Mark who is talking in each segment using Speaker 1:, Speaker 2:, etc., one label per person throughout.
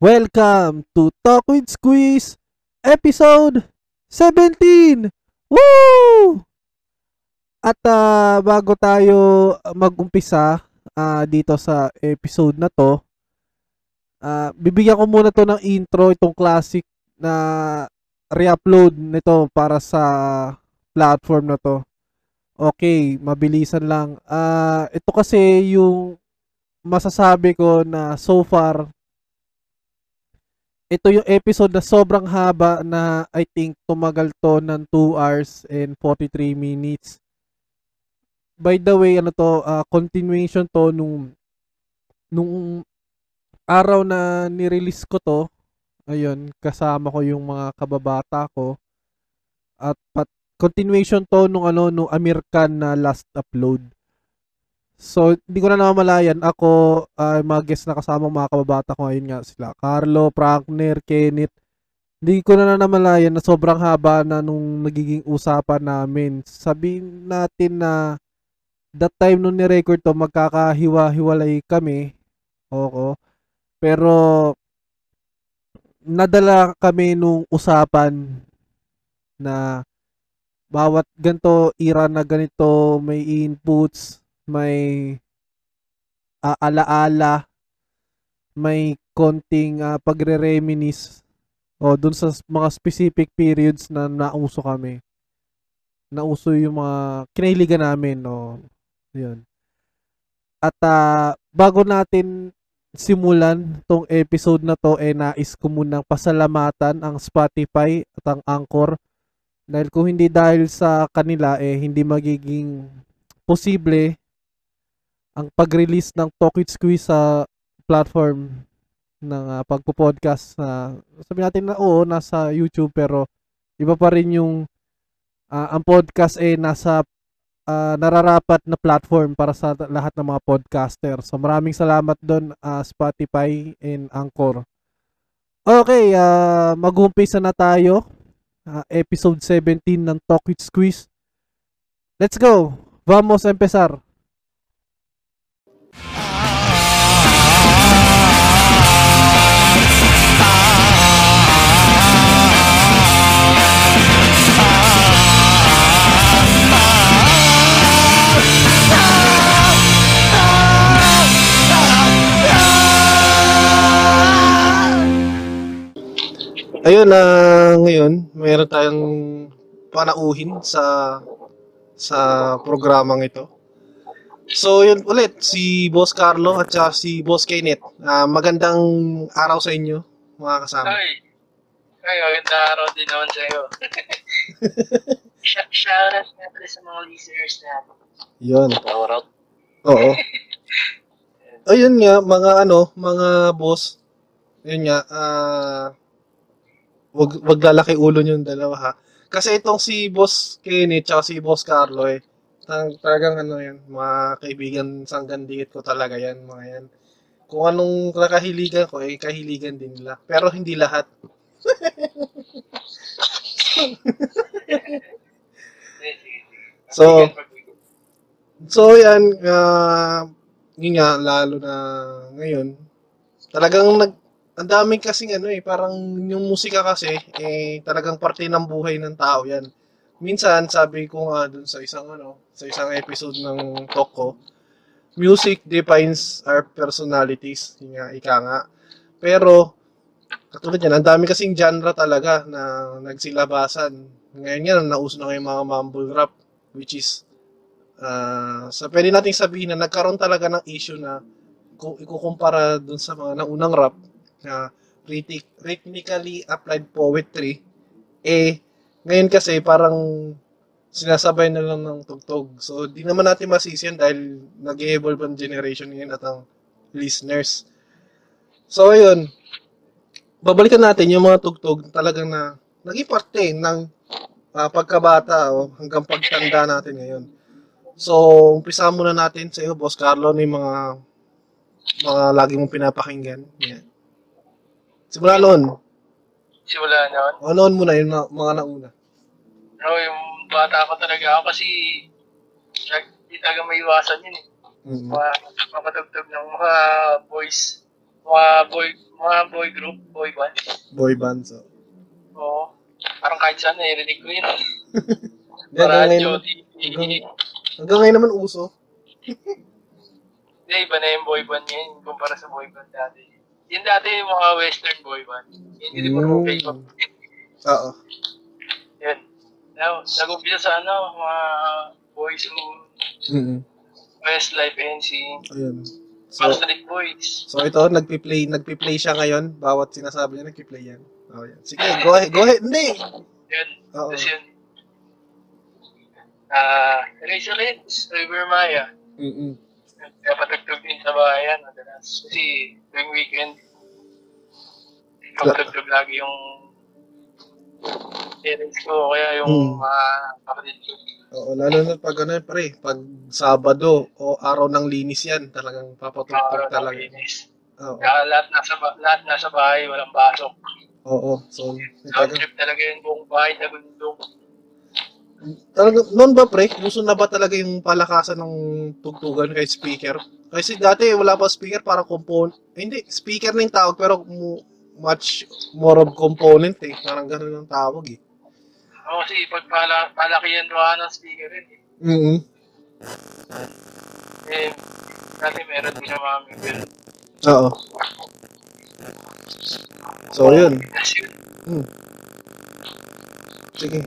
Speaker 1: Welcome to Talk with Squeeze episode 17! Woo! At ah, bago tayo mag-umpisa ah, dito sa episode na to, ah, bibigyan ko muna to ng intro, itong classic na re-upload nito para sa platform na to. Okay, mabilisan lang. Ah, ito kasi yung masasabi ko na so far ito yung episode na sobrang haba na I think tumagal to ng 2 hours and 43 minutes. By the way, ano to, ah, continuation to nung nung araw na nirelease ko to. Ayun, kasama ko yung mga kababata ko. At pat, continuation to nung ano nung American na last upload. So, hindi ko na namamalayan. Ako, ah, mga guests na kasama mga kababata ko ngayon nga sila. Carlo, Frankner, Kenneth. Hindi ko na namamalayan na sobrang haba na nung nagiging usapan namin. Sabihin natin na that time nung ni-record to, magkakahiwa-hiwalay kami. Oo. Pero, nadala kami nung usapan na bawat ganto ira na ganito, may inputs, may ah, alaala, may konting ah, pagre-reminis o dun sa s- mga specific periods na nauso kami. Nauso yung mga kinahiligan namin, no. Yun. At ah, bago natin simulan tong episode na to, eh nais ko munang pasalamatan ang Spotify at ang Anchor dahil kung hindi dahil sa kanila eh hindi magiging posible ang pag-release ng Talk with Squeeze sa platform ng ah, pagpo-podcast na sabi natin na oo nasa YouTube pero iba pa rin yung ah, ang podcast eh nasa ah, nararapat na platform para sa ta- lahat ng mga podcaster. So maraming salamat doon ah, Spotify and Anchor. Okay, ah, mag-uumpisa na tayo. Ah, episode 17 ng Talk with Squeeze. Let's go. Vamos a empezar. Ayun na ngayon, meron tayong panauhin sa sa programang ito. So yun ulit, si Boss Carlo at saka si Boss Kenneth. Ah, magandang araw sa inyo, mga kasama.
Speaker 2: Ay, ay, maganda araw din naman sa'yo. Sh- Shoutout natin sa mga listeners natin.
Speaker 1: Yun.
Speaker 2: Shoutout.
Speaker 1: Oo. Ayun nga, mga ano, mga boss. Yun nga, ah wag, wag lalaki ulo yung dalawa ha. Kasi itong si Boss Kenny tsaka si Boss Carlo eh, tang, talagang ano yan, mga kaibigan sanggan dikit ko talaga yan, mga yan. Kung anong kakahiligan ko, eh, kahiligan din nila. Pero hindi lahat. So- So, yan, ah, yun nga, lalo na ngayon, talagang nag, ang daming kasing ano eh, parang yung musika kasi, eh, talagang parte ng buhay ng tao yan. Minsan, sabi ko nga dun sa isang ano, sa isang episode ng talk ko, music defines our personalities. Yun nga, ika nga. Pero, katulad yan, ang dami kasing genre talaga na nagsilabasan. Ngayon nga, nauso na ngayon mga mumble rap, which is, ah, sa pwede nating sabihin na nagkaroon talaga ng issue na kung ikukumpara dun sa mga naunang rap na rhythmic, rhythmically applied poetry, eh, ngayon kasi parang sinasabay na lang ng tugtog. So, di naman natin masisi yan dahil nag-evolve ang generation ngayon at ang listeners. So, ayun. Babalikan natin yung mga tugtog na talagang na naging parte ng ah, pagkabata o hanggang pagtanda natin ngayon. So, umpisa muna natin sa iyo, Boss Carlo, na yung mga mga lagi mong pinapakinggan. Yan. Simula noon.
Speaker 2: Simula noon.
Speaker 1: O noon muna, yung na- mga nauna.
Speaker 2: No, yung bata ko talaga ako kasi nag- di talaga may iwasan yun eh.
Speaker 1: Mm.
Speaker 2: Mga mga katugtog ng mga boys Mga boy, mga boy group, boy band.
Speaker 1: Boy band. So.
Speaker 2: Oo. Parang kahit saan, narinig ko yun.
Speaker 1: Hindi, hanggang ngayon,
Speaker 2: Radyo,
Speaker 1: naman-
Speaker 2: TV.
Speaker 1: hanggang- hanggang ngayon naman uso.
Speaker 2: Hindi, iba na yung boy band ngayon kumpara sa boy band dati. Yun dati yung mga western boy band. Yun, hindi mo
Speaker 1: Mm.
Speaker 2: mm. K-pop.
Speaker 1: Oo.
Speaker 2: Yun. Now, nag-umpisa sa ano, mga boys who
Speaker 1: Mm-hmm.
Speaker 2: Westlife NC,
Speaker 1: Ayun. So,
Speaker 2: Backstreet Boys.
Speaker 1: so ito, nagpi-play, nagpi-play siya ngayon. Bawat sinasabi niya, nagpi-play yan. Oh, yan. Sige, go ahead, go ahead. Hindi.
Speaker 2: Yun.
Speaker 1: Oo.
Speaker 2: Tapos yun. Ah, Rachel Lynch, River Maya.
Speaker 1: Mm-mm.
Speaker 2: Kaya patugtog din sa bayan madalas. Kasi tuwing weekend, patugtog lagi yung parents ko, kaya yung
Speaker 1: Hmm.
Speaker 2: mga kapatid ko.
Speaker 1: Oo, lalo na pag ano, pre, pag Sabado o araw ng linis yan, talagang papatugtog
Speaker 2: Nakakaroon ng
Speaker 1: talaga.
Speaker 2: linis.
Speaker 1: Oo,
Speaker 2: Kaya lahat nasa, ba- lahat nasa bahay, walang pasok.
Speaker 1: oo. So,
Speaker 2: Road
Speaker 1: talaga.
Speaker 2: trip talaga yung buong bahay, nagundong.
Speaker 1: Talaga, noon ba pre, gusto na ba talaga yung palakasan ng tugtugan kay speaker? Kasi dati wala pa speaker, parang component. Eh, hindi, speaker na yung tawag, pero mu- much more of component eh. Parang ganun ang tawag eh.
Speaker 2: Oo, kasi pag pala, palakihan mo ka ng speaker rin eh.
Speaker 1: Mm-hmm.
Speaker 2: Eh, dati meron din yung mga mobile.
Speaker 1: Oo. So, Oh, yun.
Speaker 2: Yes, yun.
Speaker 1: Mm. Sige.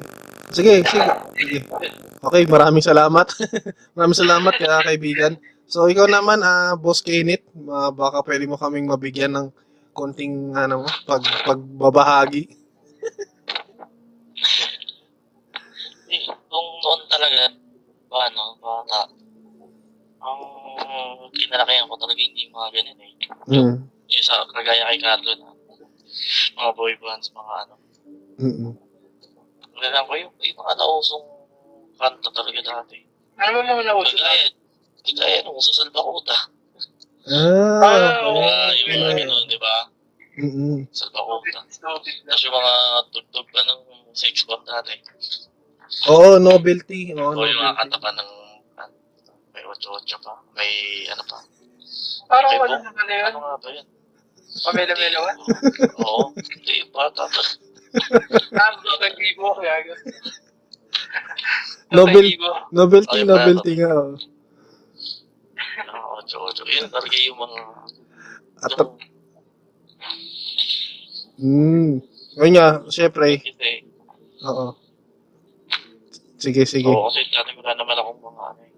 Speaker 1: Sige, sige. Sige. Okay, maraming salamat. maraming salamat ka, kaibigan. So, ikaw naman, ah, Boss Kenneth, ah, baka pwede mo kaming mabigyan ng konting ano, mo, pag, pagbabahagi.
Speaker 3: Eh, Nung noon talaga, ano, bata, ang kinalakayan ko talaga hindi mga ganun eh.
Speaker 1: Mm.
Speaker 3: Yung sa kagaya kay Carlo na mga boy bands, mga ano.
Speaker 1: Mm-mm.
Speaker 3: Alam ko yung, yung mga nausong kanta talaga dati.
Speaker 2: Ano ba mga nauso na?
Speaker 3: Kagaya, kagaya nung sa Salbakuta.
Speaker 1: Ah,
Speaker 2: Oo,
Speaker 3: Ah,
Speaker 1: okay.
Speaker 3: yung mga ganun, di ba?
Speaker 1: Mm-mm.
Speaker 3: Salbakuta.
Speaker 2: Stupid na.
Speaker 3: Tapos yung mga tugtog pa ng sex bomb dati.
Speaker 1: Oo, novelty. Oo,
Speaker 3: O yung mga kanta
Speaker 1: novelty.
Speaker 3: pa ng ano, may ocho-ocho pa, may ano pa.
Speaker 2: Parang
Speaker 3: Kay
Speaker 2: wala
Speaker 3: Bong.
Speaker 2: na pala yun.
Speaker 3: Ano nga ba yun?
Speaker 2: Pamela-melawan.
Speaker 3: Oo, hindi, bata pa.
Speaker 2: Ang mga gibo, kaya yun.
Speaker 1: Nobel-
Speaker 2: Gibo.
Speaker 1: Novelty,
Speaker 3: Okay,
Speaker 1: novelty nga. oh. oo.
Speaker 3: Oo, ocho, ocho. Yun talaga yung mga...
Speaker 1: At,
Speaker 3: yung-
Speaker 1: mm. Ngayon nga, syempre.
Speaker 3: Kasi,
Speaker 1: Oo. Sige, sige.
Speaker 3: oo, kasi dati wala naman akong mga ano eh.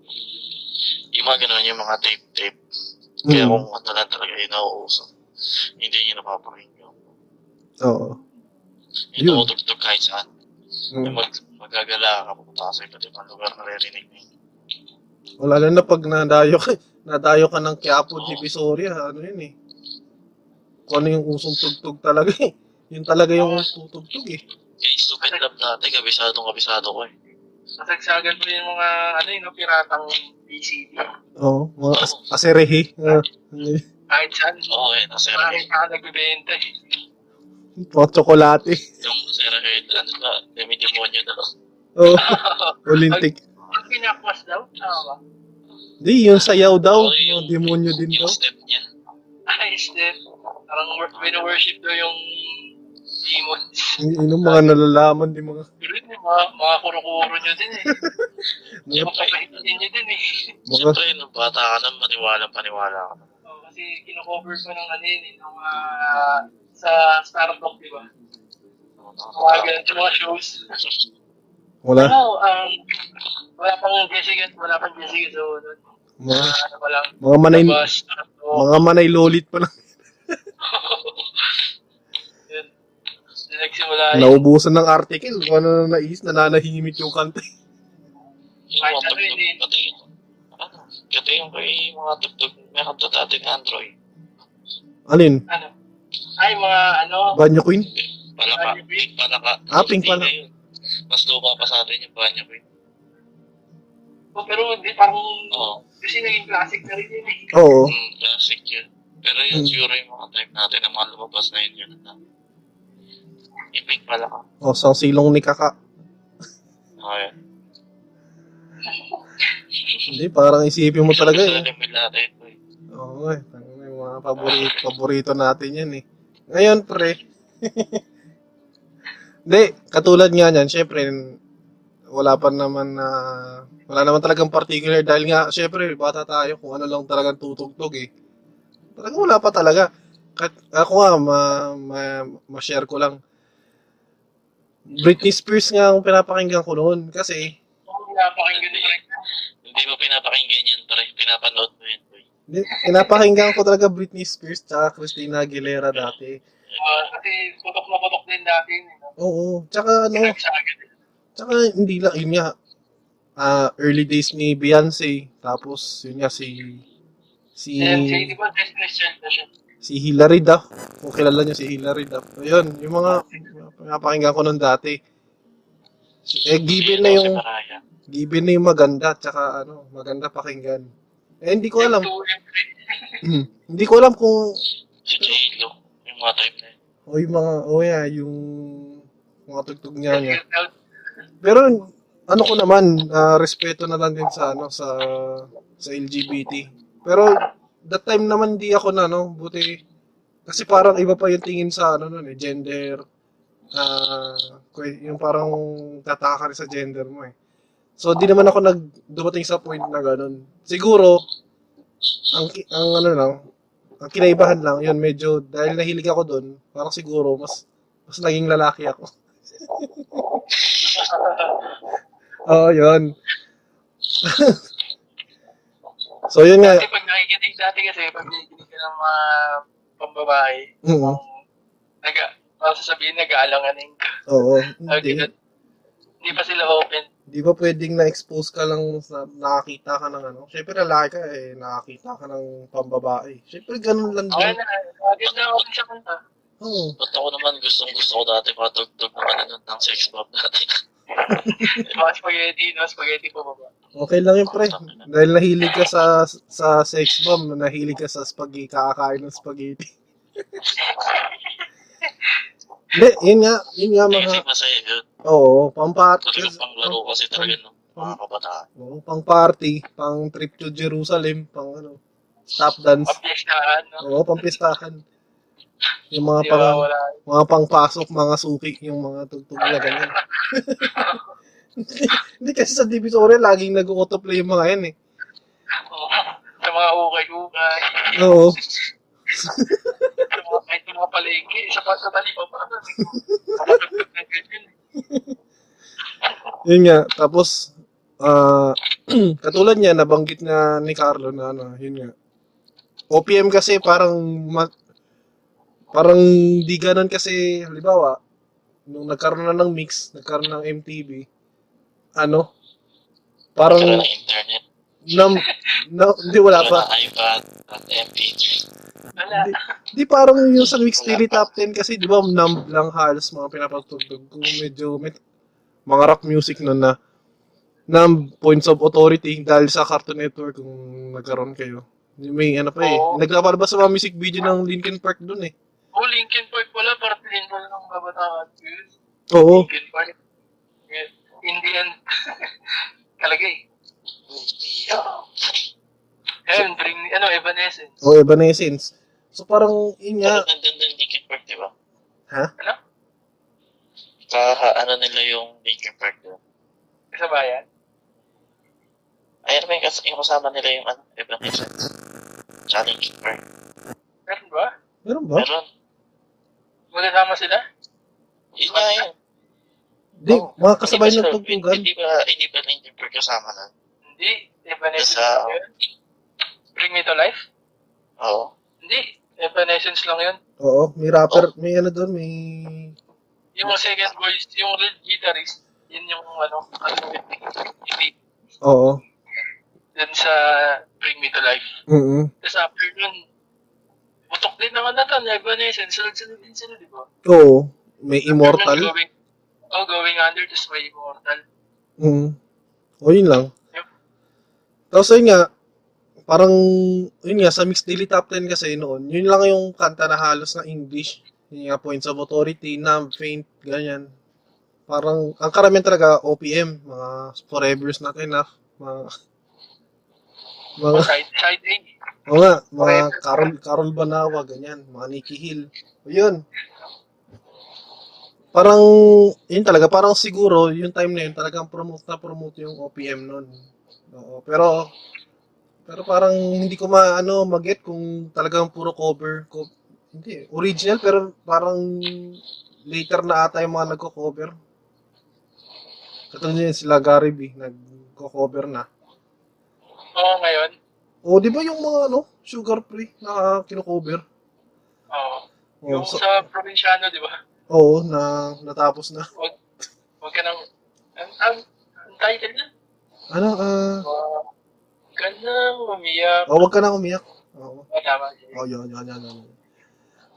Speaker 3: Yung mga ganun, yung mga tape-tape. Kaya
Speaker 1: Mm.
Speaker 3: kung ano lang talaga yung nauuso, hindi nyo napapakinggan.
Speaker 1: Oo.
Speaker 3: Yung
Speaker 1: Yun.
Speaker 3: tumutugtog kahit saan.
Speaker 1: Mm.
Speaker 3: Yung mag, magagala ka, pupunta ka sa iba't ibang lugar, naririnig mo. yun.
Speaker 1: O lalo na pag nadayo ka, nadayo ka ng Quiapo de Visoria, ano yun eh. Kung ano yung usong tugtog talaga eh. Yun talaga yung tutugtog eh.
Speaker 3: Kaya yung stupid love dati, kabisadong kabisado ko eh.
Speaker 2: Masagsagan mo yung mga, ano yun, no, piratang PCD.
Speaker 1: Oo, mga as- aserehe. Uh,
Speaker 2: Kahit saan.
Speaker 3: Oo, eh, nasa
Speaker 2: Maraming ka nagbibenta eh.
Speaker 1: mga tsokolate.
Speaker 3: Yung Sarah Heard, ano na, may demonyo na.
Speaker 1: Oo, olintik.
Speaker 2: Ang pinakwas daw, tama.
Speaker 1: Di, yung sayaw daw.
Speaker 3: Oo,
Speaker 1: Yung demonyo din daw.
Speaker 3: Yung step niya.
Speaker 2: Ayos din. Ah, Parang wor- wino-worship daw yung demons.
Speaker 1: Yung, yung mga nalalaman di mga,
Speaker 2: Pero yun, mga, mga kuro-kuro nyo din eh.
Speaker 1: mga,
Speaker 2: Yung kapahitin nyo din eh.
Speaker 1: mga
Speaker 3: Siyempre, nung bata ka lang, maniwala, paniwala ka.
Speaker 2: Oh, kasi kinocover ko ng ano yun, eh, ng, ah, sa Starbucks, di ba?
Speaker 3: Ano,
Speaker 2: Mga ganun, yung mga shows.
Speaker 1: wala.
Speaker 2: Ano, um, wala pang Jessica, wala pang Jessica, so, doon,
Speaker 1: Mga,
Speaker 2: ah, ano pa lang,
Speaker 1: mga manay,
Speaker 2: labas, Starbucks,
Speaker 1: mga manay lolit pa lang.
Speaker 2: yun. Doon nagsimula yun.
Speaker 1: Naubusan ng article. Kung ano na nais, nananahimik yung kanta.
Speaker 2: Kahit ano yun eh.
Speaker 3: Pati yun. Ano, ganda yung kay mga tugtog. May kanto dati ng Android.
Speaker 1: Ano yun?
Speaker 2: Ano? Ay, mga ano,
Speaker 1: Banyo Queen?
Speaker 3: Palaka,
Speaker 2: Banyo Queen?
Speaker 3: pink palaka.
Speaker 1: Ah, pink
Speaker 3: Hindi
Speaker 1: palaka.
Speaker 3: na yun. Mas lupa pa sa atin yung banyo ko yun.
Speaker 2: oh, pero hindi, parang,
Speaker 3: Oo.
Speaker 2: kasi naging classic na rin yun eh.
Speaker 1: Oo.
Speaker 3: Mm, classic yun. Pero yun,
Speaker 1: Mm.
Speaker 3: siguro yung mga time natin na mga lumabas na yun yun. na. Yung pink palaka.
Speaker 1: O, Oh, sa silong ni Kaka.
Speaker 3: Oo yun.
Speaker 1: Hindi, parang isipin mo talaga
Speaker 3: Gusto
Speaker 1: eh.
Speaker 3: natin may lahat yun.
Speaker 1: Oo, eh. Tangina, yung mga Mga paborito, paborito natin yan eh. Ngayon, pre. Hindi, katulad nga yan, syempre, wala pa naman na, wala naman talagang particular dahil nga, syempre, bata tayo kung ano lang talagang tutugtog eh. Talagang wala pa talaga. Kat, ako nga, ma, ma, ma-share ko lang. Britney Spears nga ang pinapakinggan ko noon kasi
Speaker 2: Kung napakinggan ko rin.
Speaker 3: Hindi mo pinapakinggan yan, pre. Pinapanood mo yan, boy.
Speaker 1: di- pinapakinggan ko talaga Britney Spears tsaka Christina Aguilera dati.
Speaker 2: Ah, kasi putok na putok din natin. you know.
Speaker 1: Oo, tsaka ano,
Speaker 2: Sa agad.
Speaker 1: Tsaka hindi lang, yun nga, ah, early days ni Beyonce, tapos yun nga si, si,
Speaker 2: And si, di ba, test Christian na siya.
Speaker 1: si Hilary Duff, kung kilala niyo si Hilary Duff. Ayun, yung mga, napakinggan ko nun dati. Eh, given na yung,
Speaker 3: Si Mariah.
Speaker 1: given na yung maganda, tsaka ano, maganda pakinggan. Eh, hindi ko alam,
Speaker 2: M2, M3.
Speaker 1: hindi ko alam kung,
Speaker 3: Si J-Lo. Yung mga time na yun.
Speaker 1: o yung mga, oh yeah, yung mga tugtog niya niya.
Speaker 2: Get out.
Speaker 1: Pero ano ko naman, ah, respeto na lang din sa ano sa sa LGBT. Pero that time naman di ako na no, buti kasi parang iba pa yung tingin sa ano noon eh, gender ah kwe- yung parang tataka ka rin sa gender mo eh. So di naman ako nag dumating sa point na ganun. Siguro ang ki- ang ano lang, ang kinaibahan lang, yun medyo dahil nahilig ako doon, parang siguro mas mas naging lalaki ako. Oo, yun. so, yun nga.
Speaker 2: Kasi pag nakikinig dati kasi, pag nakikinig ka ng mga pambabae, ah,
Speaker 1: Oo.
Speaker 2: nag, masasabihin, nag-aalanganin ka.
Speaker 1: Oo.
Speaker 2: Ah,
Speaker 1: Hindi.
Speaker 2: ganun. Hindi pa sila open.
Speaker 1: Di ba pwedeng na-expose ka lang sa nakakita ka ng ano? Siyempre, lalaki ka eh. Nakakita ka ng pambabae. Siyempre, ganun lang
Speaker 2: Kaya
Speaker 1: din.
Speaker 2: na, agad na open siya kanta.
Speaker 1: Oo.
Speaker 3: Ba't ako naman gustong gusto ko dati matugtog ng ano nun, ng sex club dati.
Speaker 2: Mga spaghetti, no? Spaghetti po baba.
Speaker 1: Okay lang yun, pre. Dahil nahilig ka sa sa sex bomb, nahilig ka sa spaghetti, kakakain ng spaghetti. Hindi, yun nga, yun Ano nga mga,
Speaker 3: Kasi masaya yun.
Speaker 1: oo, pampat,
Speaker 2: Ano
Speaker 3: Talaga pang laro kasi talaga nung mga kabataan.
Speaker 1: Oo, pang party, pang trip to Jerusalem, pang ano, tap dance.
Speaker 2: Pagpiyestahan, no?
Speaker 1: Oo, pang pistahan. Yung mga
Speaker 2: Di
Speaker 1: pang,
Speaker 2: ba, wala.
Speaker 1: mga pangpasok, mga suki, yung mga tugtog na ganyan. Hindi kasi sa Divisoria, laging nag-autoplay yung mga yan eh.
Speaker 2: Oo. Sa mga ukay-ukay,
Speaker 1: Oo.
Speaker 2: sa mga kahit sa mga palengke, sa pa sa tali pa ba?
Speaker 1: Yun nga, tapos, ah, katulad niya, nabanggit na ni Carlo na ano, yun nga. OPM kasi parang, ma- parang di ganun kasi, halimbawa, nung nagkaroon na ng mix, nagkaroon ng MTV, ano,
Speaker 3: Wala
Speaker 1: parang,
Speaker 3: na internet.
Speaker 1: nam, na, hindi, wala pa.
Speaker 3: Wala na iPad at MP3.
Speaker 2: Wala.
Speaker 1: Di parang yung sa Mix Daily Top 10 kasi, di ba, numb lang halos mga pinapatugtog ko. Medyo, may, mga rock music nun na numb points of authority dahil sa Cartoon Network kung nagkaroon kayo. May ano pa eh.
Speaker 2: Oo.
Speaker 1: Nagpapalabas sa mga music video ng Linkin Park dun eh.
Speaker 2: Oh, Linkin Park wala. Parang Linkin Park ng kabataan. Yun.
Speaker 1: Oo.
Speaker 2: Linkin Park. Yes. In the end, talaga eh. Ayun, dream, ano, Evanescence.
Speaker 1: O Evanescence. So parang, yun
Speaker 3: Pero
Speaker 1: nga.
Speaker 3: nandun din Linkin Park, di ba?
Speaker 1: Ha?
Speaker 2: Ano?
Speaker 3: Kaha, ano nila yung Linkin Park doon.
Speaker 2: Sa bayan?
Speaker 3: Ayun may kas ano yung kasama nila yung ano, Evanescence. Tsaka Linkin Park.
Speaker 2: Meron ba?
Speaker 1: Meron ba?
Speaker 3: Meron.
Speaker 2: Magkasama sila?
Speaker 3: Yun nga yun.
Speaker 1: Di,
Speaker 3: Oo.
Speaker 1: mga kasabay
Speaker 3: Hindi
Speaker 1: ng
Speaker 3: ba sa-
Speaker 1: tugtugan.
Speaker 3: Hindi ba, hindi ba Linkin Park kasama na?
Speaker 2: Hindi. Evanescence
Speaker 3: Isa-
Speaker 2: lang yun. Bring Me to Life?
Speaker 3: Oo.
Speaker 2: Hindi. Evanescence lang yun.
Speaker 1: Oo, may rapper, may ano doon, may...
Speaker 2: Yung second voice, yung lead guitarist, yun yung ano, kasunod ni ni-
Speaker 1: Oo.
Speaker 2: dun sa Bring Me to Life.
Speaker 1: Mm
Speaker 2: Tapos after nun, butok din naman na to, Evanescence, sunod-sunod din sila, di ba?
Speaker 1: Oo. May immortal.
Speaker 2: Going, oh, Going Under, tapos may Immortal.
Speaker 1: Mm. O yun lang.
Speaker 2: Yep.
Speaker 1: Tapos yun nga, parang, yun nga, sa Mixed Daily Top 10 kasi noon, yun lang yung kanta na halos na English. Yun nga, Points of Authority, Numb, Faint, ganyan. Parang, ang karamihan talaga, OPM, mga Forevers Not Enough, mga, mga,
Speaker 2: Side, side A.
Speaker 1: Oo nga, mga Carol, Carol Banawa, ganyan, mga Nicky Hill. O yun. Parang, yun talaga, parang siguro, yung time na yun, talagang promote na promote yung OPM nun. Oo, pero, pero parang hindi ko maano mag-get kung talagang puro cover. Co- hindi, original pero parang later na ata yung mga nagko-cover. Katulad niyan sila Gary B, nagko-cover na.
Speaker 2: Oo, ngayon.
Speaker 1: O, di ba yung mga ano, Sugar Free na kino-cover?
Speaker 2: Oo.
Speaker 1: Oo,
Speaker 2: yung
Speaker 1: so-
Speaker 2: sa probinsyano, di ba?
Speaker 1: oo, na natapos na.
Speaker 2: Huwag ka nang... Ang, ang, ang title na?
Speaker 1: Ano, ah,
Speaker 2: Huwag ka nang umiyak.
Speaker 1: oh, wag ka na umiyak. Oo.
Speaker 2: Oo, tama.
Speaker 1: Oh, yun, yun, yun, yun.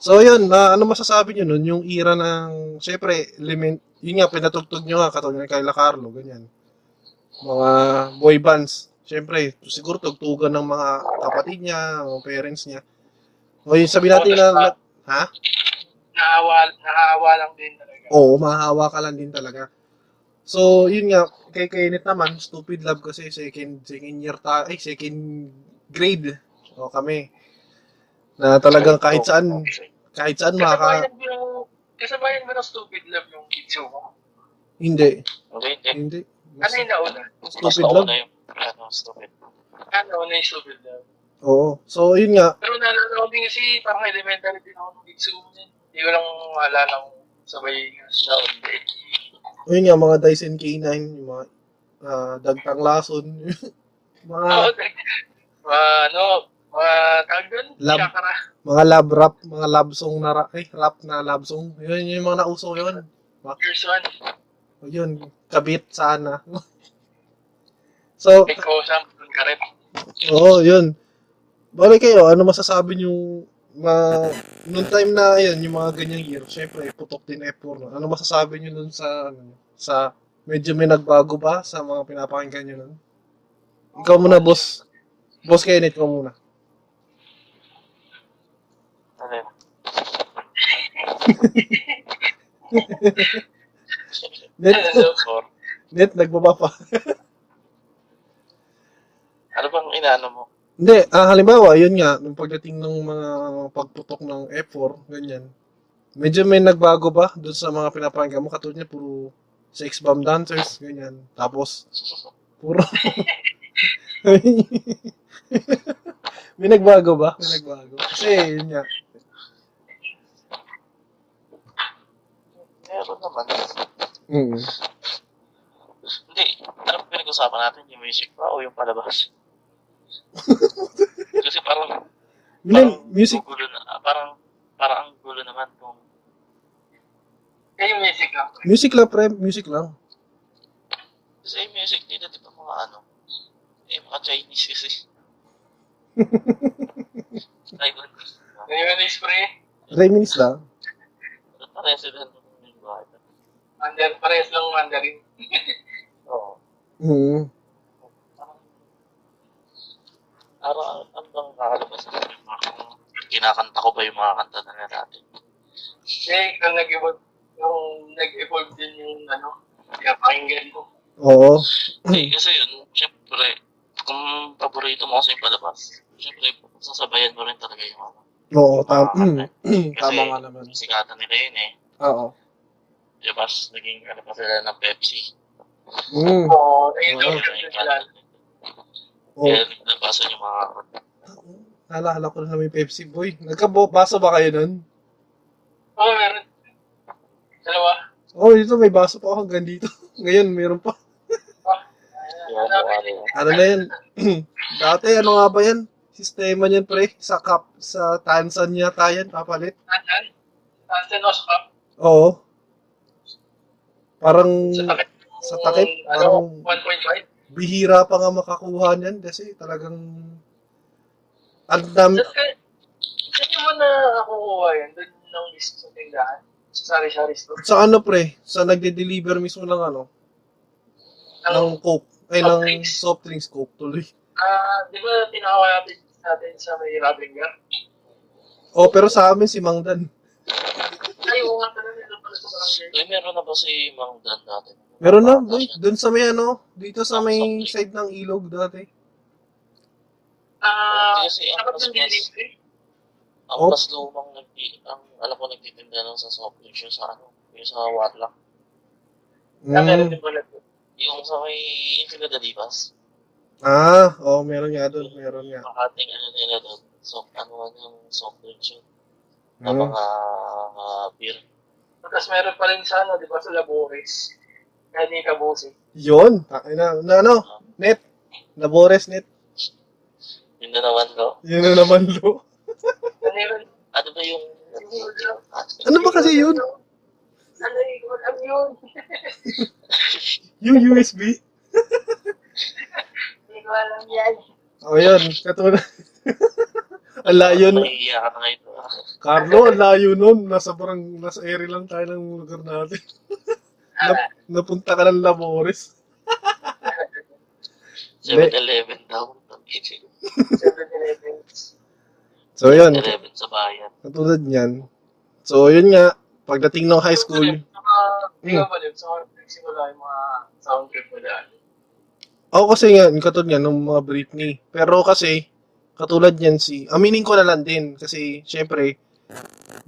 Speaker 1: So, yun, na, ano masasabi nyo nun? Yung era ng, syempre, element, yun nga, pinatugtog nyo nga, katulad ni Kayla Carlo, ganyan. Mga boy bands, syempre, siguro tugtugan ng mga kapatid niya, o parents niya. O yun, sabi natin na, na ha?
Speaker 2: Naawa, naawa lang din talaga.
Speaker 1: Oo, mahahawa ka lang din talaga. So, yun nga, kay Kenneth naman, stupid love kasi second, second year ta, ay, second grade. O kami, na talagang kahit saan, kahit saan makaka,
Speaker 2: Kasabayan mo ng, kasabayan mo ng stupid love yung kitsu mo.
Speaker 1: hindi,
Speaker 3: Hindi, hindi.
Speaker 1: hindi.
Speaker 2: Ano yung nauna?
Speaker 3: Mas
Speaker 1: Stupid
Speaker 3: nauna
Speaker 1: love.
Speaker 3: yung ano, stupid.
Speaker 2: Ano nauna yung stupid love?
Speaker 1: Oo. So, yun nga,
Speaker 2: Pero naalala ko din kasi parang elementary din ako ng kitsu mo niyan. Hindi ko lang maalala kung sabay yung sound.
Speaker 1: yun nga, mga Dyson K9, yung mga ah, dagtang lason, mga,
Speaker 2: Oo, mga ano, mga tawag doon,
Speaker 1: Love.
Speaker 2: chakra.
Speaker 1: mga lab rap, mga lab song na, ra- ay, rap na lab song. Yun, yun yung mga nauso yun.
Speaker 2: First one,
Speaker 1: O, Yun, kabit sana. so,
Speaker 2: may kausap, doon ka rin.
Speaker 1: Oo, yun. Bale kayo, ano masasabi nyo ma nung time na yun, yung mga ganyang year, syempre putok din F4 no? Ano masasabi nyo nun sa ano, sa medyo may nagbago ba sa mga pinapakinggan nyo nun? Ikaw muna, boss. Boss Kenneth, ikaw muna.
Speaker 3: Ano yun?
Speaker 1: Net,
Speaker 2: Hello.
Speaker 3: Or,
Speaker 1: net nagbaba pa.
Speaker 3: ano bang inaano mo?
Speaker 1: Hindi, ah, halimbawa, yun nga, nung pagdating ng mga pagputok ng F4, ganyan. Medyo may nagbago ba doon sa mga pinapakinggan mo? Katulad niya, puro sex bomb dancers, ganyan. Tapos, puro... may nagbago ba? May nagbago. Kasi, yun nga.
Speaker 3: Meron naman.
Speaker 1: Mm.
Speaker 3: Hindi, ano ba pinag-usapan natin? Yung music ba o yung palabas? Kasi
Speaker 1: Ano
Speaker 3: parang,
Speaker 1: Yun lang, music.
Speaker 3: gulo na, ah, parang, parang ang gulo naman kung
Speaker 2: Eh, yung music lang.
Speaker 1: Music lang, pre. Music lang.
Speaker 3: Kasi yung music nila, di ba mga ano, eh, mga Chinese kasi. Taiwan.
Speaker 2: Ngayon is pre,
Speaker 1: Reminis lang.
Speaker 3: President ng lingua.
Speaker 2: under, parehas lang mandarin.
Speaker 3: Oo.
Speaker 1: Mm.
Speaker 3: Parang, parang, ano bang kakalabas na yung mga kinakanta ko ba yung mga kanta na nga natin?
Speaker 2: Eh, nung nag-evolve, nung nag-evolve din yung ano, pinapakinggan ko.
Speaker 1: Oo. Hmm.
Speaker 3: Eh, kasi yun, syempre, kung paborito mo kasi yung palabas, syempre, sasabayan mo rin talaga yung mga
Speaker 1: Oo, tam- mm.
Speaker 3: Kasi,
Speaker 1: tama nga naman.
Speaker 3: Sikatan nila yun eh.
Speaker 1: Oo.
Speaker 3: Di ba? Naging ano pa sila ng Pepsi.
Speaker 1: Mm.
Speaker 2: Oo,
Speaker 1: Oo.
Speaker 2: nag-evolve
Speaker 3: Yun
Speaker 2: din
Speaker 3: yung
Speaker 2: sila.
Speaker 3: kanta.
Speaker 1: Oo.
Speaker 3: Kaya naglabasan yung mga
Speaker 1: Naalala ko na may Pepsi Boy. Nagkabasa ba kayo nun?
Speaker 2: Oo, meron. Dalawa.
Speaker 1: Oh, dito may baso pa ako hanggang dito. Ngayon, meron pa.
Speaker 2: Ah,
Speaker 3: Yan,
Speaker 2: ano,
Speaker 3: ano yun.
Speaker 1: Ano na yan? Dati, ano nga ba yan? Sistema niyan, pre. Sa cup, sa Tansan yata yan, papalit.
Speaker 2: Tansan? Tansan o Cup?
Speaker 1: Oo. Parang
Speaker 2: Sa takip?
Speaker 1: Hmm. Sa takip,
Speaker 2: Ano,
Speaker 1: parang-
Speaker 2: 1.5?
Speaker 1: bihira pa nga makakuha niyan kasi talagang ang dami.
Speaker 2: Saan ka- saan yung mo na nakukuha yan? Doon nung list sa tindahan? Sa sari-sari store?
Speaker 1: Sa ano, pre? Sa nagde-deliver mismo ng ano?
Speaker 2: Ang,
Speaker 1: Ng Coke. Ay, ng
Speaker 2: Soft drinks.
Speaker 1: soft drinks Coke tuloy.
Speaker 2: ah, di ba tinakawa natin, natin sa may Rabinger?
Speaker 1: Oh, pero sa amin si Mang Dan.
Speaker 2: Ay, oo nga talaga nila pala sa barangay.
Speaker 3: Ay, meron na ba si Mang Dan natin?
Speaker 1: Meron na,
Speaker 3: Bata
Speaker 1: boy.
Speaker 3: siya.
Speaker 1: Doon sa may ano, dito sa may side ng ilog dati.
Speaker 2: Ah,
Speaker 3: Kasi ang
Speaker 2: dapat
Speaker 3: mas-
Speaker 2: yung delivery.
Speaker 3: Ang
Speaker 1: Oh.
Speaker 3: mas lumang nagti, ang alam ko nagtitinda lang sa soft drinks yung sa ano, yung sa Warlock.
Speaker 2: Ah, meron
Speaker 1: Mm.
Speaker 2: din pala to.
Speaker 3: Yung sa may Infinite Divas.
Speaker 1: Ah, oh, meron nga doon, meron nga.
Speaker 3: Makating ano nila doon. So, ano ano yung soft drinks yun. Na
Speaker 1: Mm.
Speaker 3: mga ah, beer.
Speaker 2: Tapos meron pa rin sa ano, di ba, sa Labores. Kaya ni Kabusi.
Speaker 1: Yun, takin na, na ano, net, labores net.
Speaker 3: Yun na naman do.
Speaker 1: Yun na naman, lo.
Speaker 2: Ano yun?
Speaker 3: Ano ba yung...
Speaker 1: Ano ba kasi yun?
Speaker 2: Ano yun? Ano yun?
Speaker 1: Yung USB?
Speaker 2: Hindi ko alam yan.
Speaker 1: Oh, yun, katulad. ang layo, nun.
Speaker 3: Nahihiya ka na ngayon. ah.
Speaker 1: Carlo, ang layo nun. Nasa barang, nasa area lang tayo ng lugar natin. Nap- napunta ka ng labores.
Speaker 3: 7-Eleven daw.
Speaker 2: 7-Eleven.
Speaker 1: So, yun,
Speaker 3: 7-Eleven sa bayan.
Speaker 1: katulad niyan. So, yun nga, pagdating ng high school, Hmm.
Speaker 2: Hindi ko ba Sa mga nagsimula yung mga sound trip mo dahil.
Speaker 1: Ako kasi nga, yung katulad nga nung mga Britney. Pero kasi, katulad yan si, aminin ko na lang din. Kasi, syempre,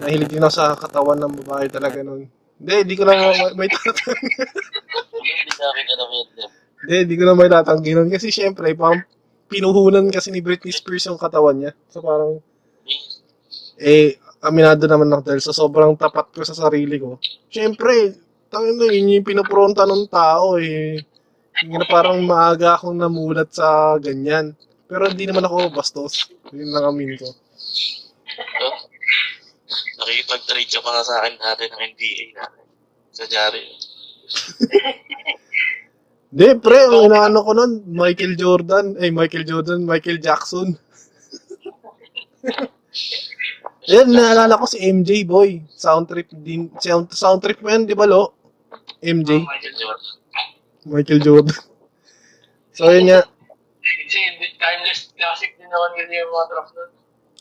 Speaker 1: nahilig din ako sa katawan ng babae talaga nun. Hindi, hindi ko na ma- may tatanggi.
Speaker 3: Hindi namin alam yun. Lev.
Speaker 1: Hindi, hindi ko na may tatanggi nun. Kasi syempre, pang pinuhunan kasi ni Britney Spears yung katawan niya. So parang, eh, aminado naman ako dahil sa sobrang tapat ko sa sarili ko. Syempre, tangin na, yun yung pinapronta ng tao eh. Yung na parang maaga akong namulat sa ganyan. Pero hindi naman ako bastos. Yun lang amin ko.
Speaker 3: Oh. Nakipag-trade ka pa nga sa akin natin ng NBA natin. Sa Jari.
Speaker 1: Hindi, pre, ang inaano ko nun, Michael Jordan, eh, Michael Jordan, Michael Jackson. Yan, naalala ko si MJ, boy. Soundtrip din, sound, soundtrip mo yan, di ba, lo? MJ,
Speaker 3: Michael Jordan.
Speaker 1: Michael Jordan. So, yun nga.
Speaker 2: Kasi hindi- timeless classic din naman yun yung mga track nun.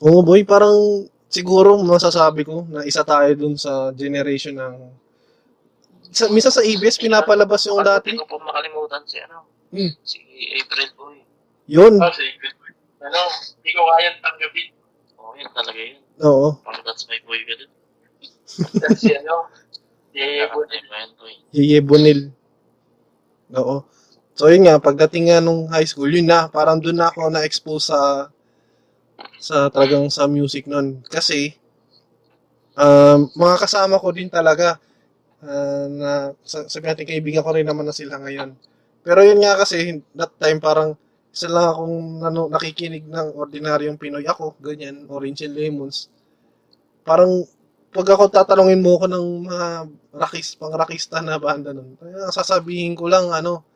Speaker 1: Oo, boy, parang siguro masasabi ko na isa tayo dun sa generation ng... Sa, misa sa ABS, pinapalabas yung
Speaker 3: Ba't
Speaker 1: dati.
Speaker 3: Hindi ko po makalimutan si ano.
Speaker 1: Hmm.
Speaker 3: Si April Boy.
Speaker 1: Yun,
Speaker 2: Ah, sige. Ano? Hindi ko kayang tanggapin.
Speaker 3: Oo, yun talaga yun.
Speaker 1: oo.
Speaker 3: Parang that's my boy ka din.
Speaker 2: Tapos si ano? Si
Speaker 3: Nakatay
Speaker 2: Bunin.
Speaker 3: mo yan, boy.
Speaker 1: Yeye Bonil. Oo. So yun nga, pagdating nga nung high school, yun na, parang doon na ako na-expose sa sa talagang sa music nun. Kasi, um, mga kasama ko din talaga, ah, na, sa, sabi natin, kaibigan ko rin naman na sila ngayon. Pero yun nga kasi, that time parang, isa lang akong ano, nakikinig ng ordinaryong Pinoy ako, ganyan, Orange and Lemons. Parang, pag ako tatanungin mo ko ng mga rakis, pang rakista na banda nun, ay, ang sasabihin ko lang, ano,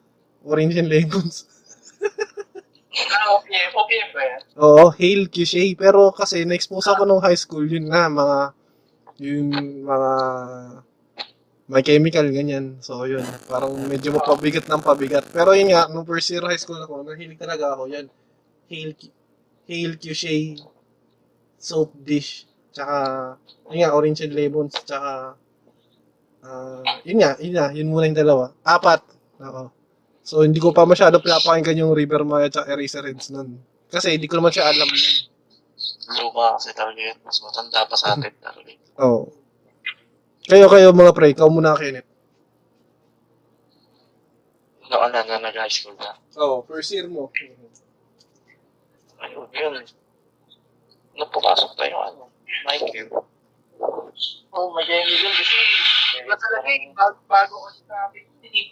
Speaker 1: Orange and Lemons.
Speaker 2: Ah, okay. Okay ba yan?
Speaker 1: Oo, Hail Cliche. Pero kasi na-expose ako nung high school, yun nga, mga, yung mga, my chemical, ganyan. So, yun, parang medyo mapabigat ng pabigat. Pero yun nga, nung first year high school ako, nahilig talaga ako, yan. Hail, Cu- Hail Cliche, soap dish, tsaka, yun nga, orange and lemons, tsaka, ah, yun nga, yun nga, yun muna yung dalawa. Apat. Oo. So, hindi ko pa masyado pinapakinggan yung River Maya tsaka Eraser Heads nun. Kasi hindi ko naman siya alam. nun.
Speaker 3: Luma kasi talaga yun. Mas matanda pa sa atin talaga. yun.
Speaker 1: Oo. Oh. Kayo, kayo mga pre, ikaw muna Kenneth.
Speaker 3: Noon na na nag-high school na.
Speaker 1: Oo, oh, first year mo.
Speaker 3: Ayun, yun. Nung pumasok pa yung ano, Mike Q.
Speaker 2: Oh, may gaming yun. Kasi, iba talaga eh. Bago, bago ko sa akin.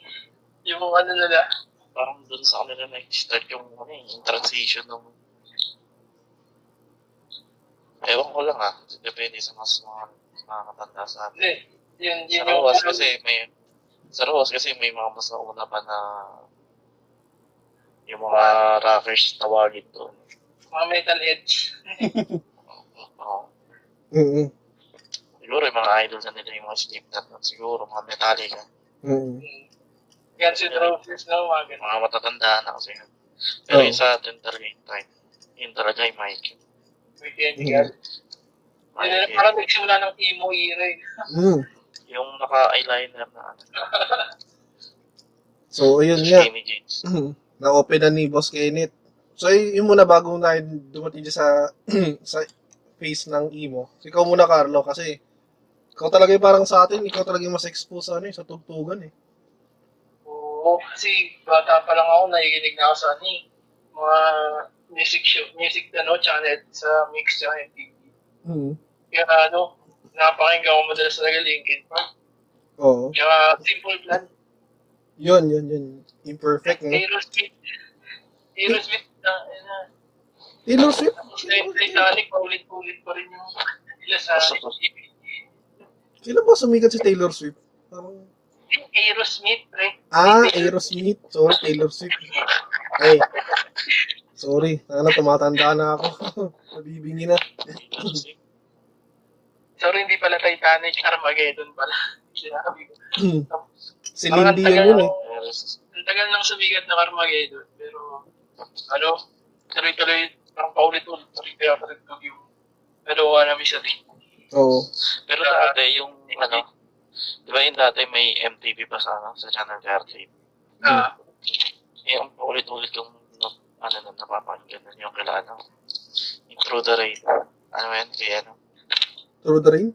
Speaker 2: Yung ano nila.
Speaker 3: Parang dun sa kanila nag-start yung, ano, eh, yung transition ng... Ewan ko lang ah. Depende sa mas mga nakakatanda sa atin.
Speaker 2: Hindi. eh, Yun,
Speaker 3: Sa
Speaker 2: yun yung...
Speaker 3: Roas kasi may... Sa Roas kasi may mga mas nauna pa na yung mga rockers tawagin doon.
Speaker 2: Mga metal edge.
Speaker 3: Oo.
Speaker 1: Mm-mm.
Speaker 3: Siguro yung mga idol na nila yung mga Slipknot nun. Siguro mga Metallica.
Speaker 1: Mm-mm.
Speaker 2: Mm. Guns N' Roses, no? Mga ganun.
Speaker 3: Mga matatanda na kasi yun. Pero
Speaker 1: Oo.
Speaker 3: yung sa atin talaga yung time. Yun talaga yung Mike.
Speaker 2: May
Speaker 3: Mm.
Speaker 2: chemical. Yun na,
Speaker 3: Mike,
Speaker 2: parang nagsimula ng emo era eh.
Speaker 1: Mm.
Speaker 3: eh. Yung naka-eyeliner na ano.
Speaker 1: So, ayun nga.
Speaker 3: Skinny jeans.
Speaker 1: Na-open na ni Boss Kenneth. So, y- yun muna bago na dumating dyan sa sa face ng emo. So, ikaw muna, Carlo, kasi ikaw talaga yung parang sa atin, ikaw talaga yung mas exposed sa, ano, eh, sa tugtugan eh.
Speaker 2: Oo, kasi bata pa lang ako, nakikinig na ako sa ano, eh, mga music show, music ano, channel sa Mix sa MTV.
Speaker 1: Mm.
Speaker 2: Kaya ano, napakinggan ko madalas talaga Linkin Park.
Speaker 1: Oo.
Speaker 2: Kaya Simple Plan,
Speaker 1: Yun, yun, yun. Imperfect, no?
Speaker 2: Aerosmith, Aerosmith, na, na,
Speaker 1: Taylor Swift?
Speaker 2: Titanic, paulit-ulit pa rin yung nila sa
Speaker 1: Kailan ba sumikat si Taylor Swift? Parang,
Speaker 2: Yung Aerosmith, pre.
Speaker 1: ah, Aerosmith. Sorry, Taylor Swift. Ay, sorry. Ano, tumatanda na ako. Nabibingi na.
Speaker 2: Sorry, hindi pala Titanic, Armageddon pala. Sinabi ko.
Speaker 1: si Lindy yun yun eh.
Speaker 2: Ang tagal nang sumigat ng Armageddon, pero ano, tuloy-tuloy, parang paulit-ulit, tuloy-tuloy ako nagtug yung pero wala namin sa rin.
Speaker 1: eh. Oo.
Speaker 3: Pero dati yung ano, di ba yung dati may MTV pa sa ano, sa Channel Guardian.
Speaker 2: Ah,
Speaker 3: Yung ulit-ulit yung no, ano na napapakinggan na yung kila ano, yung Through the Rain. Ano yan, kay ano,
Speaker 1: Through the rain?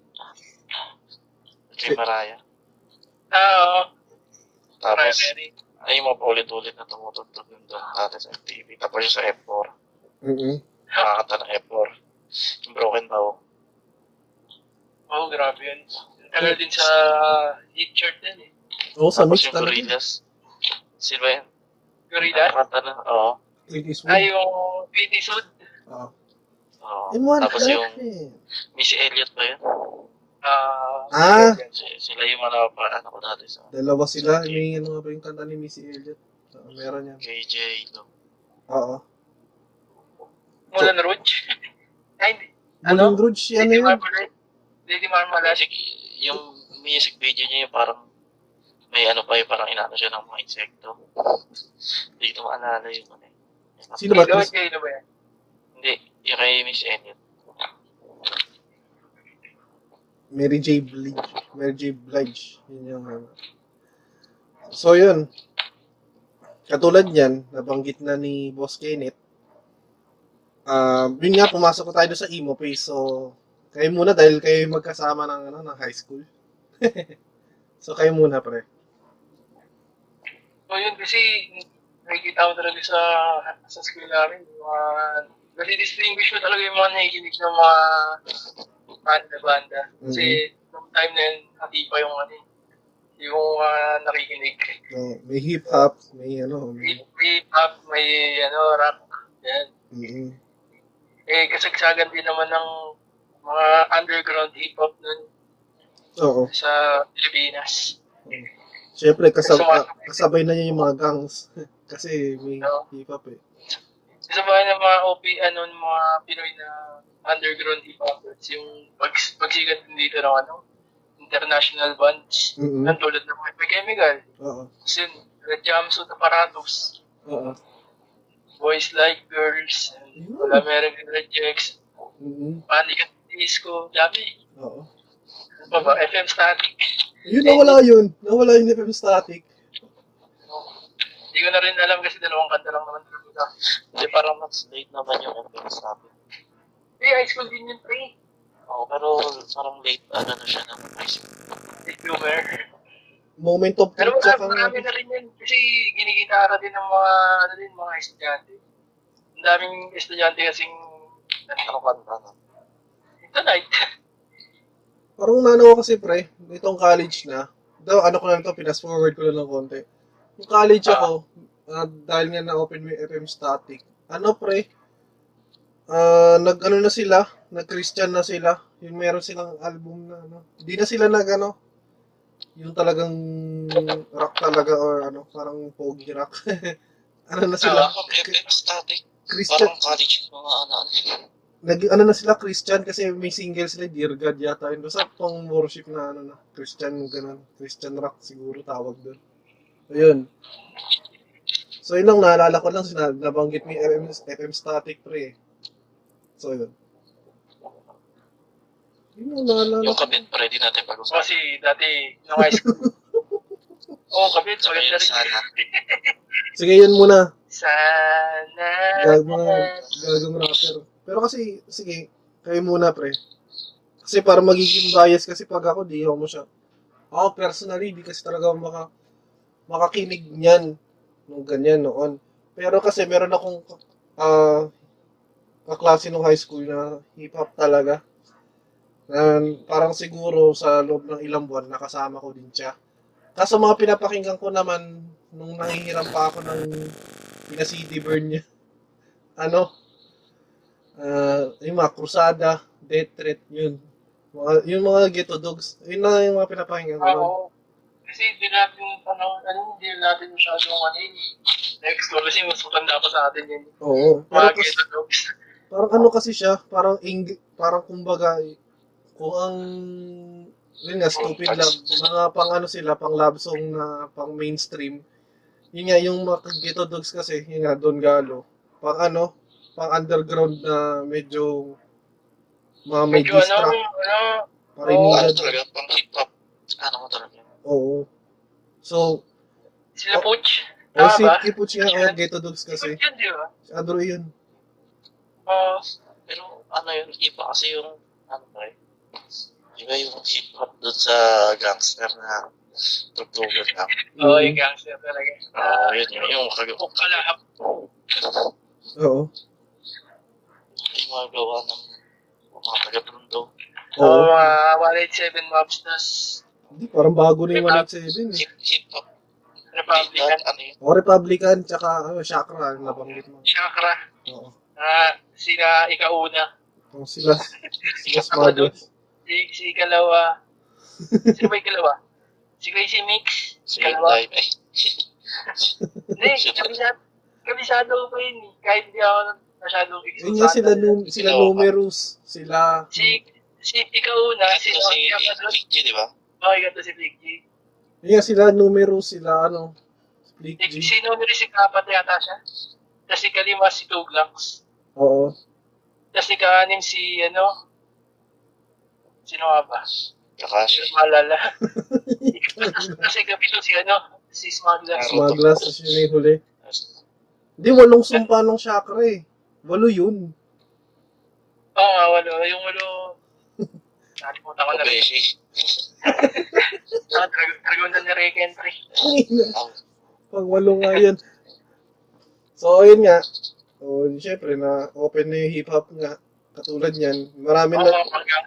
Speaker 3: kay Mariah.
Speaker 2: ah, oo.
Speaker 3: Tapos,
Speaker 2: Primary.
Speaker 3: ay yung mga paulit-ulit na tumutugtog yung doon dati sa MTV. Tapos yung sa F4,
Speaker 1: Mm-mm.
Speaker 3: nakakata ng F4. Yung Broken Bow.
Speaker 2: Oo, oh, grabe yun. Ang Tagal din sa hit chart din eh.
Speaker 1: Oo, sa
Speaker 3: Tapos
Speaker 1: mix
Speaker 3: yung
Speaker 1: talaga. yun.
Speaker 3: Gorillaz. Sino ba yan?
Speaker 2: Gorilla.
Speaker 3: Nakakata na, oo.
Speaker 1: Clint Eastwood.
Speaker 2: Ay, Ah, yung Clint Eastwood.
Speaker 1: Ah.
Speaker 3: Oo.
Speaker 1: In one
Speaker 3: Tapos yung
Speaker 1: Heart, eh.
Speaker 3: Miss Elliot ba yun?
Speaker 2: Ah,
Speaker 1: Ah.
Speaker 3: Si- Sila yung mga pa, ano ko dati sa
Speaker 1: Dalawa sila. May ano nga ba yung kanta ni Missy Elliott? Ah, meron yan.
Speaker 3: KJ. No?
Speaker 1: Oo.
Speaker 2: Mulan Rouge. Ay, hindi.
Speaker 1: Mulan
Speaker 2: ano?
Speaker 1: Rouge, yan
Speaker 2: Lady
Speaker 1: yun.
Speaker 2: Marmalade. Lady Marmalade.
Speaker 3: Music, yung music video niya yung parang may ano pa yung parang inaano siya ng mga insekto. Hindi ko maalala yung ano. eh.
Speaker 1: Sino ba?
Speaker 2: Hello, Jane ano ba yan?
Speaker 3: Hindi, yung kay Miss Elliot.
Speaker 1: Mary J. Blige. Mary J. Blige. Yun yung ano. So, yun. Katulad yan, nabanggit na ni Boss Kenneth. Ah, yun nga, pumasok ko tayo doon sa emo phase. So, kayo muna dahil kayo yung magkasama ng, ano, ng high school. so, kayo muna, pre.
Speaker 2: So yun kasi nakikita ko talaga sa sa school namin, yung mga nadi-distinguish mo talaga yung mga nakikinig ng mga banda-banda. Kasi nung time na yun, hindi pa yung ano eh, yung mga nakikinig.
Speaker 1: No, may hip-hop, may ano, may...
Speaker 2: May, may pop, may ano, rock, yan.
Speaker 1: Mm-mm.
Speaker 2: Eh, kasagsagan din naman ng mga underground hip-hop nun
Speaker 1: Oo.
Speaker 2: sa Pilipinas.
Speaker 1: Siyempre, kasab kasabay na niya yung mga gangs. Kasi may
Speaker 2: Oo.
Speaker 1: hip-hop eh.
Speaker 2: Isa ba ng mga OP, ano, ng mga Pinoy na underground hip-hoppers, yung pag, pagsikat din dito ng ano, international bands,
Speaker 1: Mm-mm.
Speaker 2: ng tulad ng mga Epic Chemical,
Speaker 1: Oo.
Speaker 2: kasi Red Jumpsuit Apparatus,
Speaker 1: Oo.
Speaker 2: Boys Like Girls, and
Speaker 1: Yun.
Speaker 2: All American Rejects,
Speaker 1: Mm-mm.
Speaker 2: Panic at the Disco, dami.
Speaker 1: Mm-hmm. Oo.
Speaker 2: Ano pa ba? FM Static.
Speaker 1: Yun, nawala yun. Nawala yung FM Static.
Speaker 2: Hindi ko na rin alam kasi dalawang kanta lang naman talaga.
Speaker 3: Hindi, parang mas late naman yung entrance natin.
Speaker 2: Hey, high school din yun, pre.
Speaker 3: Oo, pero parang late ano na siya ng high school.
Speaker 2: Hey, Boomer.
Speaker 1: Moment of
Speaker 2: Pero
Speaker 1: truth,
Speaker 2: marami,
Speaker 1: tsaka-
Speaker 2: marami na rin yan kasi ginigitara din ng mga, ano din, mga estudyante. Ang daming estudyante kasing
Speaker 3: Ano kanta na?
Speaker 2: tonight.
Speaker 1: Parang nanawa kasi pre, nitong college na, daw ano ko na ito, pinas forward ko na ng konti. Yung college ako, ah, dahil nga na-open mo yung FM static, ano pre, ah nag ano na sila, nag-Christian na sila, yung meron silang album na ano, hindi na sila nag ano, yung talagang rock talaga or ano, parang pogi rock. ano na
Speaker 2: Ah,
Speaker 1: sila,
Speaker 3: Parang FM static.
Speaker 1: Christian,
Speaker 3: Parang college yung mga ano. ano.
Speaker 1: naging ano na sila Christian kasi may single sila Dear God yata yun basta pang worship na ano na Christian ganun Christian rock siguro tawag doon ayun so yun lang naalala ko lang sina, nabanggit mo yung FM, FM static pre eh. so yun yun lang naalala
Speaker 3: Yung
Speaker 1: ko
Speaker 3: kabit, ready natin pag-usapan.
Speaker 2: Kasi oh, dati, nung high school. Oo, oh, kapit,
Speaker 3: So,
Speaker 2: maganda rin.
Speaker 3: yun sana.
Speaker 1: sige yun muna
Speaker 2: Sana.
Speaker 1: Gag mga gagawang rapper. Pero kasi, sige, kayo muna, pre. Kasi para magiging bias kasi pag ako, di ako siya. Ako personally, di kasi talaga ako maka, makakinig niyan nung ganyan noon. Pero kasi meron akong ah kaklase nung high school na hip-hop talaga. Na parang siguro sa loob ng ilang buwan, nakasama ko din siya. Kaso mga pinapakinggan ko naman, nung nangihiram pa ako ng pina-CD burn niya, ano, ah yung mga Crusada, Death Threat, yun. Mga, yung mga Ghetto Dogs, yun na yung mga pinapakinggan ko. noon.
Speaker 2: Ako, kasi hindi natin panahon, ano, hindi natin masyadong ano yun, eh, explore kasi mas matanda pa sa atin yun.
Speaker 1: Oo. Pero
Speaker 2: Mga
Speaker 1: kasi,
Speaker 2: Ghetto Dogs.
Speaker 1: parang ano kasi siya, parang Eng- parang kumbaga, eh, kung ang, yun nga, stupid lang, mga pang ano sila, pang love song na pang mainstream, yun nga, yung mga Ghetto Dogs kasi, yun nga, Don Galo, pang ano, pang underground na medyo, mga may
Speaker 2: Medyo
Speaker 1: diss
Speaker 2: ano,
Speaker 1: track,
Speaker 2: ano,
Speaker 3: Ano
Speaker 1: parinigan,
Speaker 3: talaga, pang hip-hop. Ano mo talaga?
Speaker 1: oo. So,
Speaker 2: sila Pooch.
Speaker 1: o Oh.
Speaker 2: Tama
Speaker 1: si
Speaker 2: ba?
Speaker 1: Kipuchi nga, o Ghetto Dogs
Speaker 2: Kasi,
Speaker 1: kasi,
Speaker 2: yun, di ba?
Speaker 1: Andrew yun.
Speaker 2: Oo.
Speaker 3: Pero ano yun, iba kasi yung, ano ba eh, iba yung hip-hop doon sa gangster na tugtugan na.
Speaker 2: Oo,
Speaker 1: Mm.
Speaker 2: yung gangster talaga.
Speaker 3: Oo,
Speaker 2: Ah,
Speaker 3: yun, yun, yung kagawa.
Speaker 2: Kung kalahap,
Speaker 1: Oo.
Speaker 3: Yung mga gawa ng mga taga-tundo.
Speaker 1: Oo.
Speaker 2: oh, mga 187 mobsters,
Speaker 1: Hindi, parang bago na yung 187 eh.
Speaker 3: Hip- Hip-hop,
Speaker 2: Republican,
Speaker 3: hip-hop, ano yun,
Speaker 1: O Republican, tsaka ano, Chakra, ang nabanggit mo.
Speaker 2: Chakra,
Speaker 1: Oo.
Speaker 2: na sila ikauna,
Speaker 1: O, sila, sila Smuggles.
Speaker 2: si, si ikalawa, sino ba ikalawa? Si Crazy Mix,
Speaker 3: si
Speaker 2: ikalawa.
Speaker 3: Live, eh.
Speaker 2: Hindi, kabisado, kabisado ko yun eh, kahit hindi ako masyadong
Speaker 1: Yun nga sila,
Speaker 2: eksosado.
Speaker 1: num- sila numerous. Sila,
Speaker 2: Si, si ikauna, Ah, si
Speaker 3: Kasi si
Speaker 2: Okia Madron,
Speaker 3: Big G, di ba?
Speaker 2: okay ka to si Big G.
Speaker 1: yun nga sila numerous, sila ano, Split
Speaker 2: Si-
Speaker 1: G.
Speaker 2: Sino nyo rin si Kapat yata siya? Tapos si Kalima si Tuglangs.
Speaker 1: Oo.
Speaker 2: Tapos si Kaanim si ano, sino nga ba? Hindi
Speaker 3: Kakashi.
Speaker 2: ko maalala. Kasi kapito si ano, si Smugglers.
Speaker 1: Smugglers, tapos yun na yung huli. Hindi, walong sumpa ng Chakra eh. Walo yun.
Speaker 2: Oo oh, nga, walo. Yung walo, nakalimutan ko na rin.
Speaker 3: Kobeshi.
Speaker 2: Saka Drag- Dragon na ni Rick Entry.
Speaker 3: Ang
Speaker 1: Pang walo nga yun. So, yun nga. O, syempre, na open na yung hip-hop nga. Katulad yan. Marami na,
Speaker 2: Oo, oh, panggang.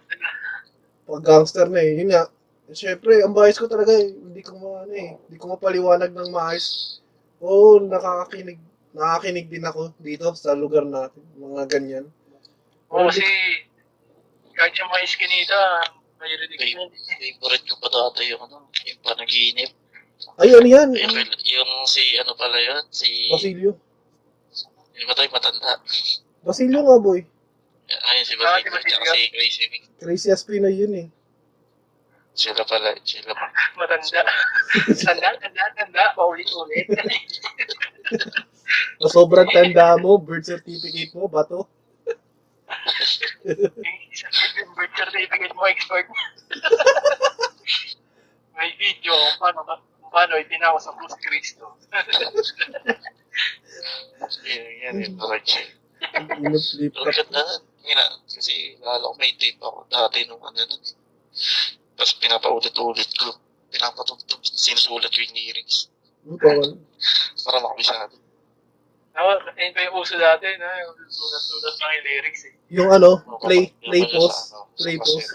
Speaker 1: pag gangster na eh. Yun nga. Siyempre, ang bias ko talaga eh. Hindi ko ma, ano eh. Hindi ko mapaliwanag ng maayos. Oo, nakakakinig. Nakakinig din ako dito sa lugar natin. Mga ganyan.
Speaker 2: Oo, kasi kahit yung mga iskinita, may rinig na yun.
Speaker 3: favorite ko pa dati yung ano, yung panaginip.
Speaker 1: Ayun ano yan.
Speaker 3: Yung, kay- yung si ano pala yun, si...
Speaker 1: Basilio.
Speaker 3: Yung ba tayo matanda?
Speaker 1: Basilio nga boy.
Speaker 3: Ayun si
Speaker 2: Ah, si
Speaker 3: Basilio,
Speaker 2: Basilio.
Speaker 3: tsaka si Gracie Ming.
Speaker 1: Crazy as Pinoy yun eh.
Speaker 3: Sila pala, sila pa.
Speaker 2: Matanda. Tanda, tanda, tanda. Paulit-ulit.
Speaker 1: Na sobrang tanda mo, birth certificate mo, bato.
Speaker 2: Yung isang yung birth certificate mo, expert. May video kung paano, kung paano itinawa sa Cruz Cristo.
Speaker 3: Yun, yan, yung Basilio.
Speaker 1: Inuplip
Speaker 3: Ang ganda nun. Mina, kasi lalo ko may tape ako dati nung ano nun. eh. Tapos pinapaulit-ulit ko. Pinapatugtog, sinusulat ko yung lyrics. Para makabisado.
Speaker 2: Ako, ayun pa yung uso dati, na, yung sulat-sulat lang yung lyrics eh.
Speaker 1: Yung ano,
Speaker 3: Yung
Speaker 1: play,
Speaker 3: kapag- yung
Speaker 1: play
Speaker 3: ano
Speaker 1: pause.
Speaker 3: sa ano, sa
Speaker 1: Play
Speaker 3: basil.
Speaker 1: pause.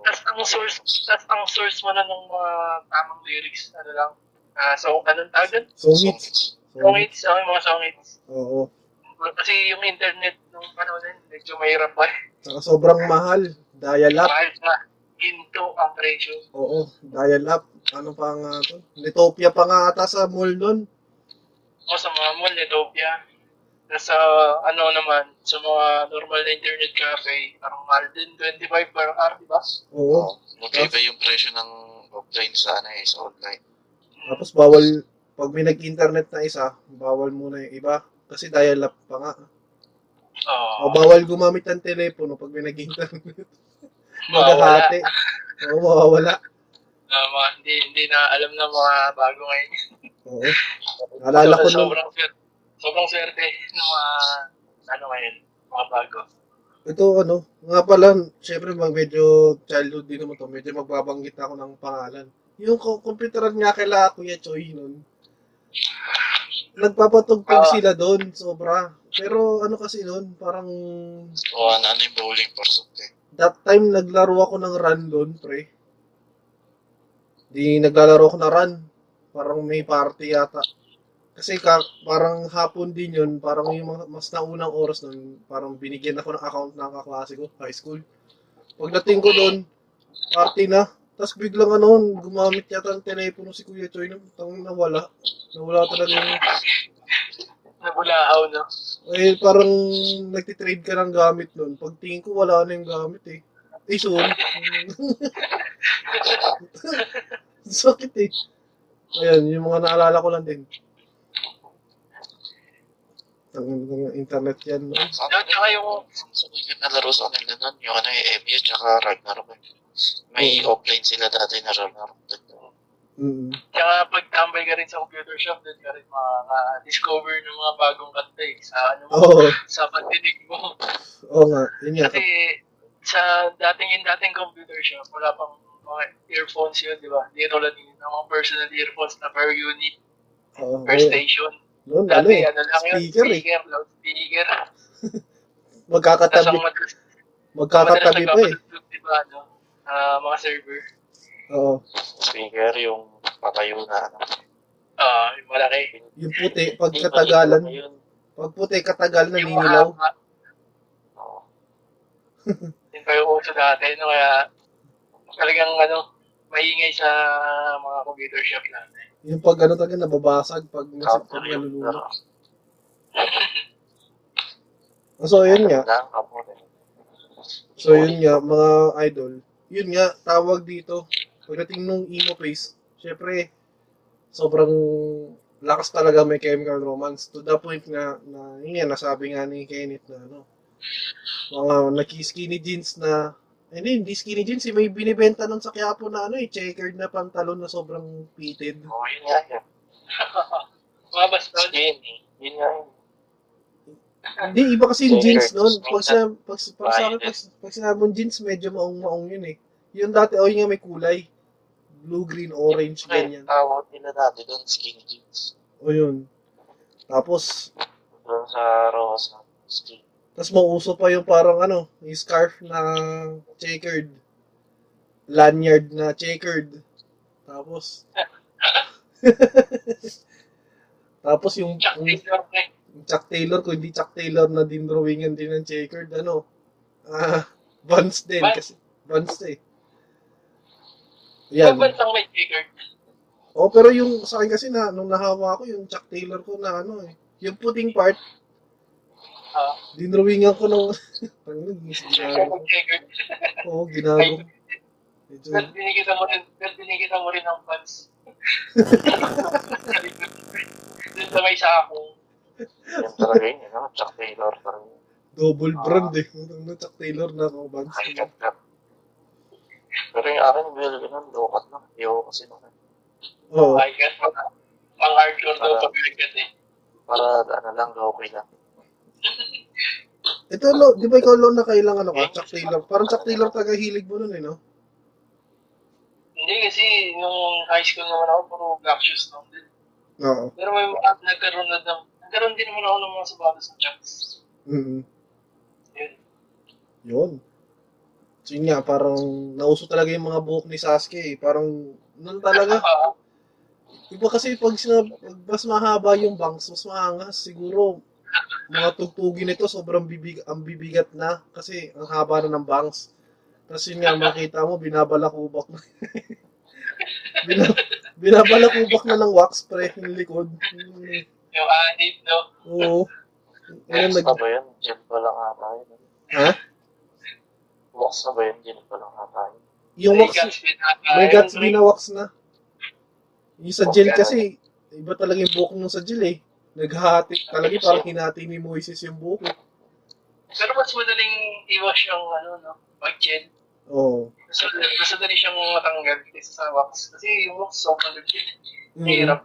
Speaker 2: Tapos ang source, tapos ang source mo na ng mga tamang lyrics, ano lang. Ah, so, anong tawag doon?
Speaker 1: Song
Speaker 3: Song
Speaker 1: hits.
Speaker 3: hits.
Speaker 2: Song hits, okay, mga song hits.
Speaker 1: Oo.
Speaker 2: Kasi yung internet nung panahon na yun, medyo mahirap pa. eh.
Speaker 1: Saka sobrang mahal. Dial-up.
Speaker 2: Mahal na. Into ang ratio.
Speaker 1: Oo, dial up. Ano pa nga to? Litopia pa nga ata sa mall nun.
Speaker 2: O sa mga mall, Ethiopia. Tapos sa ano naman, sa mga normal na internet cafe, parang mahal din, 25 per hour, di ba?
Speaker 1: Oo.
Speaker 3: Magkaiba yung presyo ng offline sa ano eh, sa online.
Speaker 1: Tapos bawal, pag may nag-internet na isa, bawal muna yung iba. Kasi dial up pa nga. O
Speaker 2: Oo.
Speaker 1: bawal gumamit ng telepono pag may nag-internet. Magahati. Oo, mawawala.
Speaker 2: Na mga, hindi, hindi na alam ng mga bago ngayon.
Speaker 1: Oo. Naalala ko
Speaker 2: Sobrang-
Speaker 1: nung,
Speaker 2: sobrang, fair, sobrang swerte ng mga, ano ngayon, mga bago.
Speaker 1: Ito ano, nga pala, syempre mag medyo childhood din naman to, medyo magbabanggit ako ng pangalan. Yung ko- computeran nga kaila Kuya Choi nun, nagpapatugtog
Speaker 2: Ah.
Speaker 1: sila doon, sobra. Pero ano kasi nun, parang
Speaker 3: O, ano, ano yung bowling for something.
Speaker 1: that time naglaro ako ng run doon, pre. Di naglalaro ako ng run. Parang may party yata. Kasi ka, parang hapon din yun, parang yung mga- mas naunang oras nun, parang binigyan ako ng account ng kaklase ko, high school. Pagdating ko doon, party na. Tapos biglang ano, gumamit yata ng telepono si Kuya Choy nung tanging nawala. Nawala talaga yung
Speaker 2: Nabulaaw, no?
Speaker 1: eh, parang nagtitrade ka ng gamit nun. Pagtingin ko, wala na yung gamit eh. Eh, sorry. Sakit eh. Ayan, yung mga naalala ko lang din. Ang, ang internet yan, no?
Speaker 3: Sa
Speaker 2: At
Speaker 3: akin,
Speaker 2: saka yung,
Speaker 3: sa mga nalaro sa kanila nun, yung ano, yung EMU, tsaka Ragnarok. eh. May offline sila dati na Ragnarok.
Speaker 1: Mm.
Speaker 2: tsaka pagtambay ka rin sa computer shop, doon ka rin makaka-discover ng mga bagong kanta eh, sa ano mo,
Speaker 1: Oo,
Speaker 2: sa pandinig mo.
Speaker 1: oo nga. Yun nga.
Speaker 2: Kasi sa dating yung dating computer shop, wala pang mga earphones yun, di ba? Di tulad yun, ng mga personal earphones na per unit,
Speaker 1: Oo,
Speaker 2: per
Speaker 1: ngayon.
Speaker 2: station.
Speaker 1: Noon, ano
Speaker 2: Dati
Speaker 1: eh.
Speaker 2: ano lang yun,
Speaker 1: Speaker eh.
Speaker 2: speaker, loudspeaker. Tapos
Speaker 1: Magkakatabi,
Speaker 2: ang madalas, madalas
Speaker 1: magkakatabi pa eh.
Speaker 2: nagpapatutog, di ba, ano, ah, mga server.
Speaker 1: Oo.
Speaker 3: Speaker, yung patayo na ano.
Speaker 2: Ah, yung malaki.
Speaker 1: Yung puti,
Speaker 3: Hindi, maliit na
Speaker 1: pagkatagalan.
Speaker 3: yun.
Speaker 1: Pag puti, katagal na
Speaker 2: Yung
Speaker 1: ninilaw.
Speaker 2: mahaba.
Speaker 3: Oo.
Speaker 2: Yun pa yung uso dati, no? Kaya talagang ano, maingay sa mga computer shop natin.
Speaker 1: Yung pag ano talaga nababasag pag nasip
Speaker 3: Counter
Speaker 1: pag
Speaker 3: yun.
Speaker 1: nalulunod. So yun nga.
Speaker 3: Lang, kapo.
Speaker 1: So yun nga mga idol. Yun nga tawag dito. Pagdating nung emo phase, syempre sobrang lakas talaga may chemical romance to the point nga na yun nga nasabi nga ni Kenneth na ano mga naki-skinny jeans na hindi, hindi skinny jeans, eh, may binibenta nun sa Quiapo na ano eh, checkered na pantalon na sobrang fitted.
Speaker 3: Oo, yun nga yun.
Speaker 2: mga baston.
Speaker 3: Skinny. Yun nga yun.
Speaker 1: Hindi, iba kasi yung jeans
Speaker 3: Checkered.
Speaker 1: nun. Pag, sa, pag, pag, sa akin,
Speaker 3: Violet.
Speaker 1: pag, pag sinabi mong jeans, medyo maong-maong yun eh. Yung dati, oh yun nga may kulay. Blue, green, orange,
Speaker 3: Ay,
Speaker 1: ganyan.
Speaker 3: tawag nila dati doon, skinny jeans.
Speaker 1: O yun. Tapos,
Speaker 3: Doon sa Rojas na skinny.
Speaker 1: tapos mauso pa yung parang ano, yung scarf na checkered. Lanyard na checkered. Tapos, tapos yung,
Speaker 2: Chuck
Speaker 1: yung
Speaker 2: Taylor, eh.
Speaker 1: Chuck Taylor, kung hindi Chuck Taylor na din drawingan din ng checkered, ano, ah, Vans din.
Speaker 2: Vans.
Speaker 1: Kasi, Vans eh. Yan.
Speaker 2: Yan. Pagbantang may trigger.
Speaker 1: Oh, pero yung sa akin kasi na nung nahawa ko yung Chuck Taylor ko na ano eh. Yung puting part,
Speaker 2: Ah,
Speaker 1: dinrawingan ko ng Tangina, ginago.
Speaker 2: may trigger.
Speaker 1: Oo, ginago. Medyo,
Speaker 2: Dahil binigyan mo rin, dahil binigyan mo rin ng fans. Doon sa may sako.
Speaker 3: Yan talaga yun, yun. ano, Chuck Taylor talaga yun.
Speaker 1: double brand eh. Putang ina, Chuck Taylor na ako, Vans.
Speaker 3: High cut cut. Pero yung akin, well, ganun, low cut na. Ayaw ko kasi nung
Speaker 1: Oo.
Speaker 2: I guess, mga- mga hardcore daw
Speaker 3: Ah.
Speaker 2: pag binigyan eh.
Speaker 3: Para, ano lang, low key lang.
Speaker 1: Ito, lo, di ba ikaw lo na kailangan ano ka? Chuck Taylor. Parang Chuck Taylor taga hilig mo nun eh, no?
Speaker 2: Hindi kasi, nung high school naman ako, puro black shoes lang din.
Speaker 1: Oo.
Speaker 2: Pero may mga nagkaroon na ng, nagkaroon din naman ako ng mga sabatos ng chucks.
Speaker 1: Mm
Speaker 2: Yun.
Speaker 1: Yun. So yun nga, parang nauso talaga yung mga buhok ni Sasuke eh. Parang, nun talaga.
Speaker 2: Ah,
Speaker 1: Iba kasi pag, sinab- pag mas mahaba yung bangs, mas maangas siguro mga tugtugin nito sobrang bibig ang bibigat na kasi ang haba na ng bangs. Tapos yun nga makita mo binabalakubak na. Bina- binabalakubak na ng wax pre yung likod. Hmm,
Speaker 2: yung anib, no?
Speaker 1: Oo. Ngayon
Speaker 3: Yes,
Speaker 1: nag
Speaker 3: na ba yun? Gym pa lang ata yun.
Speaker 1: ha?
Speaker 3: Box na ba yun? Gym pa lang ata yun.
Speaker 1: Yung
Speaker 2: May ah,
Speaker 1: wax
Speaker 2: Gatsby na.
Speaker 1: may
Speaker 2: May
Speaker 1: guts binawax na. Yung sa gel kasi iba talaga yung buhok nung sa gel eh. Naghahati talaga parang hinati ni Moises yung buhok. eh.
Speaker 2: Pero mas madaling iwash yung, ano, no? Pag-gel.
Speaker 1: Oo.
Speaker 2: Mas, madali- mas madali siyang matanggal kaysa sa wax. Kasi yung wax, sobrang legit.
Speaker 1: Mm.
Speaker 2: Hirap.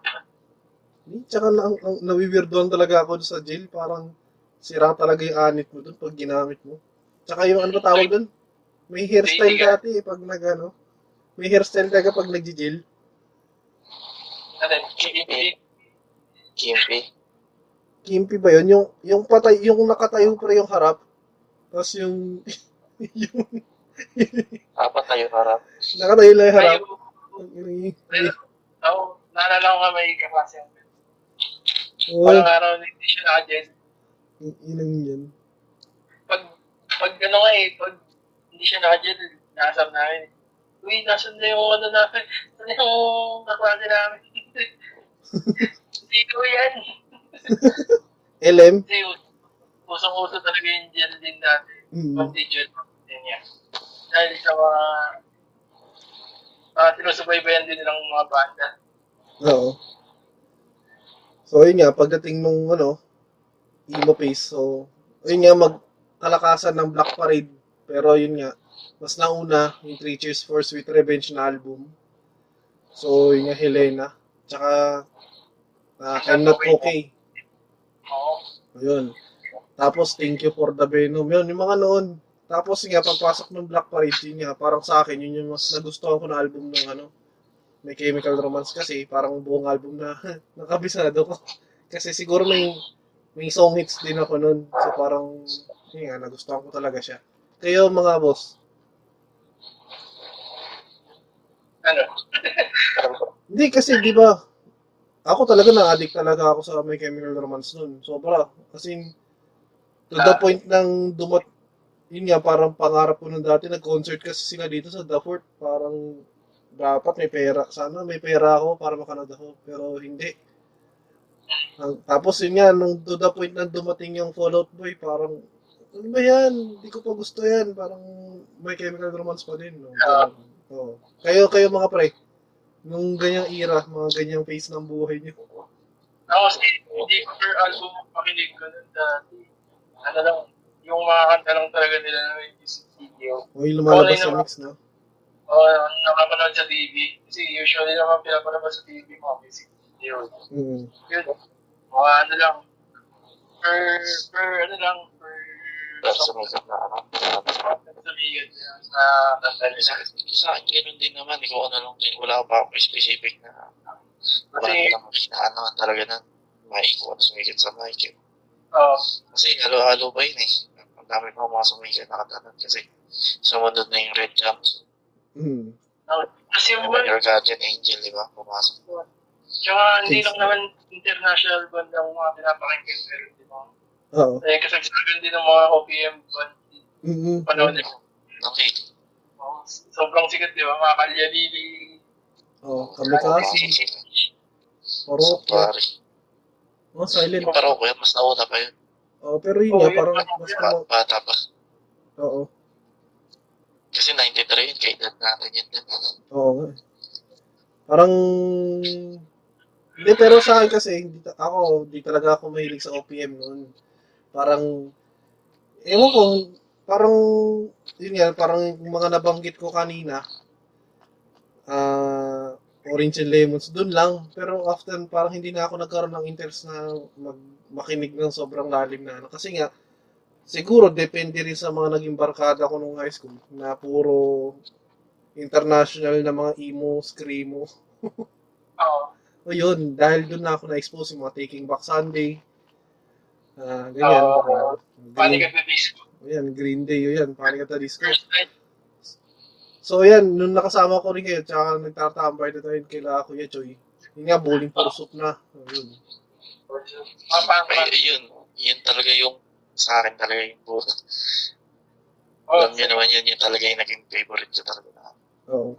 Speaker 1: Eh, Tsaka na, ang, ang, nawiwirdoan talaga ako sa jail. Parang sira talaga yung anit mo dun pag ginamit mo. Tsaka yung ano ba tawag dun? May hairstyle
Speaker 2: Dating, ah.
Speaker 1: dati eh, pag nag ano. May hairstyle talaga pag nagji-jail.
Speaker 2: Ano, KDP?
Speaker 3: Kimpi.
Speaker 1: Kimpi ba yun? Yung, yung patay, yung nakatayo pa rin yung harap. Tapos yung, yung
Speaker 3: Apat tayo harap.
Speaker 1: nakatayo lang yung harap.
Speaker 2: Ayaw.
Speaker 1: Yung-
Speaker 2: Ayaw. Oo, naalala ko nga may kaklase.
Speaker 1: Oo,
Speaker 2: Walang araw na hindi siya naka-jail.
Speaker 1: yun yun yun.
Speaker 2: Pag, pag ano nga eh, pag hindi siya naka-jail, nasam namin. Uy, nasan na yung ano namin? Ano yung kaklase namin? Hindi ko yan.
Speaker 1: LM?
Speaker 2: Kasi usong-uso talaga yung jail din natin.
Speaker 1: Mm.
Speaker 2: Contagion. Yan yan. Dahil sa mga mga sinusubaybayan din ng mga banda.
Speaker 1: Oo. So, yun nga, pagdating nung, ano, emo phase, so, yun nga, magkalakasan ng Black Parade. Pero, yun nga, mas nauna, yung Three Cheers for Sweet Revenge na album. So, yun nga, Helena. Tsaka, ah, I'm Not Okay.
Speaker 2: Oo.
Speaker 1: Yun. Tapos, Thank You for the Venom. Yun, yung mga noon. Tapos, yun nga, pagpasok ng Black Parade, yun nga, parang sa akin, yun yung mas nagustuhan ko na album ng, ano, may chemical romance kasi parang buong album na nakabisado ko. Kasi siguro may may song hits din ako nun. So parang, yun nga, nagustuhan ko talaga siya. Kayo mga boss,
Speaker 2: Ano?
Speaker 1: hindi kasi di ba, ako talaga na-addict talaga ako sa may chemical romance nun. Sobra. As in, to the
Speaker 2: Ah.
Speaker 1: point ng dumat, yun nga, parang pangarap ko nun dati, nag-concert kasi sila dito sa The Fort. Parang, dapat may pera. Sana may pera ako para makanood ako. Pero hindi. Ang- Tapos yun nga, nung to the point na dumating yung Fallout Boy, parang, ano ba yan? Hindi ko pa gusto yan. Parang may chemical romance pa din. No?
Speaker 2: Ah.
Speaker 1: Oo. Kayo, kayo mga pre, nung ganyang era, mga ganyang phase ng buhay niyo.
Speaker 2: Ako kasi hindi ko per album ang makinig ko nun dati. Ano lang, yung mga kanta lang talaga nila na may music video.
Speaker 1: O yung lumalabas
Speaker 2: Okay
Speaker 1: sa
Speaker 2: naman.
Speaker 1: mix, no?
Speaker 2: O ang nakapanood sa TV. Kasi usually naman pinapanood sa TV mga music video.
Speaker 1: Mm.
Speaker 2: Yun. Mga ano lang, per, per ano lang, per
Speaker 3: Tapos sumigat na ano.
Speaker 2: sabihin na kanta nila.
Speaker 3: Sa sa akin, ganun din naman. Ikaw ano lang din. Wala pa akong specific na wala
Speaker 2: Kasi,
Speaker 3: lang pinaano talaga na maikuha na sumigat sa mic. eh.
Speaker 2: oh,
Speaker 3: Kasi halo-halo ba yun eh. Ang dami pa mga sumigat na katanan kasi sumunod na yung Red Jam.
Speaker 1: Mm.
Speaker 2: kasi yung
Speaker 3: Yung Your Guardian Angel, di ba? Pumasok.
Speaker 2: Tsaka hindi
Speaker 1: Please.
Speaker 2: lang naman international band ang mga pinapakinggan pero di ba?
Speaker 1: Oo.
Speaker 2: Eh, kasagsagan din ng mga OPM band.
Speaker 1: Mm-mm.
Speaker 2: Panahon din.
Speaker 3: Okay.
Speaker 2: Oh, sobrang sikat di ba? Mga kalyalili.
Speaker 1: Oo. Kamikaze, Ah, parokya,
Speaker 3: Safari.
Speaker 1: mga silent.
Speaker 3: Yung paro ko yun, mas nauna pa yun.
Speaker 1: Oo, pero yun nga,
Speaker 2: Oo, yun
Speaker 1: parang
Speaker 2: parang-
Speaker 1: mas
Speaker 3: Ba-
Speaker 1: tama.
Speaker 3: bata pa.
Speaker 1: Oo.
Speaker 3: Kasi 93 yun, kay dad natin yun.
Speaker 1: Oo nga. eh. Parang... Hindi, pero sa akin kasi, hindi, ta- ako, di talaga ako mahilig sa OPM noon. Parang, ewan ko, parang, yun nga, parang yung mga nabanggit ko kanina, ah, Orange and Lemons, dun lang. Pero after, parang hindi na ako nagkaroon ng interest na mag, makinig ng sobrang lalim na ano. Kasi nga, siguro, depende rin sa mga naging barkada ko nung high school, na puro international na mga emo, screamo.
Speaker 2: Oo.
Speaker 1: O yun, dahil doon na ako na-expose yung mga Taking Back Sunday. Ah, ganyan. Ah,
Speaker 2: Oo. Panic
Speaker 1: Green,
Speaker 2: at the Disco.
Speaker 1: ayan, Green Day, o yan, Panic at the Disco.
Speaker 2: First time.
Speaker 1: So yan, nung nakasama ko rin kayo, tsaka nagtatambay na tayo kila Kuya Choy. Yun nga, bowling pursuit na. O yun.
Speaker 2: Mga pang
Speaker 3: Ay, yun. Yun talaga yung sa akin talaga yung buo.
Speaker 2: Oh,
Speaker 3: Alam niyo naman yun, yun talaga yung naging favorite ko talaga. na.
Speaker 1: Oo.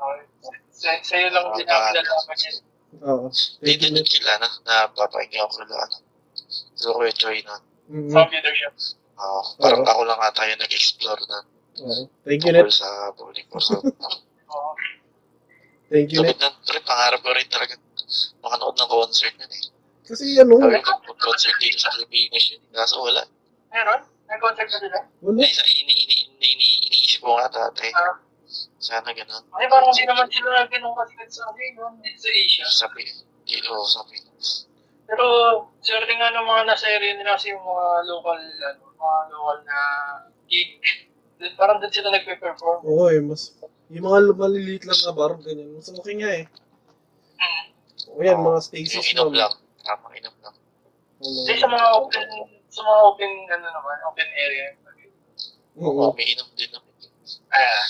Speaker 2: sa- Sa'yo lang din ako nalaman yan.
Speaker 1: Oo.
Speaker 3: Hindi din yung kila na, napapakinggan ko kila ano. So, Kuya Joy na.
Speaker 1: Mm,
Speaker 2: Sa leadership.
Speaker 3: Oo, parang
Speaker 1: Oo.
Speaker 3: ako lang ata yung nag-explore na
Speaker 1: oo. Thank you, Net.
Speaker 3: tungkol sa bowling for so.
Speaker 2: Oo.
Speaker 1: Thank you, Net.
Speaker 3: Tulad na, tulad, pangarap ko rin talaga makanood ng concert nun eh.
Speaker 1: Kasi ano,
Speaker 3: Sabi ko, mag-concert dito sa Pilipinas yun. Kaso wala.
Speaker 2: Meron? Nag-contact ka nila?
Speaker 1: wala.
Speaker 3: Ay, sa ini, ini, ini, ini, iniisip ko nga dati.
Speaker 2: Ah.
Speaker 3: Sana ganun.
Speaker 2: Ay, parang hindi naman sila ganun kasikat sa akin. no? Hindi sa Asia.
Speaker 3: oh,
Speaker 1: Oh,
Speaker 3: Sabi, di, oo, sabi.
Speaker 2: Pero, swerte nga ng mga nasa area nila kasi yung mga local, ano, mga local na gig. Dun- Parang doon sila nagpe-perform.
Speaker 1: Oo eh, mas... Yung mga maliliit lang na bar, ganyan. Mas okay nga eh.
Speaker 2: Mm.
Speaker 1: O yan,
Speaker 3: Oo.
Speaker 1: mga
Speaker 3: Yung
Speaker 1: stasis
Speaker 3: Oh, inom lang. Tama, inom lang.
Speaker 2: Kasi sa mga open, sa mga open, ano naman, open area.
Speaker 1: Oo.
Speaker 3: Oo, Oh, may inom din naman.
Speaker 2: Ah,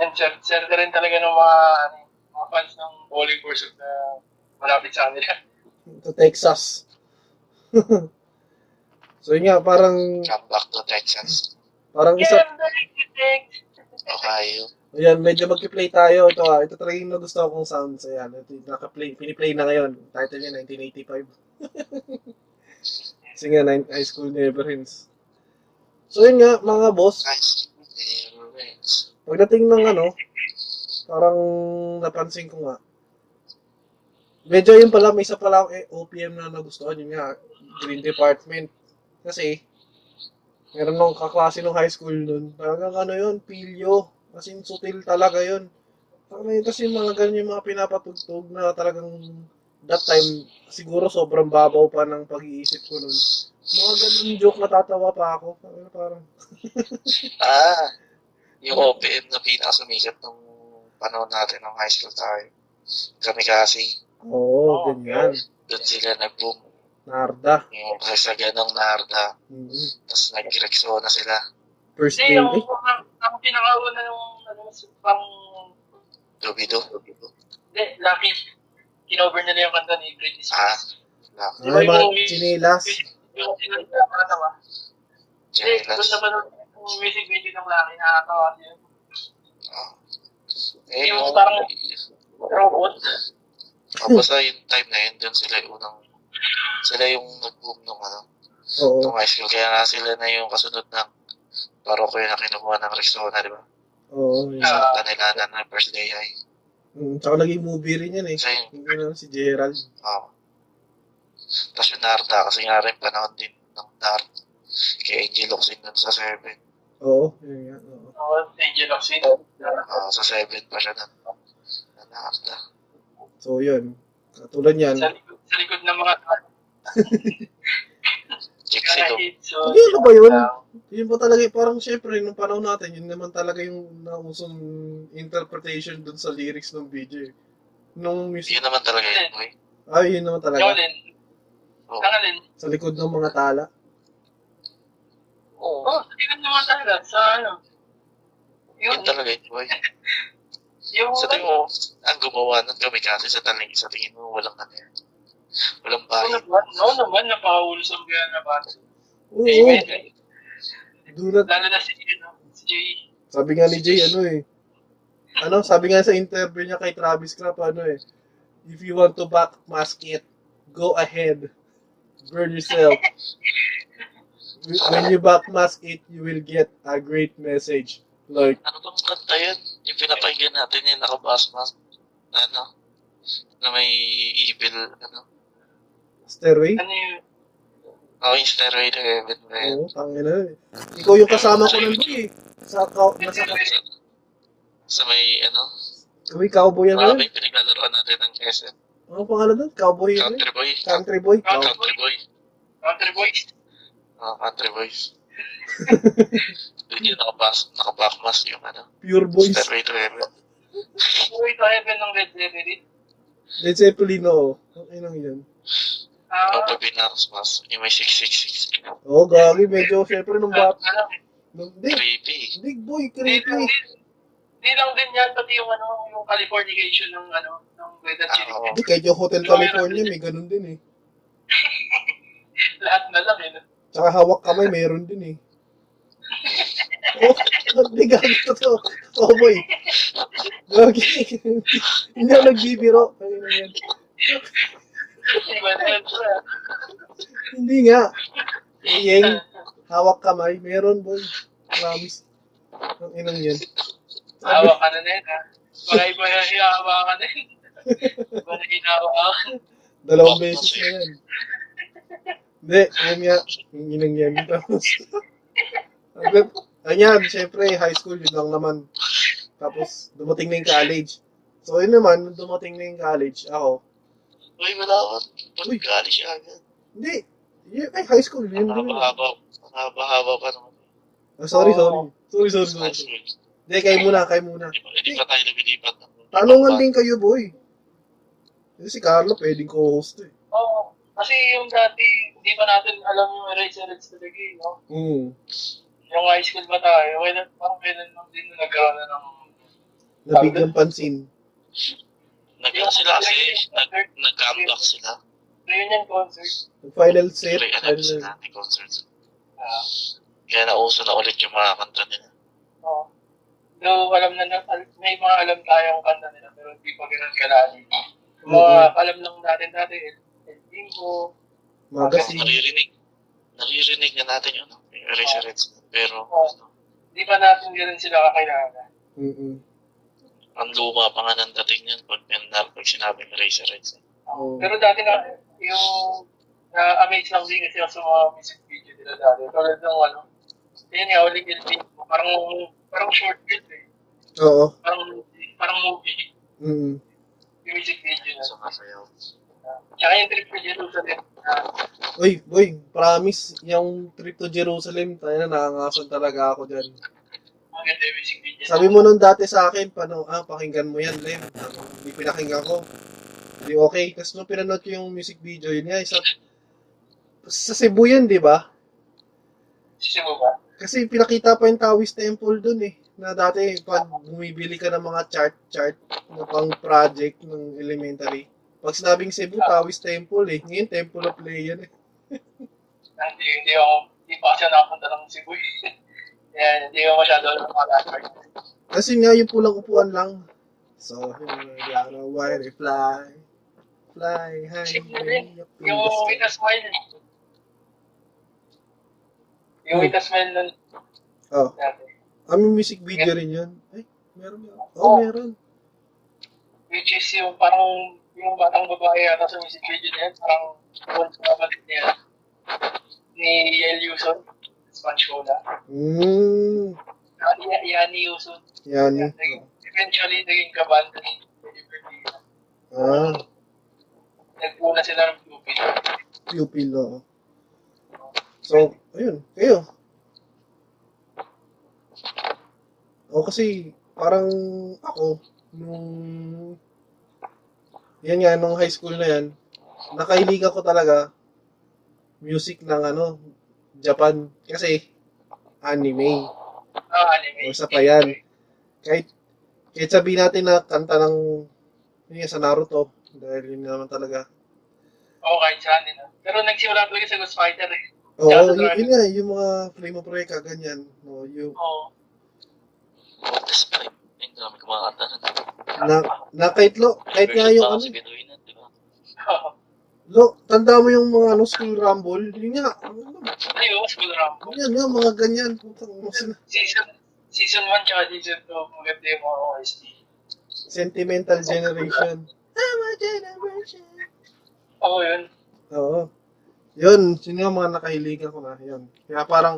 Speaker 2: and swerte, swerte rin talaga ng mga, ano, mga fans ng bowling person na malapit sa kanila.
Speaker 1: to Texas. so yun nga, parang
Speaker 3: Come back to Texas.
Speaker 1: parang isa,
Speaker 2: Yeah, I'm very excited.
Speaker 3: Ohio.
Speaker 1: ayan, medyo magki-play tayo. Ito ah, ito try na gusto akong sounds. Ayan, ito yung naka-play, piniplay na ngayon. Title niya, 1985. Kasi nga, nine, high school never ends. So yun nga, mga boss,
Speaker 3: Nice. Never ends.
Speaker 1: pagdating ng ano, parang napansin ko nga, medyo yun pala, may isa pala akong eh, OPM na nagustuhan, yun nga, Green Department. Kasi, meron nung kaklase nung high school nun, talagang ano yun, pilyo, as in sutil talaga yun. Parang kasi yung mga ganyan yung mga pinapatugtog na talagang that time, siguro sobrang babaw pa ng pag-iisip ko nun. Mga ganun joke natatawa pa ako. Parang, parang
Speaker 3: Ah, yung OPM na pinakasumikat nung panahon natin ng high school tayo. Kami kasi,
Speaker 1: oo, oh,
Speaker 2: Oo,
Speaker 1: ganyan.
Speaker 3: doon sila nag-boom.
Speaker 1: Narda.
Speaker 3: Yung kasagan ng Narda,
Speaker 1: Mhm.
Speaker 3: tapos nag-Rexona sila.
Speaker 1: First
Speaker 2: Kasi
Speaker 1: day.
Speaker 2: yung,
Speaker 1: Eh,
Speaker 2: ang, ang pinakauna yung, ano, pang,
Speaker 3: Dobido.
Speaker 2: hindi, lucky, kinover nila yung kanta ni Britney
Speaker 3: Ah,
Speaker 2: Spears.
Speaker 3: na,
Speaker 2: Di ba
Speaker 1: ay, mga
Speaker 2: yung music-
Speaker 1: chinelas.
Speaker 2: music video kasi ng nakakatawa? Hindi, doon
Speaker 3: Jelas.
Speaker 2: naman yung music video ng laki nakakatawa yun.
Speaker 3: Ah. Eh,
Speaker 2: Yung
Speaker 3: yung,
Speaker 2: parang- Robot.
Speaker 3: Basta ah, yung time na yun, doon sila yung unang, sila yung nag-boom nung ano,
Speaker 1: Oo.
Speaker 3: nung high school. Kaya nga sila na yung kasunod ng paroko yun na kinukuha ng Rexona, di ba?
Speaker 1: Oo. yun.
Speaker 2: Ah.
Speaker 3: Sa kanila na na first day ay.
Speaker 1: Mm, tsaka naging movie rin yan eh.
Speaker 3: Isa yung,
Speaker 1: Hindi na si Gerald.
Speaker 3: oh. Tapos yung Narda, kasi nga rin panahon din ng Narda. Kay Angel Oxin nun sa 7.
Speaker 1: Oo. Yun nga. Oo.
Speaker 2: Oo, Oh, Angel of Sin.
Speaker 3: Oo, Ah, sa 7 pa siya nun. Na Narda.
Speaker 1: So yun. Katulad yan.
Speaker 2: Sa likod, sa likod ng mga
Speaker 3: Jixi
Speaker 2: mga
Speaker 3: Lou.
Speaker 2: hits. So,
Speaker 1: Hindi, ano ba yun?
Speaker 2: ah,
Speaker 1: Yun ba talaga eh, parang syempre nung panahon natin, yun naman talaga yung nausong interpretation dun sa lyrics ng video eh. Nung music.
Speaker 3: Yun naman talaga yun, boy. Oh.
Speaker 1: Ay, yun naman talaga.
Speaker 2: Jolin.
Speaker 3: Oo.
Speaker 2: Tangalin.
Speaker 1: Sa likod ng mga tala.
Speaker 3: Oo.
Speaker 2: Oo, Oh, sa likod ng mga talaga. Sa ano. Yun,
Speaker 3: Yun talaga yun, boy.
Speaker 2: yung,
Speaker 3: Sa tingin mo, ang gumawa ng kami kasi sa taling, sa tingin mo, walang ano yan. Walang
Speaker 2: Oo
Speaker 3: bayan.
Speaker 2: Ano naman, oo naman, napahulos ang gaya na ba?
Speaker 1: Oo.
Speaker 2: Amen.
Speaker 1: Do not
Speaker 2: Lalo na si, ano, si Jay.
Speaker 1: Sabi nga ni Jay, ano eh. Ano, sabi nga sa interview niya kay Travis Scott, ano eh. If you want to back mask it, go ahead. Burn yourself. When you back mask it, you will get a great message. Like,
Speaker 3: Ano bang kanta yun? Yung pinapakinggan natin yung nakabasmas. Na ano? Na may evil, ano?
Speaker 1: stairway?
Speaker 2: Ano yun?
Speaker 3: Oh, yung Stairway to Heaven ba yun?
Speaker 1: Oo, tangin na eh. Ikaw yung kasama ko nun, boy eh. Sa, cow, nasa,
Speaker 3: Sa, sa may, ano?
Speaker 1: uy, cowboy yan yun.
Speaker 3: Mga may pinaglalaroan natin ng SM.
Speaker 1: Ano pangalan nun? Cowboy yun eh.
Speaker 3: Country Boy.
Speaker 1: Country boy. Cow.
Speaker 3: Country Boy.
Speaker 2: Country Boys?
Speaker 3: Oh, Country Boys. Doon yung nakabas, nakabakmas yung ano,
Speaker 1: Pure boys.
Speaker 3: Stairway to Heaven.
Speaker 2: Uy, to heaven ng Red eh. Leverit.
Speaker 1: Led Zeppelin, oo. Ang inang yun.
Speaker 3: Oh,
Speaker 2: Ah,
Speaker 3: pag binakasmas, yung may 666.
Speaker 1: Oo, gagi. Medyo, syempre, nung
Speaker 2: ah,
Speaker 1: bat.
Speaker 2: ano,
Speaker 1: Nung, di,
Speaker 3: Creepy.
Speaker 1: big boy,
Speaker 2: di
Speaker 1: creepy.
Speaker 2: lang din, di lang din yan, pati yung ano, yung Californication ng ano, ng Red Hot Chili
Speaker 3: Oo.
Speaker 1: Hindi, kahit yung Hotel California, may ganun din eh.
Speaker 2: Peppers. Lahat na lang, eh. no?
Speaker 1: Tsaka hawak kamay, mayroon din eh. Oh, hindi gagawin to to. Oh boy. Okay. Hindi ako nagbibiro. Ano na yan?
Speaker 2: Iba na yan, bro.
Speaker 1: Hindi nga. Iyeng, hawak kamay, mayroon boy. Promise. Ang inang yan. Sabi,
Speaker 2: Hawak ka na na yun, ha? Baka iba na hinahawa ka na yun. Iba na hinahawa ka.
Speaker 1: dalawang beses na yan. Hindi, ayun nga. Ang inang yan. Tapos, hanggang, ayan, syempre, high school, yun lang naman. Tapos, dumating na yung college. So, yun naman, nung dumating na yung college, ako,
Speaker 3: Uy, wala ko. Ba't college agad?
Speaker 1: Hindi. Yun- Ay, high school. Yun
Speaker 3: Ang
Speaker 1: din.
Speaker 3: haba-haba. Ang haba-haba pa naman.
Speaker 1: Ah, sorry, sorry.
Speaker 2: Oo.
Speaker 1: Sorry, sorry,
Speaker 3: Oh.
Speaker 1: sorry.
Speaker 3: High school.
Speaker 1: Hindi, kayo muna, kayo muna.
Speaker 3: Hindi pa- Hindi pa tayo lumilipat. ng-
Speaker 1: Tanungan din kayo, boy. Kasi si Carlo, pwedeng co-host eh.
Speaker 2: Oo. Kasi yung dati, hindi pa natin alam yung Erasers talaga eh, no?
Speaker 1: Mm.
Speaker 2: Yung high school pa tayo, kailan, parang kailan lang din na nagkaroon na ng...
Speaker 1: Nabigyan pansin.
Speaker 3: Nag ano sila kasi, nag,
Speaker 2: nag-
Speaker 3: nag-comeback sila.
Speaker 2: reunion concert.
Speaker 1: Final set.
Speaker 3: Tuloy alam
Speaker 1: final-
Speaker 3: sila ni concerts.
Speaker 2: Ah,
Speaker 3: Kaya nauso na ulit yung mga kanta nila.
Speaker 2: oo. Though alam na, na- al- may mga alam tayong kanta nila, pero hindi pa ganun kalali. Yung mga alam lang natin dati, El, El Bingo,
Speaker 3: Kasi
Speaker 1: Magazine.
Speaker 3: naririnig, naririnig na natin yun, no? yung Eraserheads. Pero,
Speaker 2: Oo.
Speaker 3: ano,
Speaker 2: hindi pa natin ganun sila kakilala.
Speaker 1: Mm-mm.
Speaker 3: ang luma pa nga ng dating yun pag, pag, pag sinabi ng Eraserheads.
Speaker 1: Oo.
Speaker 2: Pero dati na, yung na-amaze lang din kasi ako sa mga music video nila dati. Tulad ng ano, yun nga, ulit yung thing mo. Parang, parang short film eh.
Speaker 1: Oo.
Speaker 2: Parang movie, parang movie
Speaker 1: Mm-mm.
Speaker 2: yung music video na.
Speaker 3: So, masayaw.
Speaker 2: Tsaka yung trip ko Jerusalem na
Speaker 1: Uy, boy, promise, yung trip to Jerusalem, tayo na nakangasan talaga ako dyan.
Speaker 2: maganda yung music video.
Speaker 1: Sabi mo nun dati sa akin, pano, ah, pakinggan mo yan, Lem. Ah, Hindi pinakinggan ko. Hindi okay. Kasi nung pinanood ko yung music video, yun nga, isa, sa Cebu yun, di ba?
Speaker 2: Sisi mo ba?
Speaker 1: Kasi pinakita pa yung Taoist Temple dun eh. Na dati, pag bumibili ka ng mga chart-chart na pang project ng elementary, pag sinabing Cebu, Taoist Temple eh. Ngayon, Temple of Lay yan eh.
Speaker 2: Ah, Hindi, hindi ako, hindi pa kasi nakapunta ng Cebu eh. Kaya hindi ko masyado alam mga last
Speaker 1: Kasi nga, yung pulang upuan lang. So, yun, I gotta wire, fly. Fly, high, way up in
Speaker 2: Yung
Speaker 1: the sky.
Speaker 2: With a Smile. Yung With a Smile nun
Speaker 1: Oh,
Speaker 2: dati.
Speaker 1: ah, may music video rin yun. Ay, meron meron. Oh, meron.
Speaker 2: which is yung parang yung batang babae yata sa music video na yan, parang once na balik niya ni Yael Yuson, Sponge Cola.
Speaker 1: Mm,
Speaker 2: Ah, y- Yani Yuson,
Speaker 1: yan. eh.
Speaker 2: naging, eventually naging kabanda ni Jennifer Dina.
Speaker 1: Ah,
Speaker 2: Nagpuna sila ng Cupid.
Speaker 1: pupil, oo. So, ayun, kayo. O kasi, parang ako, nung, yan nga, nung high school na yan, nakahilig ako talaga, music ng ano, Japan. Kasi, anime.
Speaker 2: Ah, anime.
Speaker 1: O, isa pa yan. Kahit, kahit sabihin natin na kanta ng, yun nga, sa Naruto, dahil yun naman talaga.
Speaker 2: Oo, kahit saan din. ah. Pero nagsimula talaga sa Ghost Fighter eh.
Speaker 1: Oo,
Speaker 2: Tsaka
Speaker 1: yun,
Speaker 2: sa Dragon
Speaker 1: yun nga, yung mga Flame of Reka, ganyan. No, yung,
Speaker 2: Oo.
Speaker 3: What the spike? Ang dami kumakanta nun.
Speaker 1: na, na kahit lo, kahit nga yung ano,
Speaker 3: Si Binoy nun, di ba?
Speaker 1: lo, tanda mo yung mga ano, school rumble, yun nga, ano,
Speaker 2: Ayun, School Rumble.
Speaker 1: ganyan nga, mga ganyan, putang, mas-
Speaker 2: Season, season 1 tsaka season 2, maganda yung mga OST.
Speaker 1: sentimental generation. I'm a generation.
Speaker 2: Oo, yun.
Speaker 1: Oo. Yun, yun nga mga nakahiligan ko na, yun. Kaya parang,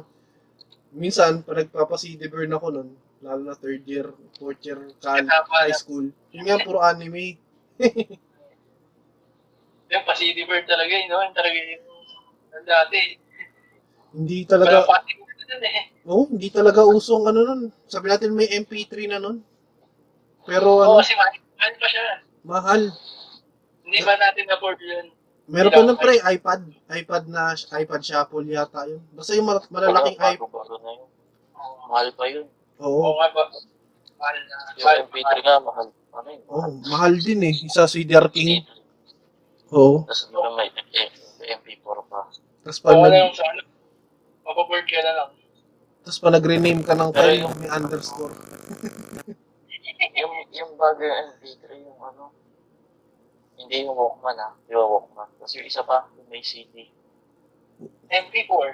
Speaker 1: minsan, pag nagpapasidi burn ako nun, lalo na third year, fourth year college, high school, yun nga, puro anime.
Speaker 2: Yung pa City Bird talaga yun, no? Yung talaga yung yung dati.
Speaker 1: Hindi
Speaker 2: Wala
Speaker 1: talaga,
Speaker 2: pa kasi dito dun eh.
Speaker 1: oh, hindi talaga usong ano nun. Sabi natin may MP3 na nun. Pero
Speaker 2: Oo,
Speaker 1: ano,
Speaker 2: kasi mahal mahal pa siya.
Speaker 1: mahal.
Speaker 2: Hindi ba natin na-board yun?
Speaker 1: Meron pa nun pre, iPad. iPad na, iPad Shuffle yata yun. Basta yung mal- malalaking
Speaker 3: Wala,
Speaker 1: iPad.
Speaker 3: bago-bago na yun.
Speaker 2: Oo
Speaker 3: Mahal pa yun.
Speaker 2: Oo
Speaker 1: Oo.
Speaker 2: nga ba? Mahal na. Mahal
Speaker 3: Yung MP3
Speaker 2: mahal.
Speaker 3: nga, mahal. Ano yun?
Speaker 1: Oh, mahal din eh. Isa CDR King. Oo.
Speaker 3: Tapos hindi lang may MP4 pa.
Speaker 1: Tapos pa,
Speaker 2: Oo, wala
Speaker 1: nag,
Speaker 2: yung sa ano. Mapaboard ka na lang.
Speaker 1: tas pa nag-rename ka ng
Speaker 3: Pero
Speaker 1: file
Speaker 3: yung-
Speaker 1: may underscore.
Speaker 3: Yung, yung bago yung MP3, yung ano, hindi yung Walkman ah, di ba Walkman? Tapos yung isa pa, yung may CD.
Speaker 2: MP4.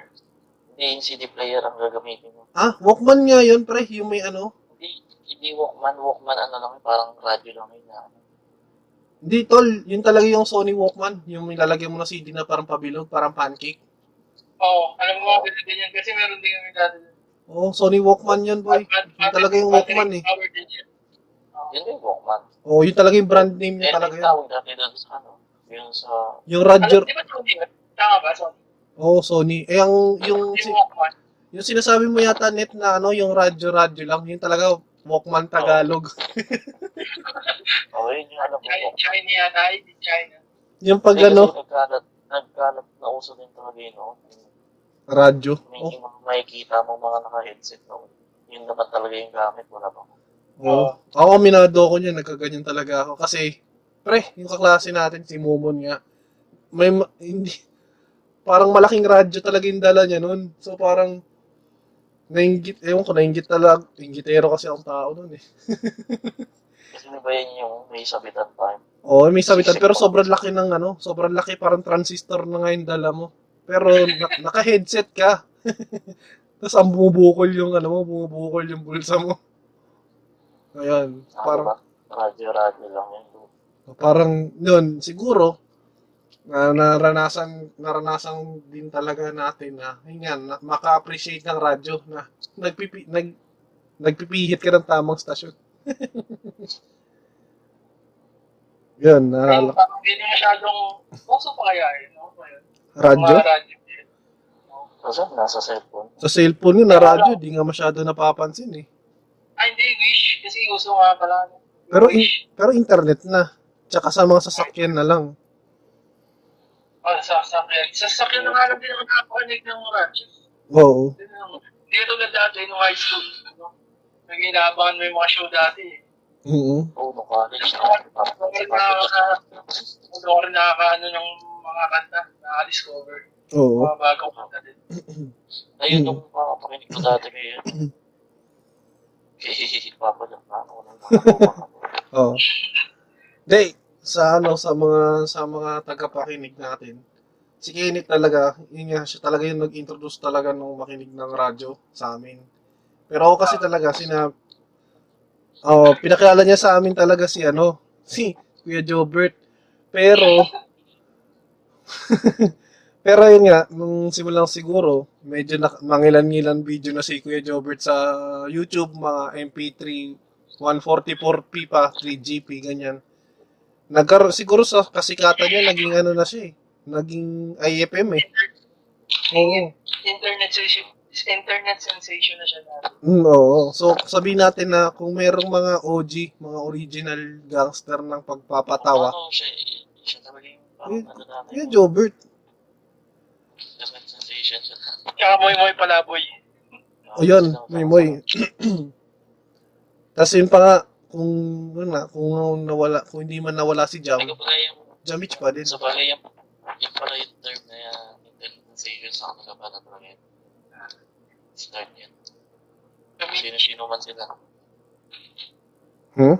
Speaker 3: Hindi yung CD player ang gagamitin mo.
Speaker 1: Ah, Walkman nga yun pre. Yung may ano.
Speaker 3: Hindi, hindi Walkman, Walkman ano lang yun, parang radio lang yun ah. na.
Speaker 1: Hindi tol, yun talaga yung Sony Walkman. Yung nilalagyan mo na CD na parang pabilog, parang pancake.
Speaker 2: Oo, alam ko nga ganito din yan. Kasi meron din kami dati.
Speaker 1: Oo, Sony Walkman yun boy. Yun talaga yung Walkman eh.
Speaker 2: Power din yan. Oo.
Speaker 3: Yun yung Walkman.
Speaker 1: Oo, yun talaga yung brand name niya
Speaker 3: Yan
Speaker 1: talaga
Speaker 3: yung
Speaker 1: yun.
Speaker 3: tawag natin doon sa ano. Yun sa...
Speaker 1: Yung radyo,
Speaker 2: Alam, Ano, di ba Sony yun? Tama ba, Sony?
Speaker 1: oh Sony. Eh, ang, yung,
Speaker 2: Yung Walkman.
Speaker 1: yung sinasabi mo yata net na ano, yung radyo-radyo lang, yung talaga Walkman Tagalog.
Speaker 3: Oh, yun yung alam
Speaker 2: China,
Speaker 3: ko.
Speaker 2: China yan, ay, di China.
Speaker 1: Yung pag
Speaker 3: Hindi,
Speaker 1: ano,
Speaker 3: kasi Nagkalat, nagkalat na uso din talaga yun. No?
Speaker 1: radyo.
Speaker 3: May,
Speaker 1: Oh,
Speaker 3: makikita mo mga naka-headset. No? Yun naman talaga yung gamit. Wala pa.
Speaker 1: Oo. oh. Ako, aminado ko niya, nagkaganyan talaga ako. Kasi, pre, yung kaklase natin, si Momon nga, may, ma- hindi, parang malaking radyo talaga yung dala niya nun. So, parang, nainggit, ewan ko, nainggit talaga, inggitero kasi ang tao nun eh.
Speaker 3: Kasi di ba yun yung may sabitan pa. yun?
Speaker 1: Oo, may sabitan, pero sobrang laki ng ano, sobrang laki, parang transistor na nga yung dala mo. Pero, na- naka-headset ka. Tapos, ang bumubukol yung, ano mo, bumubukol yung bulsa mo. Ayan,
Speaker 3: Ano
Speaker 1: parang,
Speaker 3: ba? Radyo-radyo lang yun.
Speaker 1: Parang noon siguro na naranasan naranasan din talaga natin na yun nga, na, maka-appreciate ng radyo na nagpipi nag nagpipihit ka ng tamang stasyon. Yun,
Speaker 2: Pero
Speaker 1: naalala ko.
Speaker 2: parang hindi na masyadong uso pa kaya yun. Ano ba yun?
Speaker 1: radyo.
Speaker 2: Mga radyo yun.
Speaker 3: Kasi nasa cellphone.
Speaker 1: Sa cellphone yun, na radyo, di nga masyado napapansin eh.
Speaker 2: Ay, hindi, Wish. Kasi uso nga pala. no?
Speaker 1: Pero in-
Speaker 2: Wish.
Speaker 1: Pero internet na. Tsaka sa mga sasakyan na lang.
Speaker 2: Oh, sa sasakyan. Sa sasakyan na nga lang din ako nakapakanig ng radyo.
Speaker 1: Oo.
Speaker 2: Yun ang- Hindi ito na dati nung high school. No? Nag inaabangan mo yung mga show dati. eh.
Speaker 1: Oo.
Speaker 3: Oo, Oh, no, college.
Speaker 2: Ano rin nakaka- Ano rin nakakaano ng mga kanta. Nakadiscover.
Speaker 1: Oo.
Speaker 2: Mga bagong kanta din.
Speaker 3: Ayun yung mga pakinig ko dati ngayon. Kay Papa lang na ako ng mga luma kami.
Speaker 1: Oo. Day, sa ano, sa mga sa mga tagapakinig natin. Si Kenneth talaga, yun nga, siya talaga yung nag-introduce talaga nung makinig ng radyo sa amin. Pero ako kasi talaga, sina, oh, pinakilala niya sa amin talaga si ano, si Kuya Jobert. Pero, pero yun nga, nung simulang siguro, medyo na, mangilan-ngilan video na si Kuya Jobert sa YouTube, mga MP3, 144p pa, 3GP, ganyan. Nagkaroon, siguro sa kasikatan niya, naging ano na siya eh. Naging IFM eh. Oo.
Speaker 2: Internet sensation. Internet sensation na siya dati.
Speaker 1: Mm, oo. So, sabihin natin na kung merong mga OG, mga original gangster ng pagpapatawa,
Speaker 3: Ano siya, eh, siya talaga yung
Speaker 1: Eh,
Speaker 3: parang ano natin.
Speaker 1: Kuya Jobert,
Speaker 3: Different sensation siya.
Speaker 2: Tsaka moy-moy palaboy.
Speaker 1: O Oh, yun, may moy. Tapos yun pa nga, kung, yun nga, kung nawala, kung hindi man nawala si Jam,
Speaker 3: Hindi ko pala yung,
Speaker 1: Jamich pa din.
Speaker 3: so pala yung, yung pala yung term na yan, internet sensation sa kanila pala talaga yun. Start yun.
Speaker 2: Kami,
Speaker 3: Sino-sino man sila.
Speaker 1: Hmm?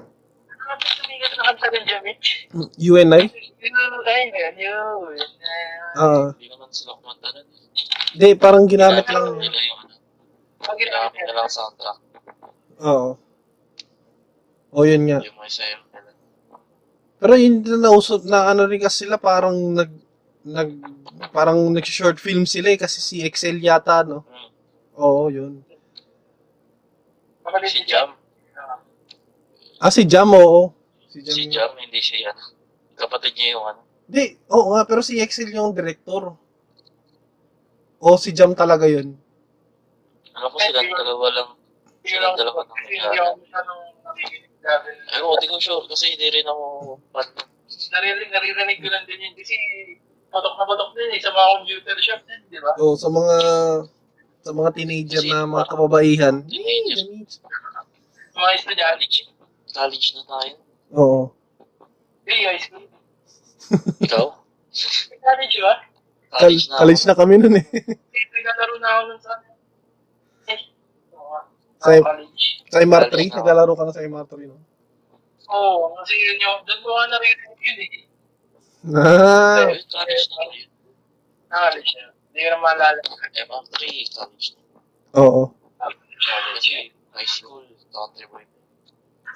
Speaker 2: kami sumigat na kanta ng Jamich.
Speaker 1: UNI?
Speaker 2: Yun, ayun, yun, yun.
Speaker 1: Ah,
Speaker 2: Ah,
Speaker 3: Hindi naman sila kumanta nun.
Speaker 1: di, parang ginamit lang niya.
Speaker 3: Nila yung ano,
Speaker 2: pag
Speaker 3: ginamit
Speaker 2: ginamit
Speaker 3: nila ang soundtrack.
Speaker 1: Oo. O yun nga.
Speaker 3: Yung ano, mga sayo nila.
Speaker 1: Pero yun din na nausap na ano rin kasi sila parang nag nag parang nag-short film sila eh kasi si Excel yata no.
Speaker 3: Hmm.
Speaker 1: Oo, yun.
Speaker 2: Kapatid
Speaker 3: Si
Speaker 2: ni Jam.
Speaker 3: Jam.
Speaker 1: Ah si Jam oo. Si Jam.
Speaker 3: Si Jam, hindi siya yan. Kapatid niya yung ano.
Speaker 1: Di, oo nga pero si Excel yung director. O si Jam talaga yun.
Speaker 3: Alam ko sila dalawa lang.
Speaker 2: Yun lang.
Speaker 3: Sila dalawa lang
Speaker 2: Kasi hindi ako masyadong nakikinig dati.
Speaker 3: Ayun, hindi ko sure kasi hindi rin ako fan.
Speaker 2: Naririnig, naririnig ko lang din yun. Kasi patok na patok din eh. Sa mga computer shop din, di ba?
Speaker 1: O sa mga sa mga teenager na mga kababaihan. Eh, Jamich.
Speaker 2: Mga estudyante.
Speaker 3: College. College na tayo.
Speaker 1: Oo.
Speaker 2: Hey, high school.
Speaker 3: Ikaw?
Speaker 2: College ba?
Speaker 1: Kal- college na kami nun eh.
Speaker 2: Eh, nagalaro na ako nun sa... ano. Eh, oo. Sa
Speaker 1: Sa-
Speaker 2: college.
Speaker 1: sa MR3,
Speaker 3: College na.
Speaker 1: naglalaro ka na sa MR3 no.
Speaker 2: Oo, kasi yun yung... Doon ko nga naririnig yun eh.
Speaker 1: Ah,
Speaker 3: Ayun, college na tayo.
Speaker 2: College na. Hindi ko na maalala.
Speaker 3: MR3, college na.
Speaker 1: oo.
Speaker 3: Kasi high school, country boy.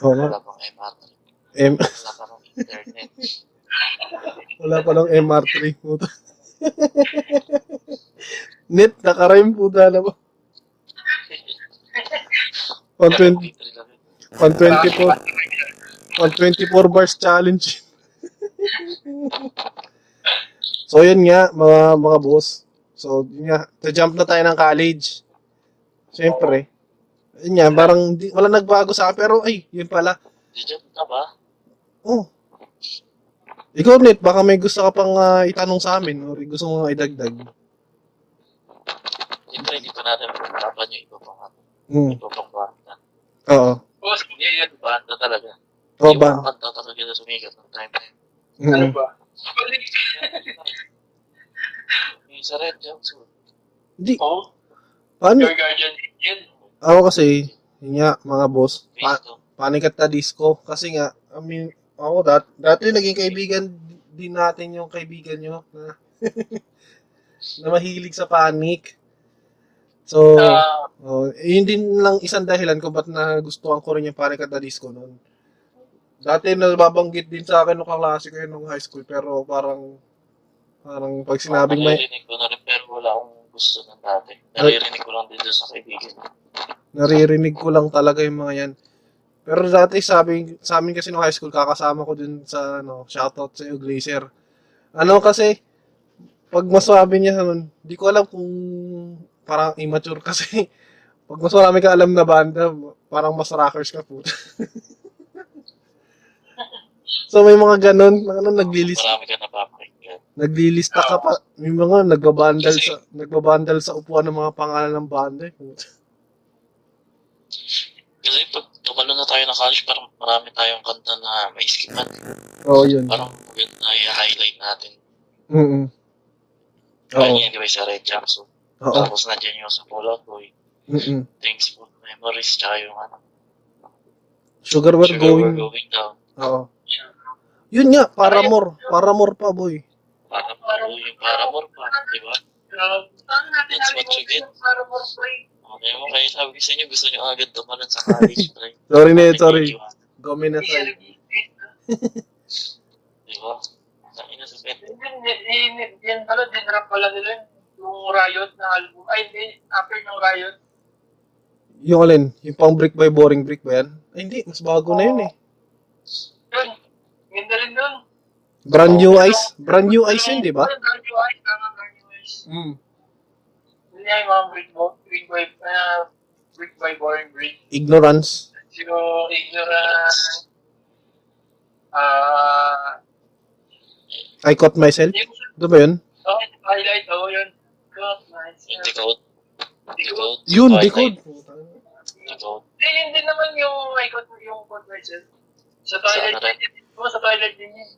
Speaker 1: Oo nga.
Speaker 3: Wala pang MR3.
Speaker 1: M
Speaker 3: Wala pa ng internet.
Speaker 1: Wala pa lang MR3 po. Net, nakarime po na ba? 120,
Speaker 3: Computer lang yun.
Speaker 1: 124, 124 bars challenge. So yun nga, mga mga boss. So yun nga, jump na tayo ng college. Siyempre. Yun nga, parang di, wala nagbago sa akin. Pero ay, yun pala.
Speaker 3: Dijump ka ba?
Speaker 1: Oh. Ikaw, Net, baka may gusto ka pang ah, itanong sa amin or gusto mo nga idagdag.
Speaker 3: Dito, hindi pa natin pag-usapan yung iba pang ano,
Speaker 1: Hmm.
Speaker 3: iba pang banda.
Speaker 1: Oo.
Speaker 2: Boss, yeah, yeah.
Speaker 3: Banda talaga.
Speaker 1: Oo
Speaker 3: Yung
Speaker 1: ba?
Speaker 3: mga Banda talaga na sumikat ng time na yun.
Speaker 2: Ano
Speaker 1: Mm.
Speaker 2: ba?
Speaker 3: Yung isa rin, Johnson.
Speaker 1: Hindi.
Speaker 2: Oo,
Speaker 1: Paano?
Speaker 2: your guardian angel.
Speaker 1: Ako kasi, yun nga, mga boss. Pa-
Speaker 3: Based on
Speaker 1: panikat na disco. Kasi nga, I mean, ako dat dati naging kaibigan din natin yung kaibigan nyo na, na mahilig sa panic. So,
Speaker 2: Ah,
Speaker 1: oh, yun din lang isang dahilan kung ba't nagustuhan ko rin yung panikat na disco noon. Dati nababanggit din sa akin nung kaklase ko yun nung high school pero parang parang pag sinabing may
Speaker 3: Naririnig ko na rin pero wala akong gusto ng dati. Naririnig ko lang dito sa kaibigan.
Speaker 1: naririnig ko lang talaga yung mga yan. Pero dati sabi sa amin kasi no high school kakasama ko dun sa ano, shoutout sa iyo Glacier. Ano kasi pag masabi niya nun, di ko alam kung parang immature kasi pag mas marami ka alam na banda, parang mas rockers ka po. so may mga ganun, mga ano, naglilista,
Speaker 3: Marami ka napapakinggan.
Speaker 1: naglilista ka pa, may mga nagbabandal sa nagbabandal sa upuan ng mga pangalan ng banda. eh.
Speaker 3: Kasi pag tumalo na tayo ng college, parang marami tayong kanta na may skipan.
Speaker 1: Oo, yun.
Speaker 3: Parang maganda na i-highlight natin.
Speaker 1: Mm.
Speaker 3: Kaya
Speaker 1: Oo.
Speaker 3: niya, di ba, sa Red Jackson.
Speaker 1: Oo.
Speaker 3: Tapos nandiyan yung sa Fallout Boy.
Speaker 1: Mm.
Speaker 3: Thanks for Memories, tsaka yung ano,
Speaker 1: Sugar we're
Speaker 3: Sugar
Speaker 1: going.
Speaker 3: We're Going Down.
Speaker 1: Oo. Yun nga, Paramore. Paramore pa, boy.
Speaker 3: Para mo, yung para mo pa, di ba?
Speaker 2: uh,
Speaker 4: Paano natin
Speaker 3: That's what
Speaker 4: nalimutan
Speaker 3: you get.
Speaker 4: yung para mo free?
Speaker 3: Okay mo, kaya sabi ko sa inyo, gusto nyo agad tumalon sa college, pre.
Speaker 1: Sorry na, sorry.
Speaker 3: Di ba?
Speaker 1: Gawin na
Speaker 2: siya
Speaker 1: tayo.
Speaker 2: nag-iisip.
Speaker 3: Di ba? Ang ina sa pwede.
Speaker 2: Yun, yun, yun, yun, yun pala, dinrap pala nila yung Riot na album. Ay, hindi, after ng Riot.
Speaker 1: Yung alin, yung pang break by boring break ba yan? Ay, hindi. Mas bago na yun eh.
Speaker 2: Yun, ganda rin nun.
Speaker 1: Brand new
Speaker 3: Oh.
Speaker 1: ice. Brand new ice yun, di ba?
Speaker 2: Yun, Oh. Brand New Eyes, tama, Brand New Eyes.
Speaker 1: Mm.
Speaker 2: Yun nga yung mga break mo, break by, ah, break by boring break.
Speaker 1: Ignorance.
Speaker 2: Yung ignorance, ah,
Speaker 1: I caught myself.
Speaker 2: yung,
Speaker 1: Di ba yun?
Speaker 2: oh, highlight, oh, yun. God, nice.
Speaker 3: Yung decode.
Speaker 2: Hindi,
Speaker 3: Decode.
Speaker 1: Yun,
Speaker 3: Twilight,
Speaker 1: decode.
Speaker 3: Decode.
Speaker 2: yun din naman yung, ay, yung conversion. Sa Twilight
Speaker 3: Saan na
Speaker 2: din, yun. Oo, sa Twilight din yun.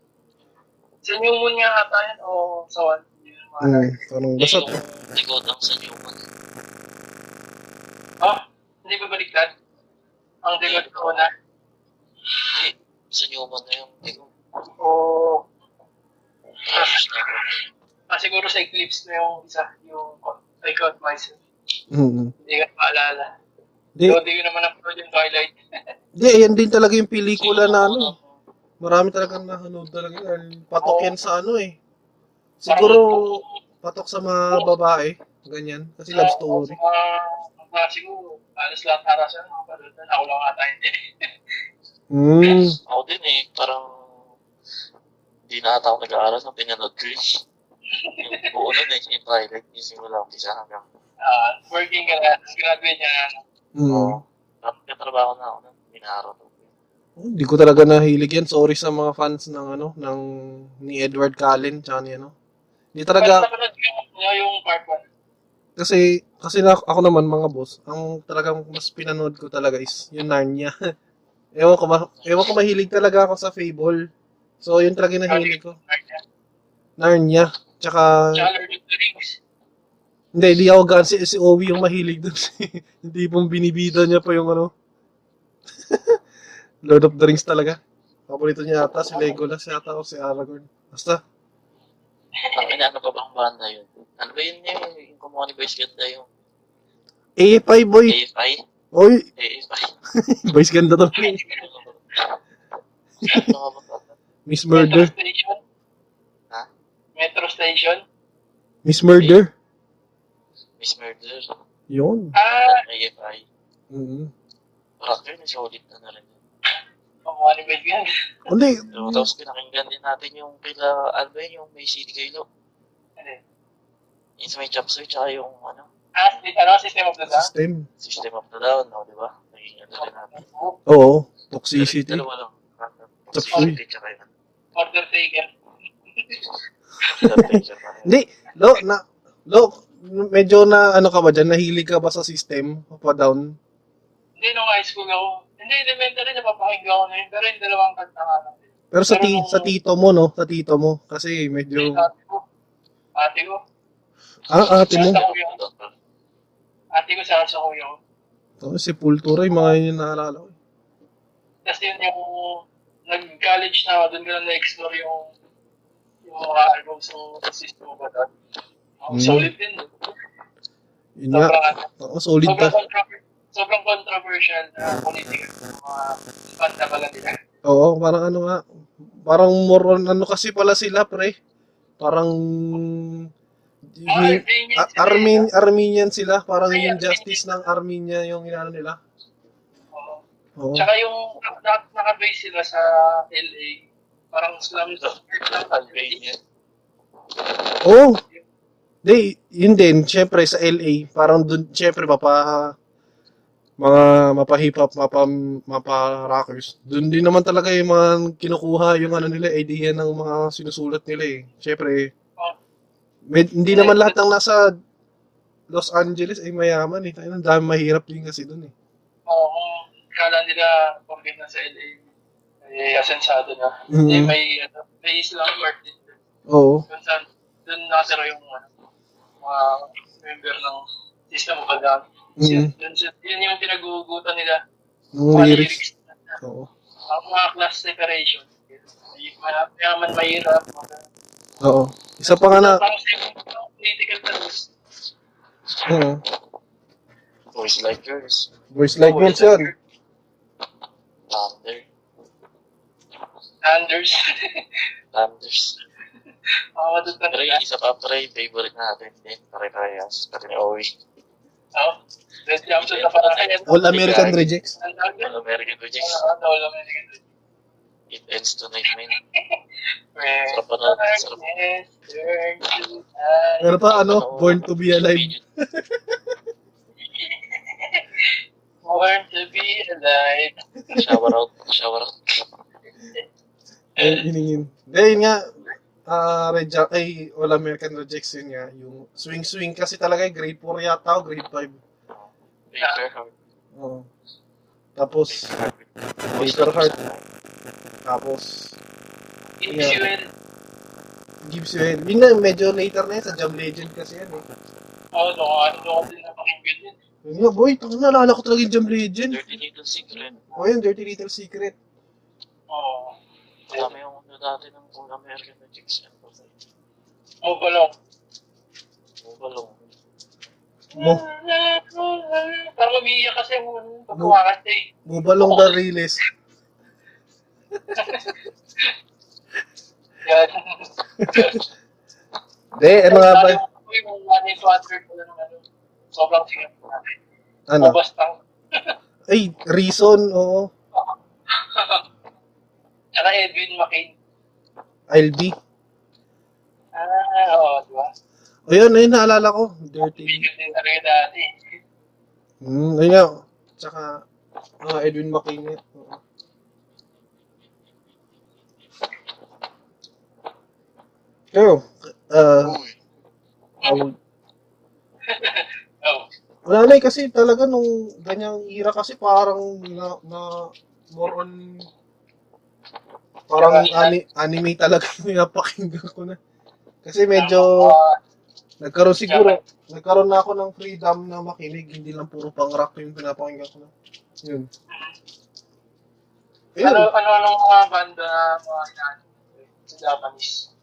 Speaker 2: Sa New Moon nga ata yun, o sa One. Yun yung mga-
Speaker 1: Mm. Parang basta.
Speaker 3: Yung decode lang sa new one.
Speaker 2: Ah, hindi ba baliktad? Ang degot ko na.
Speaker 3: Hindi. Sa new one na yung decode.
Speaker 2: O,
Speaker 3: Tapos na ako.
Speaker 2: ah, siguro sa Eclipse na yung isa, yung I Got Myself.
Speaker 1: Mm.
Speaker 2: Hindi ka paalala.
Speaker 1: Di,
Speaker 2: So, hindi ko naman na-upload yung Twilight.
Speaker 1: di, yan din talaga yung pelikula na ano. Marami talaga nahanood talaga yan. Patok yan sa ano eh. Siguro, patok sa mga babae. Ganyan. Kasi love story.
Speaker 2: Uh, mga siguro, alas lahat harasan, mga palutan. Ako lang ata hindi.
Speaker 1: Mm.
Speaker 3: Ako din eh, parang hindi na ata ako nag-aaral sa pinanood ko yun. Yung buo nun eh, yung Twilight, yung simula ang isa hanggang.
Speaker 2: Ah, working ka na, graduate niya na.
Speaker 1: Mm.
Speaker 3: Oo. Tapos katrabaho na ako nun, minaro ko.
Speaker 1: Hindi ko talaga nahilig yan. Sorry sa mga fans ng ano, ng ni Edward Cullen, tsaka ni ano. Hindi
Speaker 2: Pag
Speaker 1: talaga,
Speaker 2: napanood niyo niyo yung part 1,
Speaker 1: kasi, kasi na, ako naman mga boss, ang talagang mas pinanood ko talaga is yung Narnia. ewan ko, ma- ewan ko mahilig talaga ako sa Fable. So, yun talaga yung nahilig ko.
Speaker 2: part niya.
Speaker 1: Narnia. Tsaka,
Speaker 2: Tsaka Lord of the Rings.
Speaker 1: hindi, hindi ako gan si, si Owie yung mahilig dun. hindi pong binibida niya pa yung ano. Lord of the Rings talaga. Paborito niya ata, si Legolas yata o si Aragorn. Basta,
Speaker 3: Ang ina, ano pa bang banda yun? Ano ba yun yung, yung kumuha ni Boys Ganda yung
Speaker 1: AFI boy.
Speaker 3: AFI?
Speaker 1: Oy,
Speaker 3: AFI.
Speaker 1: Boys ganda to.
Speaker 3: Ano nga ba ba?
Speaker 1: Miss
Speaker 2: Metro
Speaker 1: Murder.
Speaker 2: Station.
Speaker 3: Ha?
Speaker 2: Metro Station.
Speaker 1: Miss Murder.
Speaker 3: Miss Murder.
Speaker 1: Yun.
Speaker 2: Ah,
Speaker 3: AFI.
Speaker 1: mm
Speaker 3: Rocker na eh, solid na na rin.
Speaker 2: pamuha ni Bed yan.
Speaker 1: Hindi.
Speaker 3: So, tapos pinakinggan din natin yung kila, ano yun, yung may CD kayo.
Speaker 2: Ano?
Speaker 3: Is may jump switch tsaka yung ano,
Speaker 2: Ah, si- ano, system of the down?
Speaker 1: System.
Speaker 3: system of the down, no, di ba? Naging ano rin natin.
Speaker 2: Oh,
Speaker 1: Oo. Toxicity.
Speaker 3: Dalawa lang.
Speaker 1: The
Speaker 3: Toxicity tsaka yun.
Speaker 2: Order taker.
Speaker 3: Temperature pa rin.
Speaker 1: Hindi. Lo, na, lo, medyo na ano ka ba dyan? Nahilig ka ba sa system? Pa down?
Speaker 2: Hindi, nung high school ako. Hindi, elementary, napapakinggan ko na yun. Pero yung dalawang kanta nga lang.
Speaker 1: Pero sa,
Speaker 2: Pero
Speaker 1: ti,
Speaker 2: nung-
Speaker 1: sa tito mo, no? Sa tito mo. Kasi medyo...
Speaker 2: Yung ate ko. Ate ko.
Speaker 1: Ah, ate mo.
Speaker 2: Sa kuya ko. Ate ko sa sa kuya ko.
Speaker 1: Oh, si Pultura, yung mga yun yung naalala ko.
Speaker 2: Tapos yun yung nag-college na ako, doon ko na na-explore yung yung mga album so system ko ba doon. Oh,
Speaker 1: Hmm.
Speaker 2: Solid din.
Speaker 1: Yun nga.
Speaker 2: Sobrang, ano,
Speaker 1: Oo, solid
Speaker 2: sobrang,
Speaker 1: pa.
Speaker 2: controver- sobrang controversial na political ng mga banda pala nila.
Speaker 1: Oo, parang ano nga. Parang more on, ano kasi pala sila, pre. Parang... Armenian,
Speaker 2: Ah, Armenian sila,
Speaker 1: Armin, Armenian sila. Parang
Speaker 2: Ay,
Speaker 1: yung
Speaker 2: Armenian.
Speaker 1: justice ng Armenia yung inaano nila.
Speaker 2: Oo.
Speaker 1: Oo.
Speaker 2: Tsaka yung naka- naka-base sila sa LA, parang slam lang
Speaker 3: Albania.
Speaker 1: Oo. Oh. Di, yun din, syempre sa LA, parang dun, syempre mapa mga mapa-hip-hop, mapa, mapa-rockers. Dun din naman talaga yung mga kinukuha yung ano nila, idea ng mga sinusulat nila eh. Syempre,
Speaker 2: Oh.
Speaker 1: med- hindi naman lahat ng nasa Los Angeles ay mayaman eh. Tayo, ang dami mahirap din kasi dun eh.
Speaker 2: Oo, kung kala nila pambit na sa LA, eh, asensado na.
Speaker 1: Mhm.
Speaker 2: Eh, may, ano, may Islam part din. doon.
Speaker 1: Oo.
Speaker 2: Doon sa, doon nakatira yung, ano, mga member ng System of a Down. Kasi
Speaker 1: Mhm.
Speaker 2: Doon, sa- yun yung pinagugutan nila.
Speaker 1: Nung
Speaker 2: Mga
Speaker 1: lyrics.
Speaker 2: lyrics na-
Speaker 1: Oo.
Speaker 2: Ang mga class separation. May- may- Mayaman, mahirap. mga-
Speaker 1: Oo. Isa pa nga na,
Speaker 2: Parang sa- political terms.
Speaker 1: oo.
Speaker 3: Voice like yours.
Speaker 1: Voice like yours yun.
Speaker 3: Thunder.
Speaker 2: Anders.
Speaker 3: Thunders.
Speaker 2: Mga matutunan
Speaker 3: Pero
Speaker 2: na.
Speaker 3: yung isa pa, pre, favorite natin din. Pare-parehas. Pati ni Owie.
Speaker 2: Oo. Red jumpsuit na parang kaya.
Speaker 1: All American Rejects.
Speaker 2: Ang tawag yun?
Speaker 3: All American Rejects.
Speaker 2: Ano, ano, all American Rejects.
Speaker 3: It ends tonight, man.
Speaker 2: Where
Speaker 3: Sarap pa na-
Speaker 2: darkness
Speaker 3: sarap.
Speaker 2: turns to light.
Speaker 1: Pero pa ano, Born to be Alive.
Speaker 2: Born to be alive.
Speaker 3: Shower out. Shower out.
Speaker 1: Ay, hiningin. Eh, yun nga, ah Reja, ay, All American Rejects yun nga. Yung swing-swing kasi talaga, eh, grade 4 yata o grade 5.
Speaker 3: Paper heart.
Speaker 1: Oo. Tapos,
Speaker 3: Paper heart.
Speaker 1: Paper heart. tapos,
Speaker 2: If
Speaker 1: Yeah.
Speaker 2: you will-
Speaker 1: Gibbs yun. Yun nga, medyo later na yun, sa Jam Legend kasi yan eh.
Speaker 2: Oo, no, ano, ano din na pakinggan yun.
Speaker 1: Yun nga, boy, pang naalala ko talaga yung Jam Legend.
Speaker 3: Dirty Little Secret.
Speaker 1: O yun, Dirty Little Secret.
Speaker 2: Oo.
Speaker 3: Marami yung ano dati ng All American Rejects.
Speaker 2: Oo, balong.
Speaker 3: Ang balong.
Speaker 1: Mo,
Speaker 2: Parang umiiyak kasi yung pagkawakas eh.
Speaker 1: Bubalong Bariles.
Speaker 2: Yan.
Speaker 1: De, ano nga ba?
Speaker 2: Lalo Yung one hit wonder ko lang, ano, sobrang sikat natin.
Speaker 1: Ano?
Speaker 2: Mabastang.
Speaker 1: Ay, Reason, oo.
Speaker 2: Tsaka Edwin McCain.
Speaker 1: I'll be.
Speaker 2: Ah, oo, di ba?
Speaker 1: O Oh, yun, ayun, naalala ko. Dirty.
Speaker 2: Bigyan din talaga dati.
Speaker 1: Hmm, ayun nga. Tsaka, ah, Edwin McCain nga. Oo. Pero, ah,
Speaker 3: Uy.
Speaker 1: tawag-
Speaker 2: Oo.
Speaker 1: wala na eh, kasi talaga nung ganyang era kasi parang na, na more on parang ani, anime talaga yung napakinggan ko na. Kasi medyo
Speaker 2: Ah,
Speaker 1: nagkaroon siguro, nagkaroon na ako ng freedom na makinig, hindi lang puro pang rock yung pinapakinggan ko na. Yun. Ayun.
Speaker 2: ano, ano, ano mga banda, mga inaano, sa Japanese.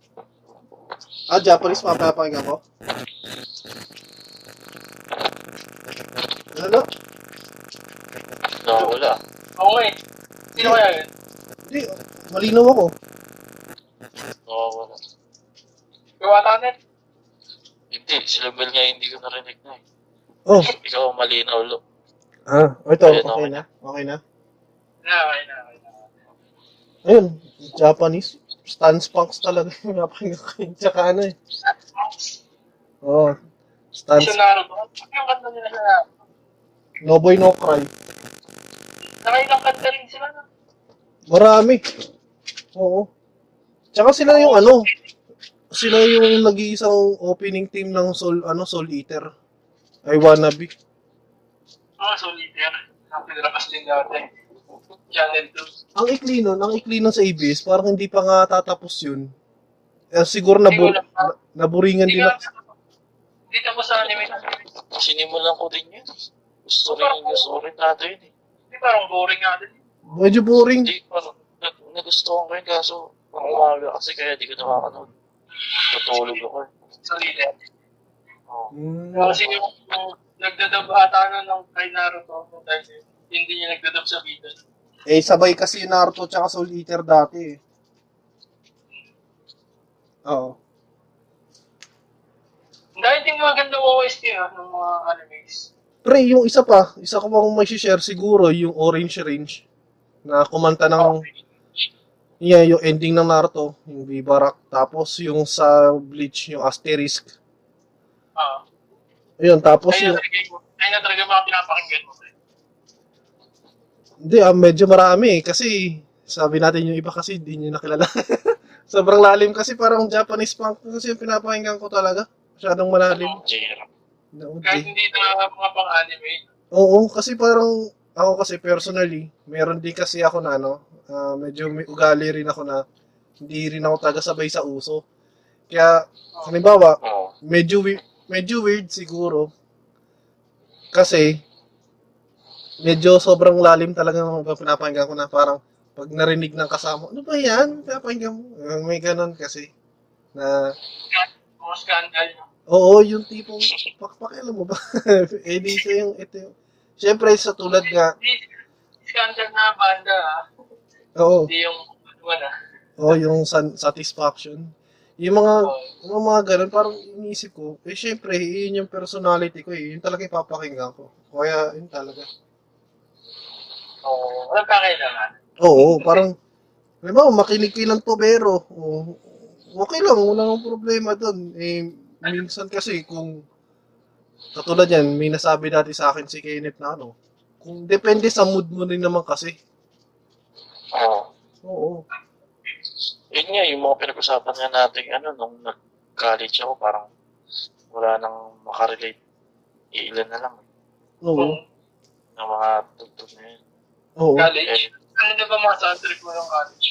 Speaker 1: Ah, Japanese mapapakinggan ko? Ano?
Speaker 3: No, wala.
Speaker 2: Oo nga eh. Sino kaya yun?
Speaker 1: Hindi, malinaw ako.
Speaker 3: No, wala.
Speaker 2: Gawa ka net?
Speaker 3: Hindi, si Lebel nga hindi ko narinig na eh.
Speaker 1: Oh,
Speaker 3: Ikaw ang malinaw, lo.
Speaker 1: ah, ito,
Speaker 3: Ayun,
Speaker 1: okay
Speaker 3: okay
Speaker 1: na. Okay na.
Speaker 2: Na, Ah, okay na, okay na.
Speaker 1: Ayun, Japanese. Stance punks talaga yung napakinggan ko. yun. Tsaka ano eh.
Speaker 2: Sa-
Speaker 1: Oo. Stance.
Speaker 2: Missionary ba? Ano yung kanta nila na?
Speaker 1: No boy, no cry.
Speaker 2: Nakailang kanta rin sila na.
Speaker 1: Marami. Oo. Tsaka sila yung ano, sila yung nag-iisang opening team ng Soul, ano, Soul Eater. I wanna be.
Speaker 2: Oh, solitaire. Ang pinrakas din dati. Channel 2.
Speaker 1: Ang ikli nun, ang ikli nun sa ABS, parang hindi pa nga tatapos yun. Eh, siguro
Speaker 2: Hindi ko
Speaker 1: nabu-
Speaker 2: alam.
Speaker 1: na, naburingan
Speaker 2: Hindi
Speaker 1: din
Speaker 2: ko
Speaker 1: ako.
Speaker 2: alam. Hindi tapos sa anime.
Speaker 3: Sinimulan ko din yun. Gusto rin, gusto rin natin yun eh.
Speaker 2: Hindi parang boring nga din.
Speaker 1: Medyo boring.
Speaker 3: Hindi, parang nag- nagustuhan ko yun kaso ang umaga kasi kaya di ko nakakanood. Tutulog ako eh.
Speaker 2: Solitaire.
Speaker 3: Oo.
Speaker 1: Mm.
Speaker 2: Kasi yung yung nagdadub ata ano ng kay Naruto nung time na yun. Hindi niya nagdadub sa video.
Speaker 1: Eh, sabay kasi Naruto tsaka Soul Eater dati eh. Oo.
Speaker 2: Dahil din maganda OST ha, ng mga animes.
Speaker 1: Pre, yung isa pa, isa ko pang may share siguro, yung Orange Range. Na kumanta ng,
Speaker 2: Oh.
Speaker 1: yeah, yung ending ng Naruto, yung Vivarak. Tapos yung sa Bleach, yung Asterisk.
Speaker 2: Ah.
Speaker 1: Ayun, tapos
Speaker 2: Ayun
Speaker 1: yung,
Speaker 2: na talaga yung- ayun na talaga mga pinapakinggan mo. pre.
Speaker 1: hindi ah, medyo marami eh. Kasi, sabi natin yung iba kasi, hindi nyo nakilala. Sobrang lalim kasi, parang Japanese punk kasi yung pinapakinggan ko talaga. Masyadong malalim.
Speaker 3: Jera.
Speaker 1: Nauti.
Speaker 2: Kahit hindi na mga pang-anime.
Speaker 1: Oo, kasi parang ako kasi personally, meron din kasi ako na ano, ah, medyo may ugali rin ako na hindi rin ako taga-sabay sa uso. Kaya, halimbawa,
Speaker 3: Oo.
Speaker 1: medyo, wi- medyo weird siguro kasi medyo sobrang lalim talaga ng mga pinapakinggan ko na parang pag narinig ng kasama, ano ba yan? Pinapakinggan mo? Ah, May ganun kasi na
Speaker 2: Mga scandal. no?
Speaker 1: Oo, yung tipong, pakpakialam mo ba? eh, di siya yung, ito yung, Siyempre, sa tulad nga,
Speaker 2: Hindi, scandal na banda ha.
Speaker 1: oo,
Speaker 2: Hindi yung ano na.
Speaker 1: oo yung san- satisfaction. Yung mga, yung mga ganun, parang iniisip ko, eh, siyempre, yun yung personality ko eh, yun talaga yung papakinggan ko. Kaya, yun talaga.
Speaker 2: Oo. oh, Walang kakailangan.
Speaker 1: Oo, parang, alam mo, makinig kayo ng tubero. Oo, okay lang, wala nang problema doon. Eh, minsan kasi kung, katulad yan, may nasabi dati sa akin si Kenneth na ano, kung depende sa mood mo rin naman kasi.
Speaker 3: Oo.
Speaker 1: Oo.
Speaker 3: Yun nga, yung mga pinag-usapan nga natin, ano, nung nag-college ako, parang wala nang makarelate. Iilan na lang. eh,
Speaker 1: Oo.
Speaker 2: Kung
Speaker 3: ng mga tugtog na yun.
Speaker 1: Oo.
Speaker 2: college.
Speaker 3: Eh,
Speaker 2: Ano na ba mga soundtrack mo ng college?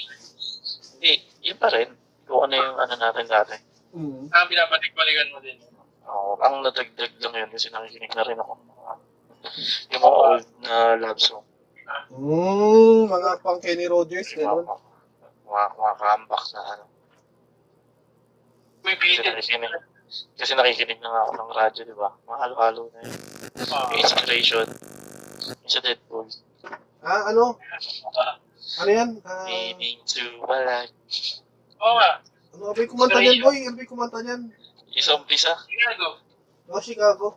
Speaker 3: hindi, yun pa rin. Kung ano yung ano natin dati.
Speaker 1: Mm.
Speaker 2: Ah, binabalik-balikan mo din.
Speaker 3: Oo, ang nadagdag lang yun kasi nakikinig na rin ako. ng mga- Yung mga old na love song.
Speaker 1: Mm, mga pang Kenny Rogers,
Speaker 3: Yung mga,
Speaker 1: gano'n.
Speaker 3: mga, mga, mga comeback na ano.
Speaker 2: May
Speaker 3: Kasi
Speaker 2: video.
Speaker 3: nakikinig, kasi nakikinig na nga ako ng radyo, di ba? Mga halo-halo na yun.
Speaker 2: Ah.
Speaker 3: Yung inspiration. Yung sa Deadpool.
Speaker 1: Ah, ano? Ano yan? Ah,
Speaker 3: Meaning to my life.
Speaker 2: Oo nga.
Speaker 1: ano ba yung kumanta niyan, boy? Ano ba yung kumanta niyan?
Speaker 3: Isang umpisa.
Speaker 2: Chicago.
Speaker 1: Oh, Chicago.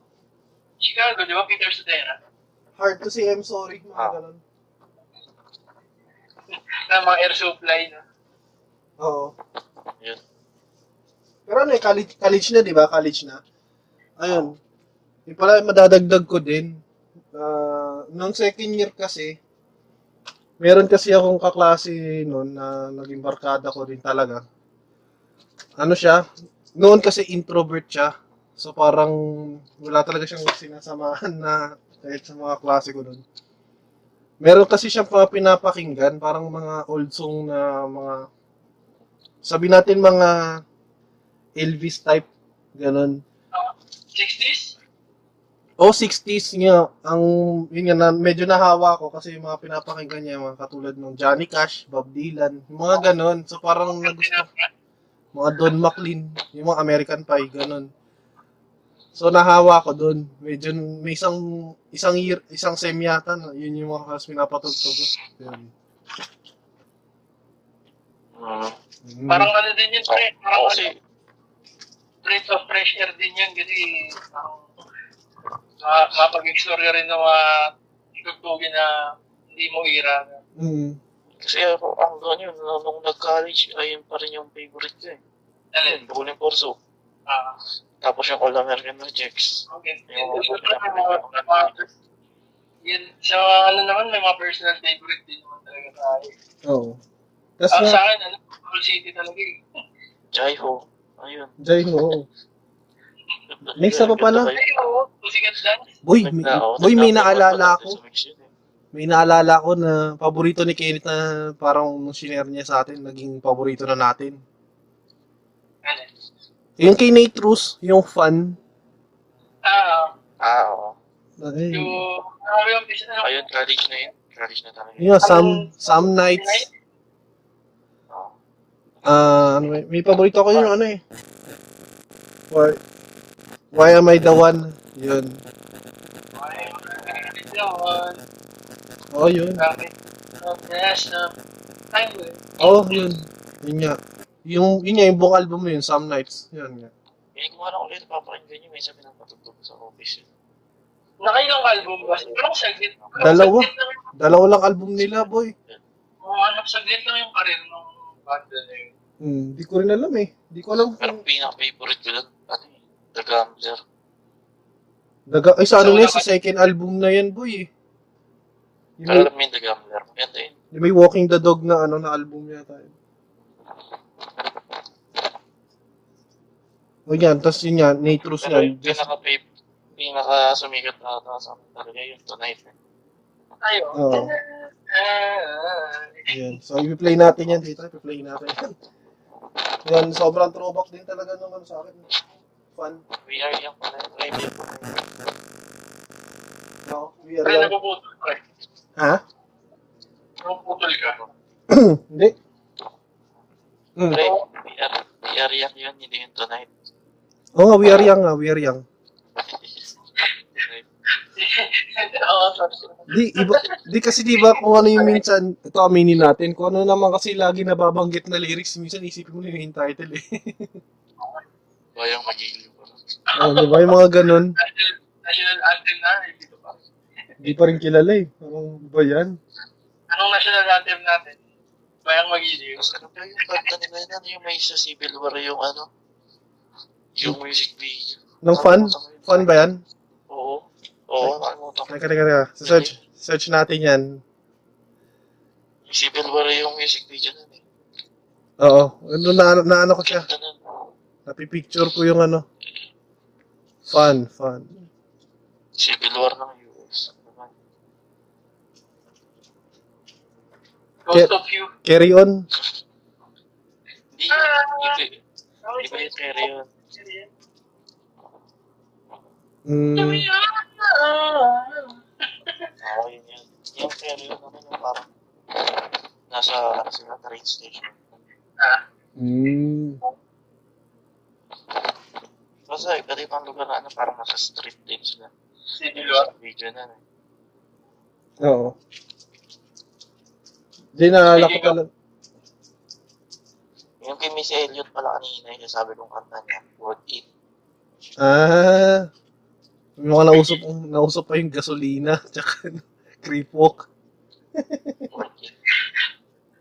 Speaker 2: Chicago, ano, di ba? Peter Sotera.
Speaker 1: Hard to say, I'm sorry. Mga
Speaker 3: Ah.
Speaker 1: gano'n.
Speaker 2: Na mga air supply na.
Speaker 1: Oo.
Speaker 3: Yun.
Speaker 1: Pero ano eh, college, college na, di ba? College na. Ayun. Yung pala, madadagdag ko din. Ah, nung second year kasi, meron kasi akong kaklase noon na naging barkada ko din talaga. Ano siya? Noon kasi introvert siya. So parang wala talaga siyang sinasamahan na kahit sa mga klase ko noon. Meron kasi siyang mga pinapakinggan, parang mga old song na mga, sabi natin mga Elvis type, ganun.
Speaker 2: 60s?
Speaker 1: O 60s nga, ang, yun nga, na, medyo nahawa ko kasi yung mga pinapakinggan niya, mga katulad ng Johnny Cash, Bob Dylan, yung mga ganun. So parang nagusto, mga Don McLean, yung mga American Pie, ganun. So nahawa ko doon. Medyo may isang isang year, isang sem yata, no? yun yung mga kas pinapatugtog ko. Yun.
Speaker 3: Mm.
Speaker 1: Mm.
Speaker 2: Parang ano din yun, pre. Parang
Speaker 3: Oo,
Speaker 2: ano,
Speaker 3: kasi
Speaker 2: breath of fresh air din yun. Kasi parang ma- mapag-explore ka rin ng mga tutugin na hindi mo ira.
Speaker 1: Mm.
Speaker 3: Kasi ako, ang ganyan, nung, nung nag-college, ayun pa rin yung favorite ko eh.
Speaker 2: Alin?
Speaker 3: Yun, Brunei Corso.
Speaker 2: Ah,
Speaker 3: Tapos yung All American Rejects.
Speaker 2: Okay.
Speaker 3: Yung
Speaker 2: Yung mga-
Speaker 3: mga-
Speaker 2: mga- Yun, sa ano naman, may mga personal favorite din naman talaga tayo.
Speaker 1: Oo.
Speaker 2: Ah,
Speaker 1: Tapos
Speaker 2: sa
Speaker 1: na,
Speaker 2: akin, ano, Paul City talaga eh.
Speaker 3: Jaiho. Ayun.
Speaker 1: Jai mo, oo. Next na pa pala.
Speaker 2: Ay, oo, Pussycat Dance.
Speaker 1: Boy, may,
Speaker 3: Ah,
Speaker 1: boy, may naalala ako.
Speaker 3: Hindi
Speaker 1: May naalala ako na paborito ni Kenneth na parang nung sinare niya sa atin, naging paborito na natin.
Speaker 2: Ano?
Speaker 1: Yung kay Nate Rus, yung fan.
Speaker 2: Ah,
Speaker 3: Ah, oo.
Speaker 1: Ay,
Speaker 2: yung, ano yung business, ano,
Speaker 3: Ayun, college na yun. College na talaga.
Speaker 1: yun, nga, some, some nights.
Speaker 3: Oo.
Speaker 1: Ah, ano, may, may paborito ako yung ano eh. Why, why am I the one? Yun.
Speaker 2: ay, ano yun,
Speaker 1: Oo, oh, yun.
Speaker 2: dami. Oh, yes, na, ay, ano yun.
Speaker 1: Oo, oh, yun. Yun nga. Yung, yun nga, yung buong album mo yun, Some Nights. Yun nga.
Speaker 3: Eh, Hindi ko alam ulit papakinggan yun. Minsan pinapatugtog sa office.
Speaker 1: Hmm.
Speaker 2: Nakailang album ba? Parang saglit. parang
Speaker 1: Dalawa.
Speaker 2: saglit lang yung-
Speaker 1: Dalawa lang album nila, boy.
Speaker 2: Oo, ano, saglit lang yung karir ng banda na yun.
Speaker 1: Hmm, di ko rin alam eh. Di ko alam
Speaker 3: Pero
Speaker 1: kung...
Speaker 3: pinaka-favorite ko lang, ano eh, The Gambler.
Speaker 1: Naga, ay, sa ano
Speaker 2: So,
Speaker 1: na yun, sa
Speaker 2: dapat-
Speaker 1: second album na yan, boy eh. Yung may,
Speaker 3: Alam mo yung The Gambler, maganda yun.
Speaker 1: yung may Walking the Dog na ano na album yata. yun. O yan, tapos Ano yun yan, Natros
Speaker 3: Pero
Speaker 1: yan.
Speaker 3: yung
Speaker 1: Just,
Speaker 3: pinaka-favorite, pinaka-sumikat na ata sa amin talaga yung Tonight. eh.
Speaker 2: Ayo.
Speaker 1: Oo. yan. So, i-play natin yan dito, i-play natin. yan, sobrang throwback din talaga naman sa akin. Fun.
Speaker 3: We are young pala. We are young pala.
Speaker 1: No, we are
Speaker 2: Pre,
Speaker 1: young.
Speaker 2: nagpuputol ka. eh.
Speaker 1: Ha?
Speaker 2: Nagpuputol ka.
Speaker 1: Hindi. Hmm.
Speaker 3: Pre, we are, we are young yun, hindi yung Tonight.
Speaker 1: Oo nga, we are young nga, we are young.
Speaker 3: Tonight.
Speaker 2: Oo, sabi ko.
Speaker 1: Di, iba, di kasi di ba kung ano yung minsan, ito aminin natin, kung ano naman kasi lagi nababanggit na lyrics, minsan isipin mo na yun yung title eh.
Speaker 3: Bayang magiging ko.
Speaker 1: oh, di ba yung mga ganun,
Speaker 2: National- National anthem na, eh, dito pa.
Speaker 1: di pa rin kilala eh. Parang ba yan?
Speaker 2: Anong national anthem natin? Bayang magiliw.
Speaker 3: Tapos ano ba yung kanta nila yun? Ano yung may sa Civil War yung ano? Yung music video.
Speaker 1: Nang fun? Fun ba yan?
Speaker 3: Oo. Oo, nakalimutan ko.
Speaker 1: Teka, teka, teka. Search, search natin yan.
Speaker 3: Yung Civil War yung music video na eh.
Speaker 1: Oo, ano, na, na ano ko siya.
Speaker 3: Ganda nun.
Speaker 1: Napipicture ko yung ano. Fun, fun.
Speaker 3: Civil War ng US. Ano ba?
Speaker 2: Ghost
Speaker 1: Ke-
Speaker 2: of You.
Speaker 1: Carry on.
Speaker 3: Hindi yun.
Speaker 2: Ah!
Speaker 3: Iba- Iba yung kere yun.
Speaker 1: Mm,
Speaker 3: Oo, yun yun. Yung kere yun naman yung parang nasa ano sila, train station.
Speaker 2: Ah,
Speaker 1: mm,
Speaker 3: Kasi iba't ibang lugar na ano, parang nasa street din sila.
Speaker 2: Civil
Speaker 3: Yung
Speaker 2: War.
Speaker 3: music video na. eh.
Speaker 1: oo. Di naalala ko pala.
Speaker 3: Yung kay Missy Elliot pala kanina, yung sabi kong kanta niya, Worth It.
Speaker 1: Ah, yung mga nausap, nausap pa yung gasolina, tsaka creep walk.
Speaker 3: Worth It.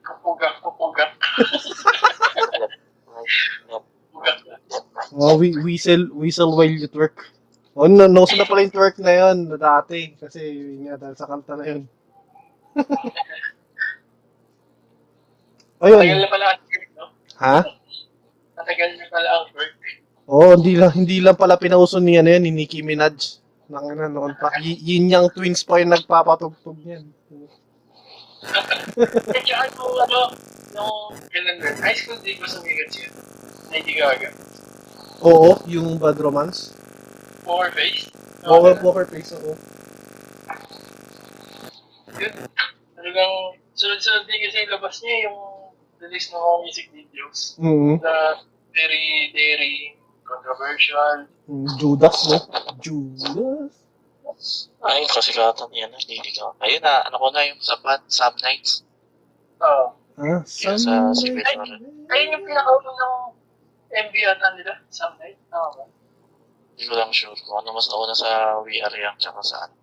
Speaker 2: Kapugak, kapugak.
Speaker 3: Right.
Speaker 2: Kapugak.
Speaker 1: Mga wi- whistle, whistle while you twerk. Oh, no, no, na pala yung twerk na yun dati. Kasi yun nga, dahil sa kanta na yun.
Speaker 2: Matagal
Speaker 1: Ayun.
Speaker 2: na pala ang birth, no?
Speaker 1: Ha?
Speaker 2: Matagal na pala ang birth.
Speaker 1: Oo, oh, hindi lang, hindi lang pala pinauso ni ano yan, ni Nicki Minaj. Nang ano, noon pa. Y- yin yang twins pa yung nagpapatugtog niyan.
Speaker 2: Eh, tsaka nung ano, nung kailan na, high school di ba sumigat siya? Lady Gaga.
Speaker 1: Oo, yung bad romance.
Speaker 2: Powerface.
Speaker 1: Oo, poker face, oo.
Speaker 2: Yun. Talagang sunod-sunod din kasi labas niya yung release ng mga music videos
Speaker 1: Mm
Speaker 2: na very, very controversial.
Speaker 1: Judas, no? Judas.
Speaker 3: Ay, kasikatan niya na, hindi ka. Ayun na, ano ko na yung sa band, Some Nights.
Speaker 2: Ah.
Speaker 1: Ah,
Speaker 3: Yung sa Civil War.
Speaker 2: ayun yung pinakauna ng MV ata nila, some night. Tama ba?
Speaker 3: Hindi ko lang sure kung ano mas nauna sa We Are Young tsaka sa ano.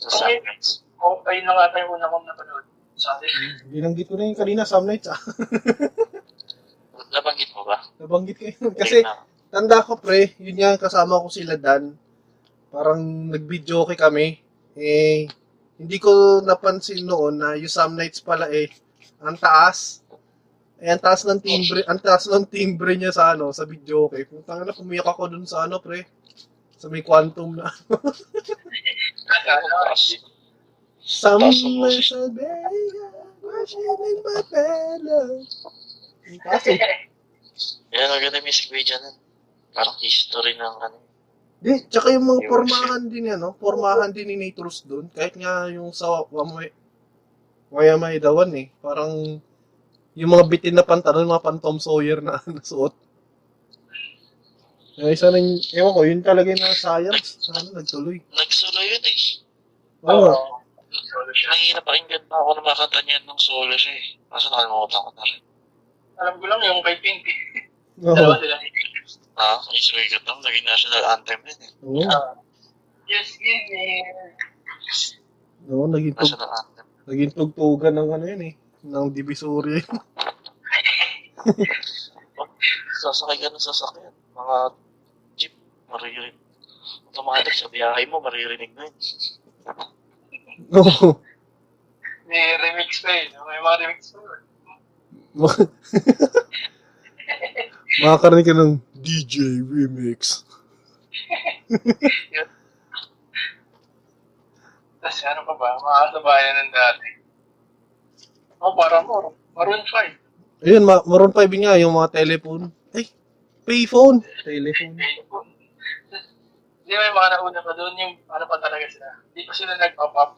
Speaker 3: Sa Some
Speaker 2: Okay.
Speaker 3: Nights.
Speaker 2: O, ayun na nga tayo una kong napanood. Sorry.
Speaker 1: Binanggit ko na yung kanina, some nights, ah.
Speaker 3: Nabanggit mo ba?
Speaker 1: Nabanggit ko yun. Kasi,
Speaker 3: Ayun na.
Speaker 1: Tanda ko pre, yun nga kasama ko sila Dan. Parang nag-videoke kami. Eh, hindi ko napansin noon na yung some nights pala eh, ang taas. Eh, ang taas ng timbre, ang taas ng timbre niya sa ano, sa videoke. Putang na, pumiyak ako dun sa ano pre. Sa may quantum na.
Speaker 3: Taas.
Speaker 1: Some
Speaker 3: Taas ng
Speaker 1: nights
Speaker 3: boses.
Speaker 1: are better, rushing in my pillow. Ang taas eh.
Speaker 3: Kaya maganda yung music video nun. ano. Parang history ng ano.
Speaker 1: Di, tsaka yung mga
Speaker 3: Yung
Speaker 1: pormahan din yan, no? Pormahan din ni Nature's doon. Kahit nga yung sa Wamay, Wayamay Dawan eh. Parang yung mga bitin na pantalon, mga pan Tom Sawyer na nasuot. Eh, isa na yung, ewan ko, yun talaga yung mga science. Sana nagtuloy.
Speaker 3: Nag-solo yun eh.
Speaker 1: Oo.
Speaker 2: Solo siya.
Speaker 3: Nangihina pakinggan pa ako na makanta niya nung solo siya eh. Kaso nakalimutan ko na rin.
Speaker 2: Alam ko lang yung kay Pinti.
Speaker 1: Oo.
Speaker 2: Dalawa sila.
Speaker 3: Ah, kung isuwi ka to, naging national anthem yun eh.
Speaker 1: Oo.
Speaker 2: Ah. Yes, yun eh.
Speaker 1: Oo, naging, tug,
Speaker 3: National anthem.
Speaker 1: naging tugtugan ng ano yun eh. Ng divisory.
Speaker 3: Sasakay ka ng sasakyan. Mga jeep, maririnig. Automatic sa biyahe mo, maririnig na yun.
Speaker 1: Oo.
Speaker 2: May remix pa eh. May mga remix pa. yun.
Speaker 1: Makakarinig ka ng DJ Remix.
Speaker 2: Tapos ano pa ba? Mga kasabayan ng dati. Oh, parang mo. Maroon 5.
Speaker 1: Ayun, ma Maroon 5 yun nga, yung mga telephone. Ay, payphone. Telephone.
Speaker 2: Hindi may mga nauna pa doon yung ano pa talaga sila. Hindi pa sila nag-pop up.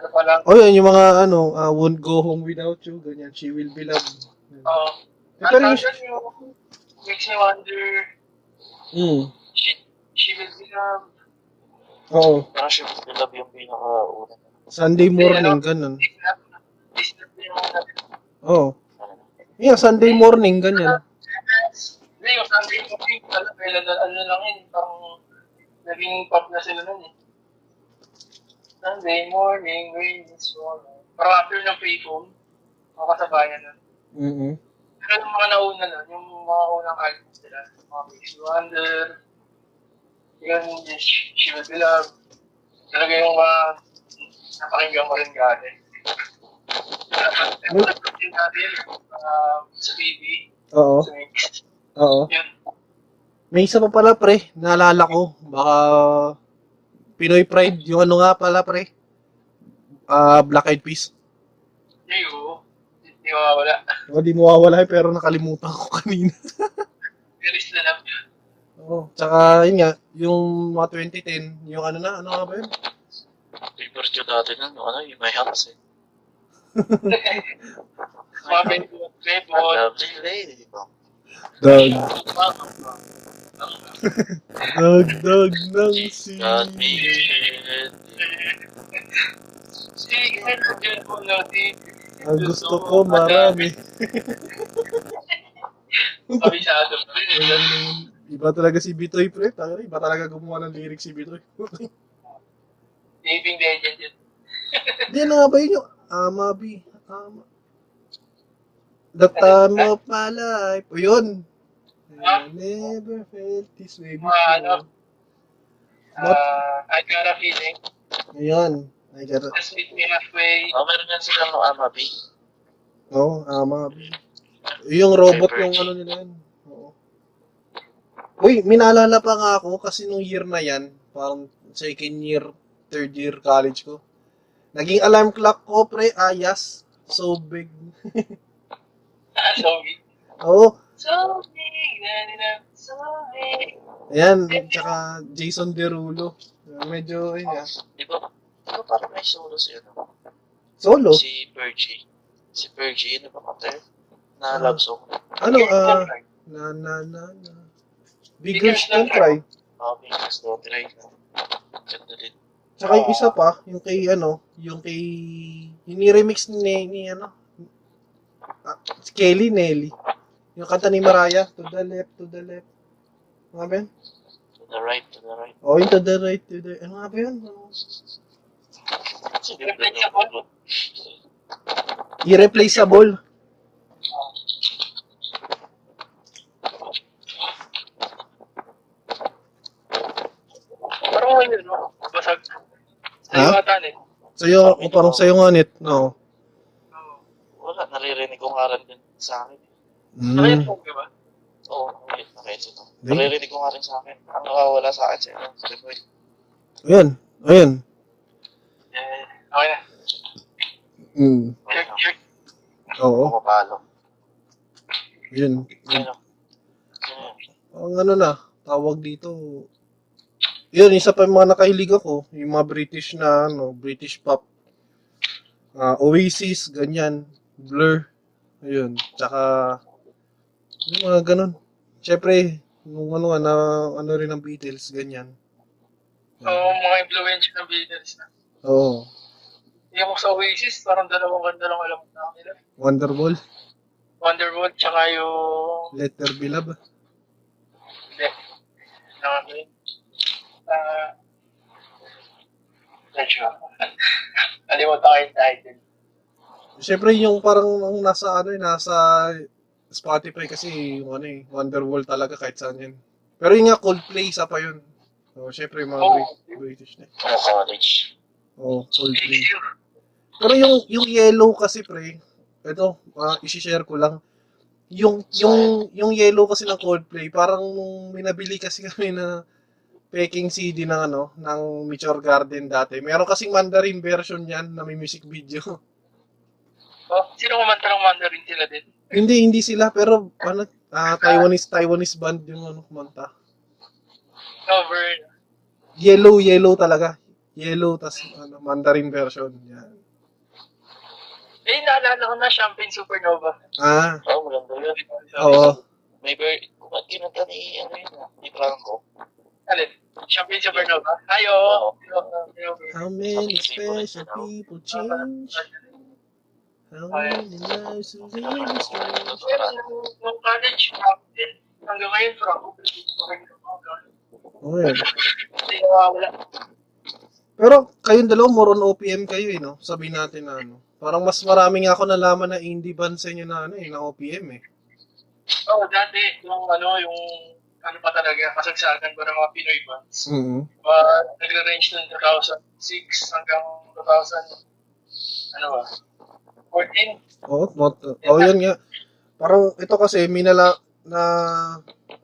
Speaker 2: Ano pa lang.
Speaker 1: Oh, yun, yung mga ano, ah, won't go home without you, ganyan, she will be loved.
Speaker 2: Oh,
Speaker 1: Eh, pero yung,
Speaker 2: yung makes me wonder.
Speaker 1: mm,
Speaker 2: She, she will um, become
Speaker 1: oo,
Speaker 3: Parang siya love yung pinakauna.
Speaker 1: Sunday morning, ganun.
Speaker 2: disturbed yung mga
Speaker 1: Oo. Yeah, Sunday morning, ganyan.
Speaker 2: Hindi, yung Sunday morning, alam, may lalo- ano lang yun, parang naging pop na sila nun eh. Sunday morning, rain is falling. Parang after ng payphone, makasabayan nun.
Speaker 1: Mm-mm.
Speaker 2: Pero yung mga nauna nun, yung mga unang album nila, mga Makes You Wonder, yun, yung She She Will Be Loved, talaga yung mga napakinggan ko rin gani.
Speaker 1: Well-
Speaker 2: Yung natin, um, sa TV,
Speaker 1: Oo,
Speaker 2: sa mix,
Speaker 1: oo.
Speaker 2: yun.
Speaker 1: May isa pa pala, pre, naalala ko, baka Pinoy Pride, yung ano nga pala, pre, ah, Black Eyed Peas.
Speaker 2: Hindi ko. Hindi mawawala.
Speaker 1: Oh, di mawawala eh, pero nakalimutan ko kanina.
Speaker 2: Meris na lang.
Speaker 1: Oo, tsaka, yun nga, yung mga 2010, yung ano na, ano nga ba yun?
Speaker 3: Favorite ko dati nun, yung ano, yung may house eh.
Speaker 2: Mga Bebo. Bebo.
Speaker 3: I love you, lady. di ba?
Speaker 1: Dag,
Speaker 2: Mga
Speaker 1: dag, dag ng si...
Speaker 3: God be shit.
Speaker 2: Si Meron yun po no. Si
Speaker 1: Ang gusto ko marami.
Speaker 2: Kabisado.
Speaker 1: Ayan, Iba talaga si Bitoy, pre. Tara, iba talaga gumawa ng lyrics si Bitoy.
Speaker 2: Living legend yun.
Speaker 1: Hindi na nga ba yun yung Ama B? Ama. The time of my life. O yun. I never felt this way
Speaker 2: Mga ano.
Speaker 1: before.
Speaker 2: ah, I got a feeling.
Speaker 1: Ayan. I got it.
Speaker 2: Just meet me halfway.
Speaker 3: Oh, meron yan sila ng Ama B.
Speaker 1: No, Ama B. Yung robot yung ano nila yan. Oo. Uy, minalala pa nga ako kasi nung year na yan, parang second year, third year college ko. Naging alarm clock ko, pre, ayas. So big.
Speaker 2: Ah, So big.
Speaker 1: Oo.
Speaker 2: So big. na, na, na, So big.
Speaker 1: Ayan, tsaka Jason Derulo. Medyo, yun nga.
Speaker 3: Di ba? Di ba parang may solo siya, no?
Speaker 1: Solo?
Speaker 3: Si Virgie. Si Virgie, ano ba ka Na love song.
Speaker 1: Ano, ah,
Speaker 2: Right.
Speaker 1: na, na, na, na. Big Girls Don't Cry.
Speaker 3: Oh, may gusto ko try. Ganda din.
Speaker 1: Tsaka yung isa pa, yung kay, ano, yung kay, yung ni-remix ni, ni, ano, ah, si Kelly Nelly. Yung kanta ni Mariah, to the left, to the left. Ano nga ba yun?
Speaker 3: To the right, to the right.
Speaker 1: Oh, yung to the right, to the, ano nga ba yun?
Speaker 3: Sige, ganda.
Speaker 1: Irreplaceable. Sa'yo, o parang sa'yo nga net, no?
Speaker 2: eh.
Speaker 3: Wala, naririnig ko nga rin din sa akin.
Speaker 2: Nakaya
Speaker 1: Mm.
Speaker 2: po, di ba?
Speaker 3: Oo, wait, nakita to.
Speaker 1: Hindi.
Speaker 3: Naririnig ko nga rin sa akin. Ang nakawala sa akin Ano? sa'yo. Siyempre,
Speaker 1: Ayun, ayun.
Speaker 2: Eh, okay na.
Speaker 1: Mm.
Speaker 2: Check, check.
Speaker 1: Oo,
Speaker 3: Pumapalo.
Speaker 1: yun. Yun.
Speaker 3: Ano? Ano yun?
Speaker 1: Ang ano na, tawag dito. Yun, isa pa yung mga nakahilig ako. Yung mga British na, ano, British pop. Ah, Oasis, ganyan. Blur. Ayun. Tsaka, yung mga ganun. Siyempre, nung ano, na, ano rin ang Beatles, ganyan.
Speaker 2: So, mga influential ng Beatles na.
Speaker 1: Oo.
Speaker 2: Hindi ako sa Oasis, parang dalawang ganda lang alam ko na kanila.
Speaker 1: Wonderwall,
Speaker 2: Wonderworld, tsaka yung...
Speaker 1: Let There Be Love.
Speaker 2: Hindi. Nakakain. Ah... Medyo. Alimutan ko yung title.
Speaker 1: Siyempre, yung parang ang nasa ano eh, nasa Spotify kasi yung ano eh, Wonderwall talaga kahit saan yun. Pero yun nga, Coldplay, isa pa yun. So, siyempre, yung mga
Speaker 2: Oh.
Speaker 1: Brit- British na. eh.
Speaker 3: Ano college?
Speaker 1: Oo, oh, Coldplay.
Speaker 2: Issue.
Speaker 1: Pero yung, yung yellow kasi, pre, ito, uh, isi-share ko lang. Yung, yung, yung yellow kasi ng Coldplay, parang nung minabili kasi kami na peking CD ng ano, ng Mature Garden dati. Meron kasing Mandarin version yan na may music video.
Speaker 2: Oh, sino kumanta ng Mandarin sila din?
Speaker 1: Hindi, hindi sila, pero ano, ah, Taiwanese, Taiwanese band yung ano, kumanta.
Speaker 2: Cover.
Speaker 1: Yellow, yellow talaga. Yellow, tas ano, Mandarin version. Yan.
Speaker 2: Eh, naalala ko na Champagne Supernova.
Speaker 1: Ah,
Speaker 3: Oo, oh, maganda yun.
Speaker 1: oo.
Speaker 3: May bird. Ba't kinanta ni, ano yun? ah, Ni Franco.
Speaker 2: Alin? Champagne Supernova? Ay, oo. Supernova.
Speaker 1: How many special people change? How many lives will be destroyed?
Speaker 2: Meron nung- nung college, captain. Hanggang ngayon, Franco. Hindi
Speaker 1: Okay.
Speaker 2: nawawala.
Speaker 1: Pero kayong dalawa, more on OPM kayo eh, no? Sabihin natin na ano. Parang mas maraming ako nalaman na indie band sa inyo na ano eh, na OPM eh.
Speaker 2: Oo, oh, dati, yung ano, yung ano pa talaga, kasagsagan ba ng mga Pinoy bands.
Speaker 1: mm
Speaker 2: Uh, nagre-range ng 2006 hanggang 2000, ano ba, 14.
Speaker 1: Oo, not, oh, yun nga. Parang ito kasi, minala na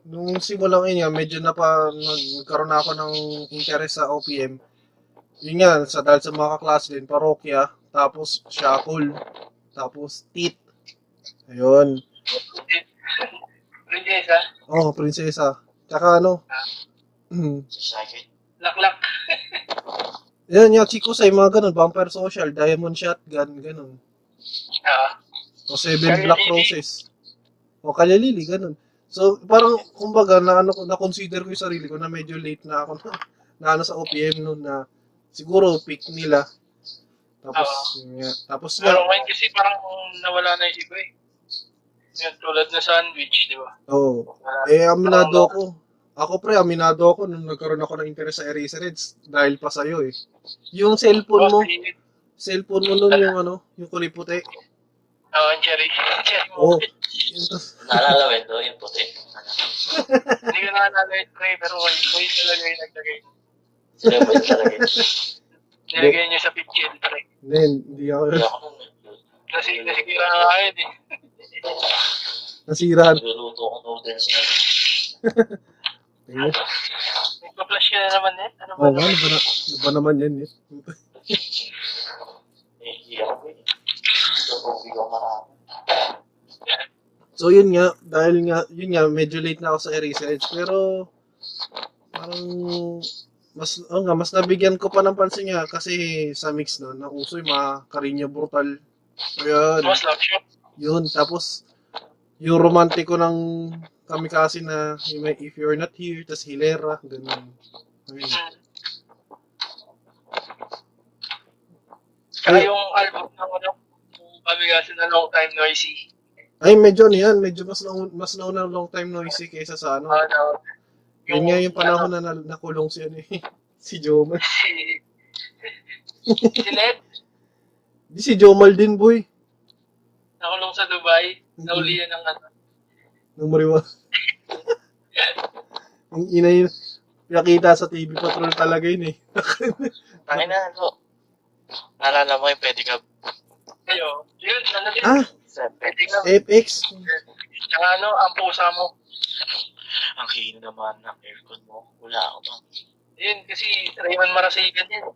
Speaker 1: nung simulang yun nga, medyo na pa nagkaroon na ako ng interest sa OPM. Yun nga, sa, dahil sa mga kaklas din, parokya, tapos shackle, tapos tit. Ayun.
Speaker 2: Princess, ha?
Speaker 1: Oh, prinsesa. Tsaka ano, mm,
Speaker 3: Second.
Speaker 2: Laklak.
Speaker 1: yun nga, Chico sa mga ganun, Vampire Social, Diamond Shotgun, ganun.
Speaker 2: Ah,
Speaker 1: O Seven
Speaker 2: Kaya
Speaker 1: Black
Speaker 2: Lily.
Speaker 1: Roses. O Kaya Lily, ganun. So, parang, kumbaga, na, ano, na-consider ko yung sarili ko na medyo late na ako na, na ano, sa OPM noon na siguro pick nila. Tapos, yun nga. Tapos nga,
Speaker 2: pero ngayon kasi parang nawala na yung iba eh. Yung tulad na sandwich, di ba?
Speaker 1: oo.
Speaker 2: Ah,
Speaker 1: eh, aminado ako. Ako pre, aminado ako nung nagkaroon ako ng interest sa Eraserheads dahil pa sa'yo eh. Yung cellphone mo,
Speaker 2: oh, si-
Speaker 1: cellphone mo noon yung ano, yung kulay puti.
Speaker 2: ah, ang cherry. Cherry mo.
Speaker 1: Oo. Yun-
Speaker 3: Naalala mo ito, yung puti. Ano?
Speaker 2: Hindi ko nakalala yung tray, pero kayo kayo talaga yung naglagay.
Speaker 3: Sila ba yun talaga yun?
Speaker 2: Nilagay niyo sa picture yung tray.
Speaker 1: Then, hindi
Speaker 3: Hindi
Speaker 1: ako,
Speaker 3: ako nun.
Speaker 2: Kasi nasikira na
Speaker 3: ah,
Speaker 2: nga yun eh.
Speaker 1: nasira.
Speaker 3: Nagluluto ko noodles yun.
Speaker 1: Ayun.
Speaker 2: Nagpa-flash ka na naman eh. Ano ba?
Speaker 1: Eh, Oo nga, ano ba, na, ano ba naman yan eh.
Speaker 3: Hindi ako yun. So, hindi ko marami.
Speaker 1: So yun nga, dahil nga, yun nga, medyo late na ako sa Eraserheads, pero parang mas, oh nga, mas nabigyan ko pa ng pansin nga kasi sa mix noon, nauso yung mga Carino Brutal. Ayun,
Speaker 2: Mas love shot.
Speaker 1: yun, tapos yung romantiko ng kamikaze na yung may If You're Not Here, tas Hilera, ganun. Ayun.
Speaker 2: Hmm. Kaya yung album ng ano, yung pabigasin na long time noisy.
Speaker 1: Ay, medyo ano yan, medyo mas nauna, mas nauna ng long time noisy kaysa sa ano.
Speaker 2: Ah, na-
Speaker 1: Yun nga yung panahon na na- nakulong si ano eh, si Jomal.
Speaker 2: si, si Led,
Speaker 1: Di si Jomal din, boy.
Speaker 2: nakulong sa Dubai,
Speaker 1: Hmm.
Speaker 2: naulihan ng ano.
Speaker 1: Nung mariwa. Ang ina yun. Nakita sa TV Patrol talaga yun eh.
Speaker 3: Tangin na, ano? Naalala mo yung pwede ka
Speaker 2: Ayo, yun, ano din.
Speaker 1: Ah,
Speaker 2: Pwede ka.
Speaker 1: FX.
Speaker 2: Tsaka ano, ang pusa mo.
Speaker 3: ang hino naman ng aircon mo. Wala ako bang
Speaker 2: Yun, kasi Raymond Marasigan yun.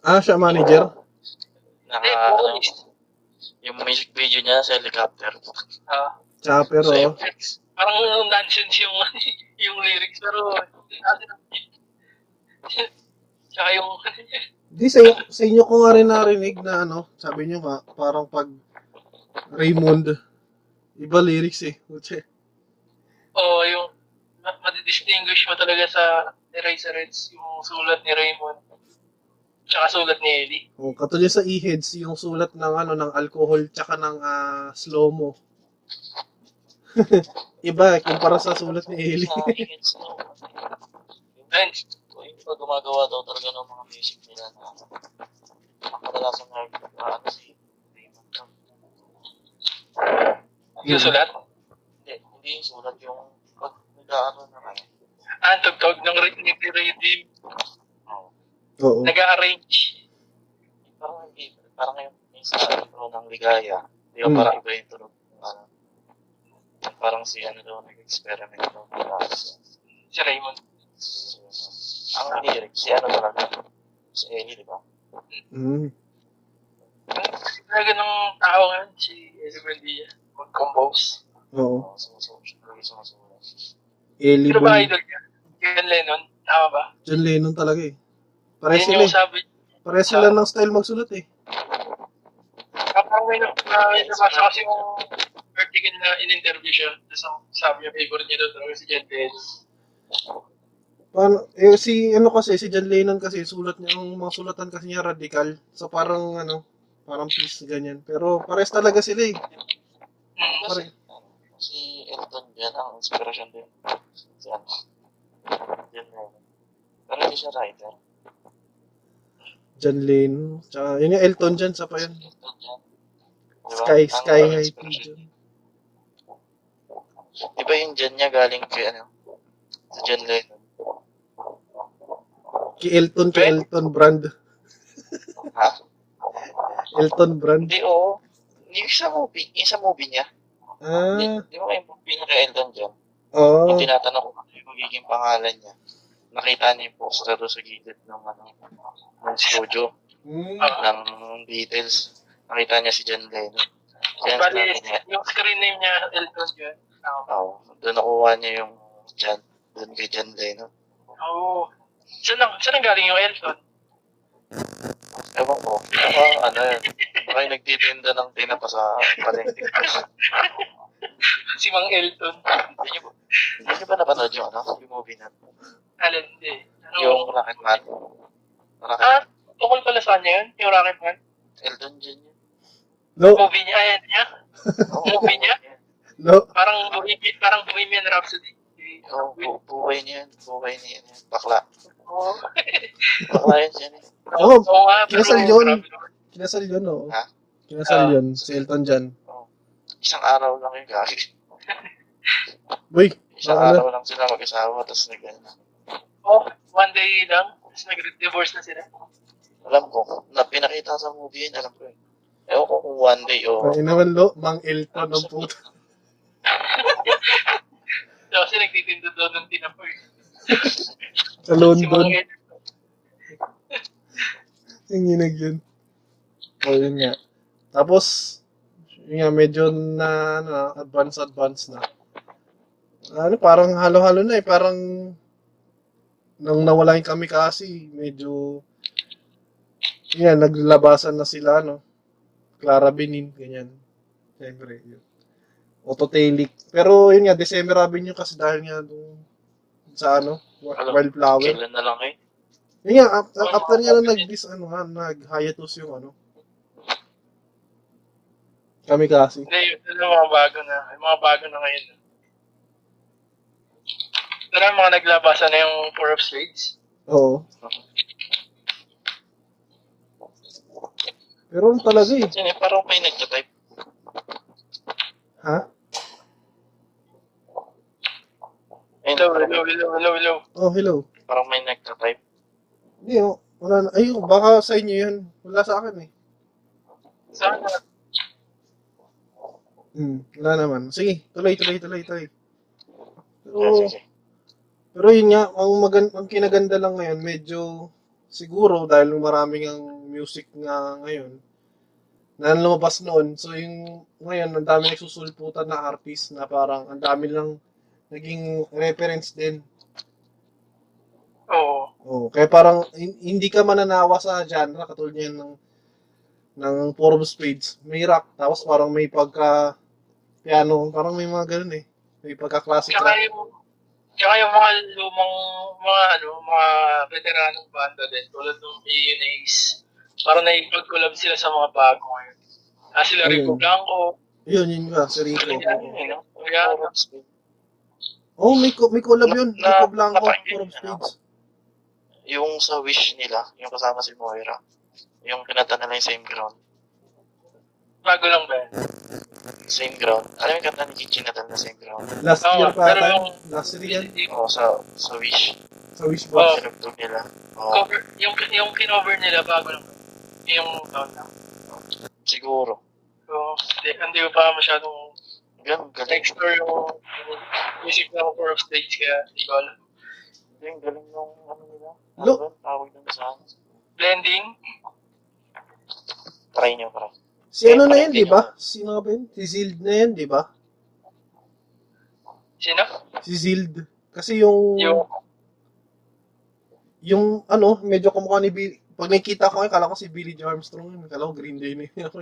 Speaker 1: Ah, siya manager.
Speaker 2: Hindi,
Speaker 3: naka
Speaker 1: Ah,
Speaker 3: ano,
Speaker 2: vocalist.
Speaker 3: yung music video niya sa helicopter.
Speaker 2: Ah,
Speaker 1: Chopper,
Speaker 3: Sa
Speaker 1: oh.
Speaker 3: FX.
Speaker 2: parang nonsense yung yung lyrics, pero ano, tsaka yung
Speaker 1: Di, sa, sa inyo ko nga rin narinig na ano, sabi nyo nga, parang pag Raymond, iba lyrics eh. Uche.
Speaker 2: oh, yung ma- madidistinguish mo talaga sa Eraserheads, yung sulat ni Raymond, tsaka sulat ni Ellie.
Speaker 1: O, Oh, katulad sa E-Heads, yung sulat ng ano, ng alcohol, tsaka ng ah, slow-mo. iba, eh, kumpara sa sulat ni Ellie.
Speaker 3: Sa Higgins no.
Speaker 2: Ayun,
Speaker 3: Yung pa gumagawa daw talaga ng mga music nila na ang kadalasan na ano si Raymond Camp.
Speaker 1: Hmm.
Speaker 2: yung sulat.
Speaker 3: Hindi, hindi yung sulat yung pag nag-ano na ano.
Speaker 2: Ah, ang tugtog ng ri- ni Raymond,
Speaker 3: Oo.
Speaker 1: Oo.
Speaker 2: nag-arrange.
Speaker 3: Parang hindi, parang yung minsan sa tunog ng ligaya. Di ba
Speaker 1: Hmm.
Speaker 3: parang iba yung tunog ng ano. Parang si ano daw nag-experiment daw. Parang-
Speaker 2: Si Raymond.
Speaker 3: Ang lyrics, si ano talaga? Si Ellie, di ba?
Speaker 1: Mm.
Speaker 2: Ang talaga ng tao ngayon, si Ellie Buendia. Mag-compose.
Speaker 1: Oo.
Speaker 3: Oo, sumusunod. Sumusunod.
Speaker 1: Ellie
Speaker 2: Sino ba
Speaker 1: Boy.
Speaker 2: idol niya? John Lennon, tama ba?
Speaker 1: John Lennon talaga eh. Pares
Speaker 2: Yun
Speaker 1: sila
Speaker 2: yung
Speaker 1: eh.
Speaker 2: sabi
Speaker 1: Pares
Speaker 3: Ah.
Speaker 1: sila ng style magsulat eh.
Speaker 2: Kapag may nab- na- may nabasa kasi yung article na in-interview siya, tapos ang sabi niya, favorite niya daw talaga si Jen Dennis.
Speaker 1: Paano, eh, si, ano kasi, si John Lennon kasi, sulat niya, ang mga sulatan kasi niya radical. So, parang, ano, parang peace, ganyan. Pero, pares talaga sila eh.
Speaker 2: Hmm.
Speaker 1: Pare,
Speaker 3: Si Elton John, ang inspiration din. Si ano? John Lennon. Pero hindi siya writer.
Speaker 1: John Lennon. Tsaka, yun yung Elton John, sa pa yun.
Speaker 3: Si Elton John. Di ba?
Speaker 1: Sky, Sky
Speaker 3: Ang
Speaker 1: High
Speaker 3: inspiration.
Speaker 1: Pigeon.
Speaker 3: Di ba yung John niya galing kay ano? Si John Lennon.
Speaker 1: Ki Elton, ki Elton Brand.
Speaker 3: Ha?
Speaker 1: Elton Brand.
Speaker 3: Hindi, oo. Hindi yung sa movie. Yung sa movie niya. Di,
Speaker 1: Ah, Oh.
Speaker 3: di ba yung movie niya kay Elton John?
Speaker 1: oo.
Speaker 3: Yung tinatanong ko ano yung magiging pangalan niya. Nakita niya yung poster doon sa gilid ng ano, ng studio
Speaker 1: Mm.
Speaker 3: Ah. ng Beatles. Nakita niya si John Lennon. Kaya
Speaker 2: Bali,
Speaker 3: sabi niya,
Speaker 2: yung screen name niya, Elton John. Tama ba?
Speaker 3: oh, doon nakuha niya yung John, doon kay John Lennon.
Speaker 2: Oo. Saan ang, saan ang galing yung Elton?
Speaker 3: Ewan ko, baka ano yun, baka yung nagtitinda ng tinapa sa palengke.
Speaker 2: Si Mang Elton.
Speaker 3: Hindi niyo ba- hindi niyo ba napanood yung ano, yung movie na,
Speaker 2: Alam, hindi. Ano?
Speaker 3: yung Rocketman? Rocket,
Speaker 2: Ah, tungkol pala sa kanya yun? Yung Rocketman?
Speaker 3: Elton John yun.
Speaker 1: No,
Speaker 2: Movie niya, ayan niya.
Speaker 3: Oo,
Speaker 2: Movie niya?
Speaker 1: no.
Speaker 2: Parang Bohemian, parang Bohemian Rhapsody.
Speaker 3: Oo, bu- buhay niya yun, buhay niya yun. Bakla.
Speaker 2: Oo.
Speaker 3: Bakla yun siya yun.
Speaker 1: Oo,
Speaker 2: Oo nga, pero
Speaker 1: kinasal yun.
Speaker 2: grabe naman.
Speaker 1: kinasal yun, oo.
Speaker 3: Ha?
Speaker 1: Kinasal
Speaker 2: Ah.
Speaker 1: yun, si Elton John.
Speaker 3: Isang araw lang yung gagi.
Speaker 1: Uy, ano,
Speaker 3: Isang
Speaker 1: Bakla.
Speaker 3: araw lang sila mag-asawa, tapos nag ano.
Speaker 2: Oh, one day lang, tapos nag-divorce na sila.
Speaker 3: Alam ko, na pinakita sa movie yun, alam ko yun. Ewan ko kung one day o...
Speaker 1: ang inaman lo, Mang Elton ang puto.
Speaker 2: Tapos nagtitinda daw ng tinapa eh.
Speaker 1: Sa
Speaker 2: Si Mang
Speaker 1: London.
Speaker 2: Ed.
Speaker 1: Yung ginag yun. O, yun nga. Tapos, yun nga, medyo na, na advance, advance na. Ano, parang halo-halo na eh. Parang, nang nawala yung kami kasi, medyo, yun nga, naglabasan na sila, no? Clara Benin, ganyan. Siyempre, yun. Autotelic. Pero, yun nga, December Avenue kasi dahil nga dun sa ano, wa-
Speaker 3: Alam,
Speaker 1: wildflower.
Speaker 3: Kailan na lang eh.
Speaker 1: Yun nga, after,
Speaker 2: Oo,
Speaker 1: after nga
Speaker 2: mga
Speaker 1: na
Speaker 2: kapatid.
Speaker 1: nag-dis, ano nga, nag-hiatus yung ano. Kami kasi.
Speaker 2: Hindi, yun yun yung mga bago na. Yung mga bago na ngayon. Pero yung mga naglabasa na yung Four of Spades.
Speaker 1: Oo. Pero ano talaga eh.
Speaker 3: Yan eh, parang may nagtatype.
Speaker 1: Ha?
Speaker 3: Ayun,
Speaker 2: Hello,
Speaker 3: parang,
Speaker 2: hello, hello, hello, hello.
Speaker 1: Oh, hello.
Speaker 3: parang may nagtatype.
Speaker 1: Hindi oh. Wala na. Ayun, baka sa inyo yun. Wala sa akin eh.
Speaker 2: Sana.
Speaker 1: Hmm, wala naman. Sige, tuloy, tuloy, tuloy, tuloy.
Speaker 3: Ah,
Speaker 1: Pero,
Speaker 3: sige.
Speaker 1: pero yun nga, ang, magan ang kinaganda lang ngayon, medyo siguro dahil maraming ang music nga ngayon na lumabas noon. So yung ngayon, ang dami nagsusulputan na artist na parang ang dami lang naging reference din.
Speaker 2: Oo.
Speaker 1: Oh, kaya parang hin- hindi ka mananawa sa genre katulad niyan ng ng Four of Spades. May rock tapos parang may pagka piano, parang may mga ganun eh. May pagka classic
Speaker 2: Tsaka
Speaker 1: rock.
Speaker 2: yung, tsaka yung mga lumang, mga ano, mga veteranong banda din, tulad ng Mayonnaise. Parang naipag-collab sila sa mga bago ngayon. Ah, sila
Speaker 1: Ayun.
Speaker 2: Rico Blanco.
Speaker 1: Yun, yun nga, si Rico.
Speaker 2: Ganyan, eh, no? Kaya,
Speaker 1: Oh, may, co- may collab yun.
Speaker 3: Na-
Speaker 1: Rico Blanco,
Speaker 3: napakinggan
Speaker 1: Four of
Speaker 3: niyo na
Speaker 1: Spades.
Speaker 3: Yung sa Wish nila, yung kasama si Moira, yung kinata nila yung same ground.
Speaker 2: bago lang ba yan?
Speaker 3: Same ground. Alam mo yung kanta ni Gigi Natal na same ground?
Speaker 1: Last
Speaker 2: Oo,
Speaker 1: year pa
Speaker 2: pero
Speaker 1: ata.
Speaker 2: yung,
Speaker 1: Last year yan.
Speaker 3: Oo, sa, sa Wish.
Speaker 1: Sa
Speaker 2: Oo.
Speaker 1: Wishbox.
Speaker 3: Sinugtog nila. Oo,
Speaker 2: cover, yung, yung kinover nila bago lang ba? Yung taon lang.
Speaker 3: siguro.
Speaker 2: So, hindi, hindi ko pa masyadong
Speaker 3: Ganun, galing.
Speaker 2: na-explore yung, yung music ng Four of States kaya hindi ko alam.
Speaker 3: Yung galing nung ano nila. Ano
Speaker 1: Look.
Speaker 3: ba? Tawag nung sa akin.
Speaker 2: Blending,
Speaker 3: Try nyo, try.
Speaker 1: Si ano na yun, di ba? Sino nga ba yun? Si Zild na yun, di ba?
Speaker 2: sino?
Speaker 1: Si Zild. Kasi yung,
Speaker 2: Yung,
Speaker 1: yung ano, medyo kumukha ni Billy. Pag nakikita ko, eh, kala ko si Billy Joe Armstrong yun. Kala ko Green Day na yun.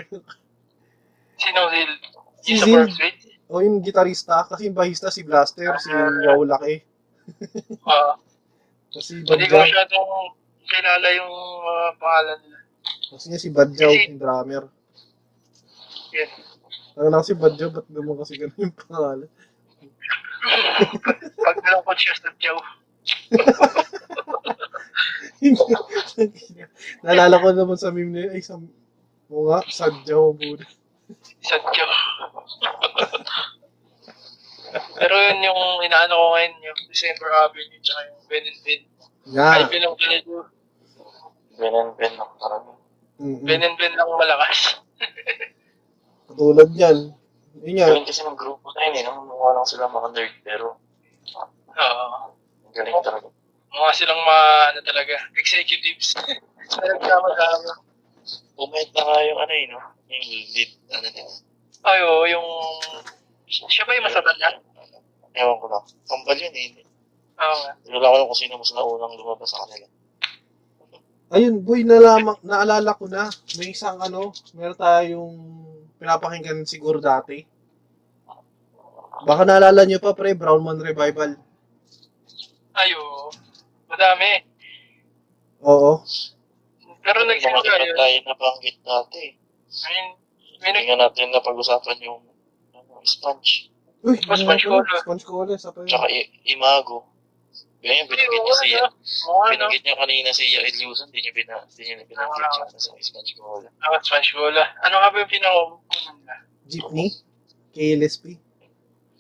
Speaker 2: sino Zil?
Speaker 1: Si
Speaker 2: Yung sa
Speaker 1: Zil.
Speaker 2: Four of States?
Speaker 1: o yung gitarista, kasi yung bahista si Blaster, si Wow Laki.
Speaker 2: Ah,
Speaker 1: Kasi
Speaker 2: hindi ko
Speaker 1: Badjaw.
Speaker 2: masyadong kilala yung ah, pangalan nila.
Speaker 1: Kasi nga si Badjaw,
Speaker 2: Kasi-
Speaker 1: yung drummer.
Speaker 2: Yun.
Speaker 1: Ano na si Badjaw, ba't naman kasi ganun yung pangalan?
Speaker 2: Pag nalungkot siya sa Joe.
Speaker 1: Naalala ko naman sa meme na yun, ay sa, o nga, Sadjaw, buda.
Speaker 2: Sa Joe. Pero yun yung inaano ko ngayon, yung December Avenue, tsaka yung Ben and Ben. Ay,
Speaker 1: Nga.
Speaker 2: Ben and Ben,
Speaker 3: Ben and Ben ako talaga.
Speaker 2: Ben
Speaker 1: Mm-mm.
Speaker 2: and Ben lang malakas.
Speaker 1: Katulad yan. Yun nga,
Speaker 3: Galing kasi ng grupo na yun eh. Nung mukha lang sila mga nerd, pero
Speaker 2: Oo.
Speaker 3: ang galing talaga.
Speaker 2: mga silang mga, ano talaga, executives. Nagsama-sama.
Speaker 3: Pumayat na nga yung ano yun, no? Yung lead, ano nila.
Speaker 2: Ay, oo, yung... Siya ba yung masabal na?
Speaker 3: Ewan ko lang. Kambal yun eh.
Speaker 2: Oo nga.
Speaker 3: Wala ko lang kung sino mas naunang lumabas sa kanila.
Speaker 1: Ayun, boy, nalaman, naalala ko na. May isang ano, meron tayong pinapakinggan siguro dati. Baka naalala nyo pa, pre, Brown Man Revival.
Speaker 2: Ay, oo. Madami.
Speaker 1: Oo.
Speaker 2: Pero
Speaker 3: Mga
Speaker 2: nagsimula yun.
Speaker 3: tayo nabanggit dati.
Speaker 2: I mean, may nag...
Speaker 3: Hindi nga natin napag-usapan yung ano, sponge.
Speaker 1: Uy,
Speaker 2: Oh, Sponge
Speaker 1: ano
Speaker 2: Cola.
Speaker 1: pala? Sponge Cola, isa pa yun.
Speaker 3: Tsaka i- imago. Ganyan,
Speaker 2: Ay,
Speaker 3: binanggit
Speaker 2: oo,
Speaker 3: niya siya.
Speaker 2: ano? Oo, ano?
Speaker 3: Binanggit niya kanina si Yael Luzon, hindi niya, bina, hindi niya binanggit
Speaker 2: Ah.
Speaker 3: yung sa sponge ko.
Speaker 2: Ah, Sponge Cola. Ano nga ba yung pinakakunan nila?
Speaker 1: Jeepney. KLSP.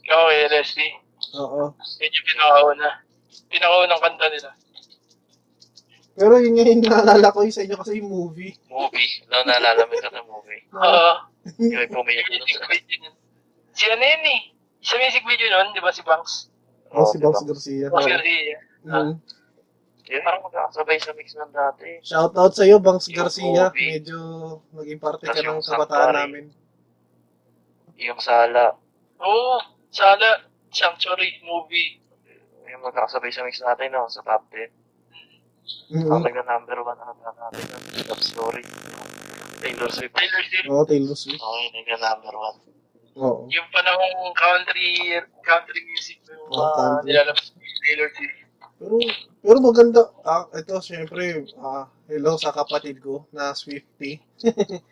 Speaker 2: Okay, Leslie.
Speaker 1: Oo.
Speaker 2: Yun yung pinakauna. Pinakaunang kanta nila.
Speaker 1: Pero yun nga yung naalala ko yung sa inyo kasi yung movie.
Speaker 3: Movie. Wala naalala mo yung movie.
Speaker 1: Ah,
Speaker 2: Oo.
Speaker 3: Yung may pumayat
Speaker 2: Yung
Speaker 3: na
Speaker 2: music
Speaker 3: sa...
Speaker 2: video nun. Si ano yun eh? Sa music video nun, di ba si Banks?
Speaker 1: oh, si
Speaker 3: di ba?
Speaker 1: Box Garcia.
Speaker 2: O
Speaker 1: Oo.
Speaker 2: si Garcia.
Speaker 1: Mm.
Speaker 3: diba? Yun, parang magkakasabay sa mix ng dati.
Speaker 1: Shout out sa iyo, Bangs
Speaker 3: Yung
Speaker 1: Garcia.
Speaker 3: movie.
Speaker 1: Medyo naging parte ka
Speaker 3: Tas
Speaker 1: ng
Speaker 3: yung
Speaker 1: kabataan
Speaker 3: Sanctuary.
Speaker 1: namin.
Speaker 3: Yung sala.
Speaker 2: Oo. Sala. Sanctuary movie.
Speaker 3: Yung magkakasabay sa mix natin, no? Sa top 10.
Speaker 1: Mm.
Speaker 3: Talaga number one ang handa natin. no? Love story. Taylor Swift.
Speaker 2: Taylor Swift.
Speaker 1: Oo, Taylor Swift.
Speaker 3: Okay, yun yung number one.
Speaker 1: Oo.
Speaker 2: yung panahong country country music mo yung
Speaker 1: Oh,
Speaker 2: mga
Speaker 1: country.
Speaker 2: nilalabas ni Taylor Swift.
Speaker 1: Pero, pero maganda. Ah, ito, syempre, ah, hello sa kapatid ko na Swiftie.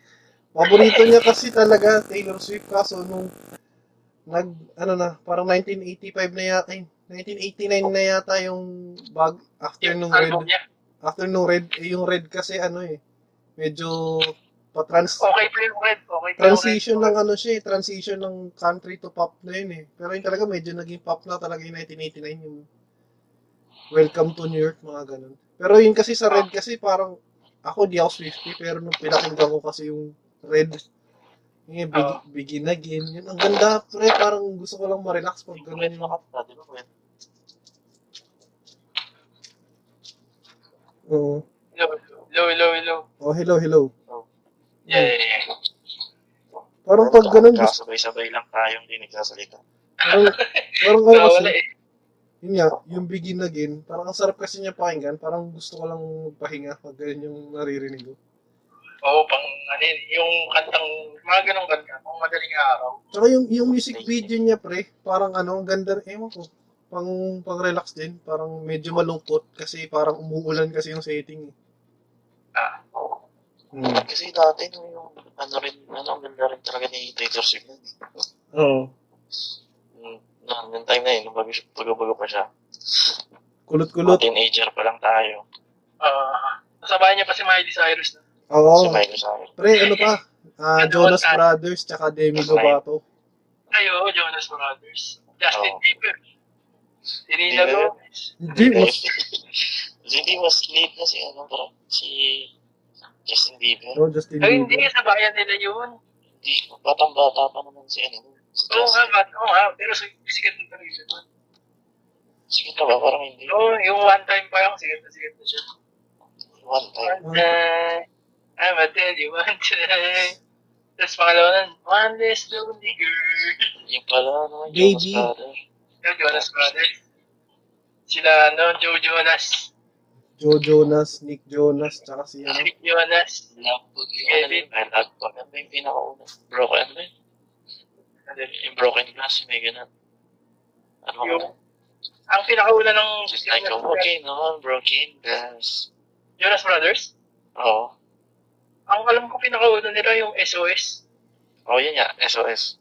Speaker 1: Paborito niya kasi talaga Taylor Swift kaso nung nag, ano na, parang 1985 na yata, eh, 1989 na yata yung bag after
Speaker 2: Yung
Speaker 1: nung
Speaker 2: album
Speaker 1: red.
Speaker 2: niya.
Speaker 1: After nung red, eh, yung red kasi ano eh, medyo pa-trans,
Speaker 2: Okay pa yung red. Okay pa yung red.
Speaker 1: transition ng ano siya eh, transition ng country to pop na yun eh. Pero yun talaga medyo naging pop na talaga yung 1989 yung Welcome to New York, mga ganun. Pero yun kasi sa Red kasi parang ako di ako Swifty pero nung pinakinggan ko kasi yung Red yung big,
Speaker 2: Oo.
Speaker 1: Begin Again yun ang ganda pre parang gusto ko lang ma-relax pag ganun yung mga
Speaker 3: Ah, di ba, Gwen?
Speaker 1: oo
Speaker 2: Hello, hello, hello, hello.
Speaker 1: oh hello hello Hmm.
Speaker 2: Yeah, yeah, yeah.
Speaker 1: parang pag ganun gusto
Speaker 3: Kasabay-sabay lang tayong hindi nagsasalita.
Speaker 1: parang parang ano kasi
Speaker 2: Nawala eh.
Speaker 1: yun nga yung Begin Again parang ang sarap kasi niya pakinggan parang gusto ko lang magpahinga pag ganun yung naririnig ko
Speaker 2: Oo, pang ano yun, yung kantang, mga ganong kanta, pang madaling araw.
Speaker 1: Tsaka yung, yung music video niya, pre, parang ano, ang ganda, ewan ko, pang, pang relax din, parang medyo malungkot kasi parang umuulan kasi yung setting. eh.
Speaker 2: Ah,
Speaker 3: Oo.
Speaker 1: Hmm.
Speaker 3: Kasi dati nung yung ano rin, ano, ang ganda rin talaga ni Taylor Swift nun.
Speaker 1: Oo.
Speaker 3: Mm, na, yung time na yun, nung bago, siya- bago-bago pa siya. Mga
Speaker 1: Kulot-kulot.
Speaker 3: teenager pa lang tayo.
Speaker 2: ah, nasabayan niya pa si Miley Cyrus na.
Speaker 1: Oo.
Speaker 3: Si Miley Cyrus.
Speaker 1: Pre, ano pa? Ah, Jonas Brothers, tsaka Demi
Speaker 2: Ano
Speaker 1: Lovato.
Speaker 2: Ay, oo, Jonas Brothers. Justin
Speaker 3: Oo.
Speaker 2: Bieber. Selena
Speaker 3: Bieber.
Speaker 2: Gomez.
Speaker 1: Hindi, mas...
Speaker 3: Hindi, mas late na si ano, parang si Justin Bieber.
Speaker 1: No, Justin
Speaker 2: Ay, hindi,
Speaker 1: Bieber.
Speaker 2: nasabayan nila yun.
Speaker 3: Hindi, batang-bata pa naman si ano. Si
Speaker 2: Oo nga,
Speaker 3: Justin.
Speaker 2: bat, oo nga, pero si- sikat na talaga siya.
Speaker 3: Sige na ba? Parang hindi.
Speaker 2: Oo, yung one time pa yung sikat na sikat na siya.
Speaker 3: One time.
Speaker 2: One time, I'm a tell you one time. Tapos pangalawa nun, one less lonely girl.
Speaker 3: Yung pala, ano,
Speaker 1: Baby.
Speaker 3: Jonas Brothers.
Speaker 2: Yung Jonas Brothers. Sila, no, Joe Jonas.
Speaker 1: Joe Jonas, Nick Jonas, tsaka si
Speaker 2: Si
Speaker 1: ano.
Speaker 2: Nick Jonas.
Speaker 3: Lambog yung ano yun, Wild Outback. Ano ba yung pinakauna? Broken, ano yun? Ano yun, Yung broken glass, Kan may ganun. Ano ba?
Speaker 2: Yung- Ang pinakauna ng
Speaker 3: Just like a walking on broken glass. Oh,
Speaker 2: Jonas Brothers.
Speaker 3: Oo.
Speaker 2: Ang alam ko pinakauna nila yung SOS.
Speaker 3: Oo, yun nga, SOS.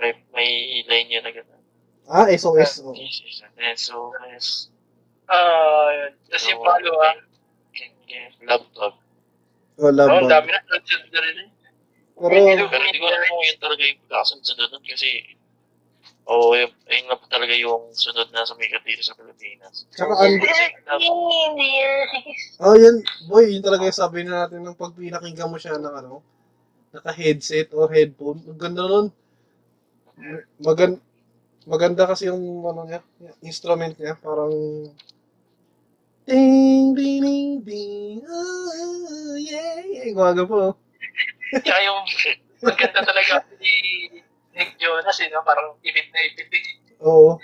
Speaker 3: May, may line yun na ganun.
Speaker 1: Ah, SOS. oo.
Speaker 3: This is an SOS.
Speaker 2: Ah, yun. Tapos yung pangalawa,
Speaker 3: Can get love bug.
Speaker 1: Oh,
Speaker 2: oh,
Speaker 1: love
Speaker 2: ang
Speaker 1: bug.
Speaker 2: dami na. sunod-sunod na rin eh.
Speaker 1: Pero,
Speaker 3: Pero hindi ko alam kung yun talaga yung pagkakasunod nun kasi Oo, yun, yun lang talaga yung sunod na sumikat dito sa Pilipinas.
Speaker 1: tsaka ang...
Speaker 2: Yes.
Speaker 1: Oh, yun, boy, yun talaga yung sabi na natin ng pag pinakinggan mo siya ng ano, naka-headset or headphone. Ang ganda nun. Magan maganda kasi yung ano niya, yung instrument niya, parang ding ding ding ding. Oh, oh, yeah. Yung Gwaga po. oh.
Speaker 2: Tsaka yung maganda talaga ni Nick Jonas, eh, no? parang ipit na ipit. eh.
Speaker 1: Oo.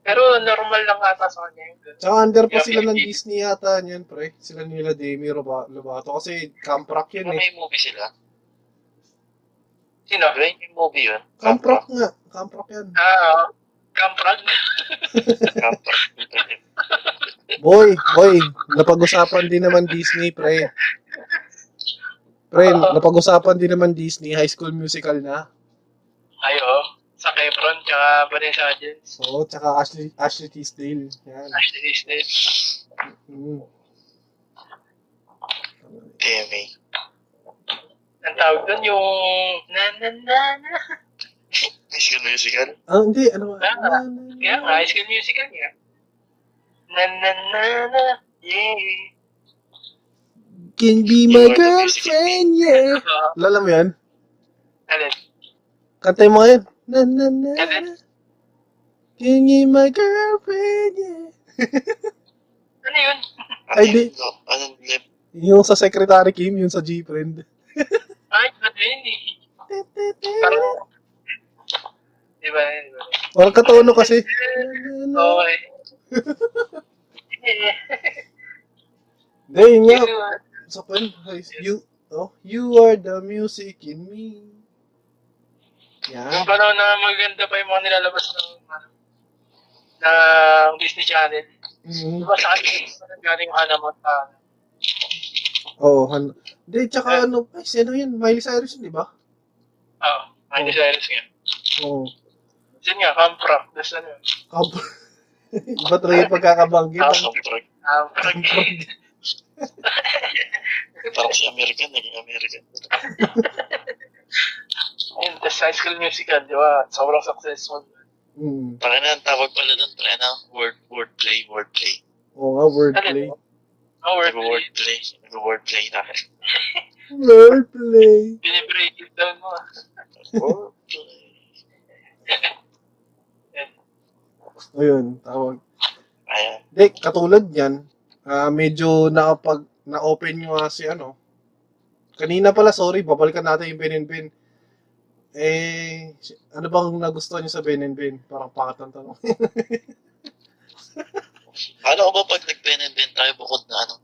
Speaker 2: Pero normal lang ata sa kanya yung ganun.
Speaker 1: Tsaka under pa
Speaker 2: Yeah,
Speaker 1: sila ng
Speaker 2: yeah.
Speaker 1: Disney yata niyan, pre. Sila nila Demi Roba- Lovato kasi camp rock
Speaker 3: Pero
Speaker 1: yan eh.
Speaker 3: may movie sila.
Speaker 2: Sino?
Speaker 3: Pero yung movie ah. yun.
Speaker 1: Camp rock nga. Camp rock yan.
Speaker 2: Ah, Camp Rag.
Speaker 3: Camp Rock.
Speaker 1: Boy, boy, napag-usapan din naman Disney, pre. Pre,
Speaker 2: Oo.
Speaker 1: napag-usapan din naman Disney, High School Musical na.
Speaker 2: Ay, oo. Sa Kefron, tsaka Vanessa Hudgens.
Speaker 1: Oo, tsaka Ashley, Ashley Tisdale. Yan.
Speaker 2: Ashley Disney.
Speaker 1: Mm.
Speaker 3: Demi.
Speaker 2: Ang tawag doon yung... Na, na, na, na.
Speaker 3: High School Musical.
Speaker 1: Ah, hindi, ano ba?
Speaker 2: Ah, Kaya nga, High School Musical niya. Na, na, na, na. Yeah.
Speaker 1: Can be my girlfriend, yeah.
Speaker 2: Uh,
Speaker 1: Lala mo yan?
Speaker 2: ano,
Speaker 1: Kantay mo ngayon. Na na na. Can be my girlfriend, yeah.
Speaker 2: ano yun?
Speaker 1: Ay, di.
Speaker 3: Anong lip?
Speaker 1: Yung sa Secretary Kim, yung sa G-Friend.
Speaker 2: Ay, ano yun eh. Parang... Di ba? Di ba?
Speaker 1: Walang katono kasi.
Speaker 2: Oo eh. Yeah.
Speaker 1: Hindi, yun nga.
Speaker 2: Yun, ah.
Speaker 1: Sa pen, you, oh, you are the music in me.
Speaker 2: Yung
Speaker 1: Yan.
Speaker 2: panahon na maganda pa yung mga nilalabas ng ano, ng Disney Channel.
Speaker 1: Mm.
Speaker 2: Diba sa akin, parang galing yung Hannah Montana.
Speaker 1: Oo, oh, ano. Hindi, tsaka ano, ay, si ano yun, Miley Cyrus, yun, di ba?
Speaker 2: Oo, Ah, Miley
Speaker 1: Oo.
Speaker 2: Cyrus nga.
Speaker 1: Oo.
Speaker 2: Yun nga, Camp Rock. Tapos ano,
Speaker 1: Kab- Iba talaga yung pagkakabanggit.
Speaker 3: House of Drug.
Speaker 2: Camp Rock.
Speaker 3: Parang si American, naging American.
Speaker 2: Yun, tapos High School Musical, di ba? Sobrang successful.
Speaker 1: Mm.
Speaker 3: Parang na, ang tawag pala doon, pre, ano? Word, wordplay, wordplay.
Speaker 1: Oo, Oo nga, wordplay.
Speaker 2: Oh, word play.
Speaker 3: Nag-wordplay. Nag-wordplay na.
Speaker 1: Wordplay.
Speaker 2: Binibreak it down mo. ah.
Speaker 3: Wordplay.
Speaker 1: Ayun, tawag.
Speaker 3: Ayan.
Speaker 1: Dek, katulad yan, ah, medyo nakapag, na-open nyo nga si ano. Kanina pala, sorry, babalikan natin yung Ben and Ben. Eh, ano bang nagustuhan nyo sa Ben and Ben? Parang pangat ang tanong.
Speaker 3: Paano ko ba pag nag-ben-ben tayo bukod na ano?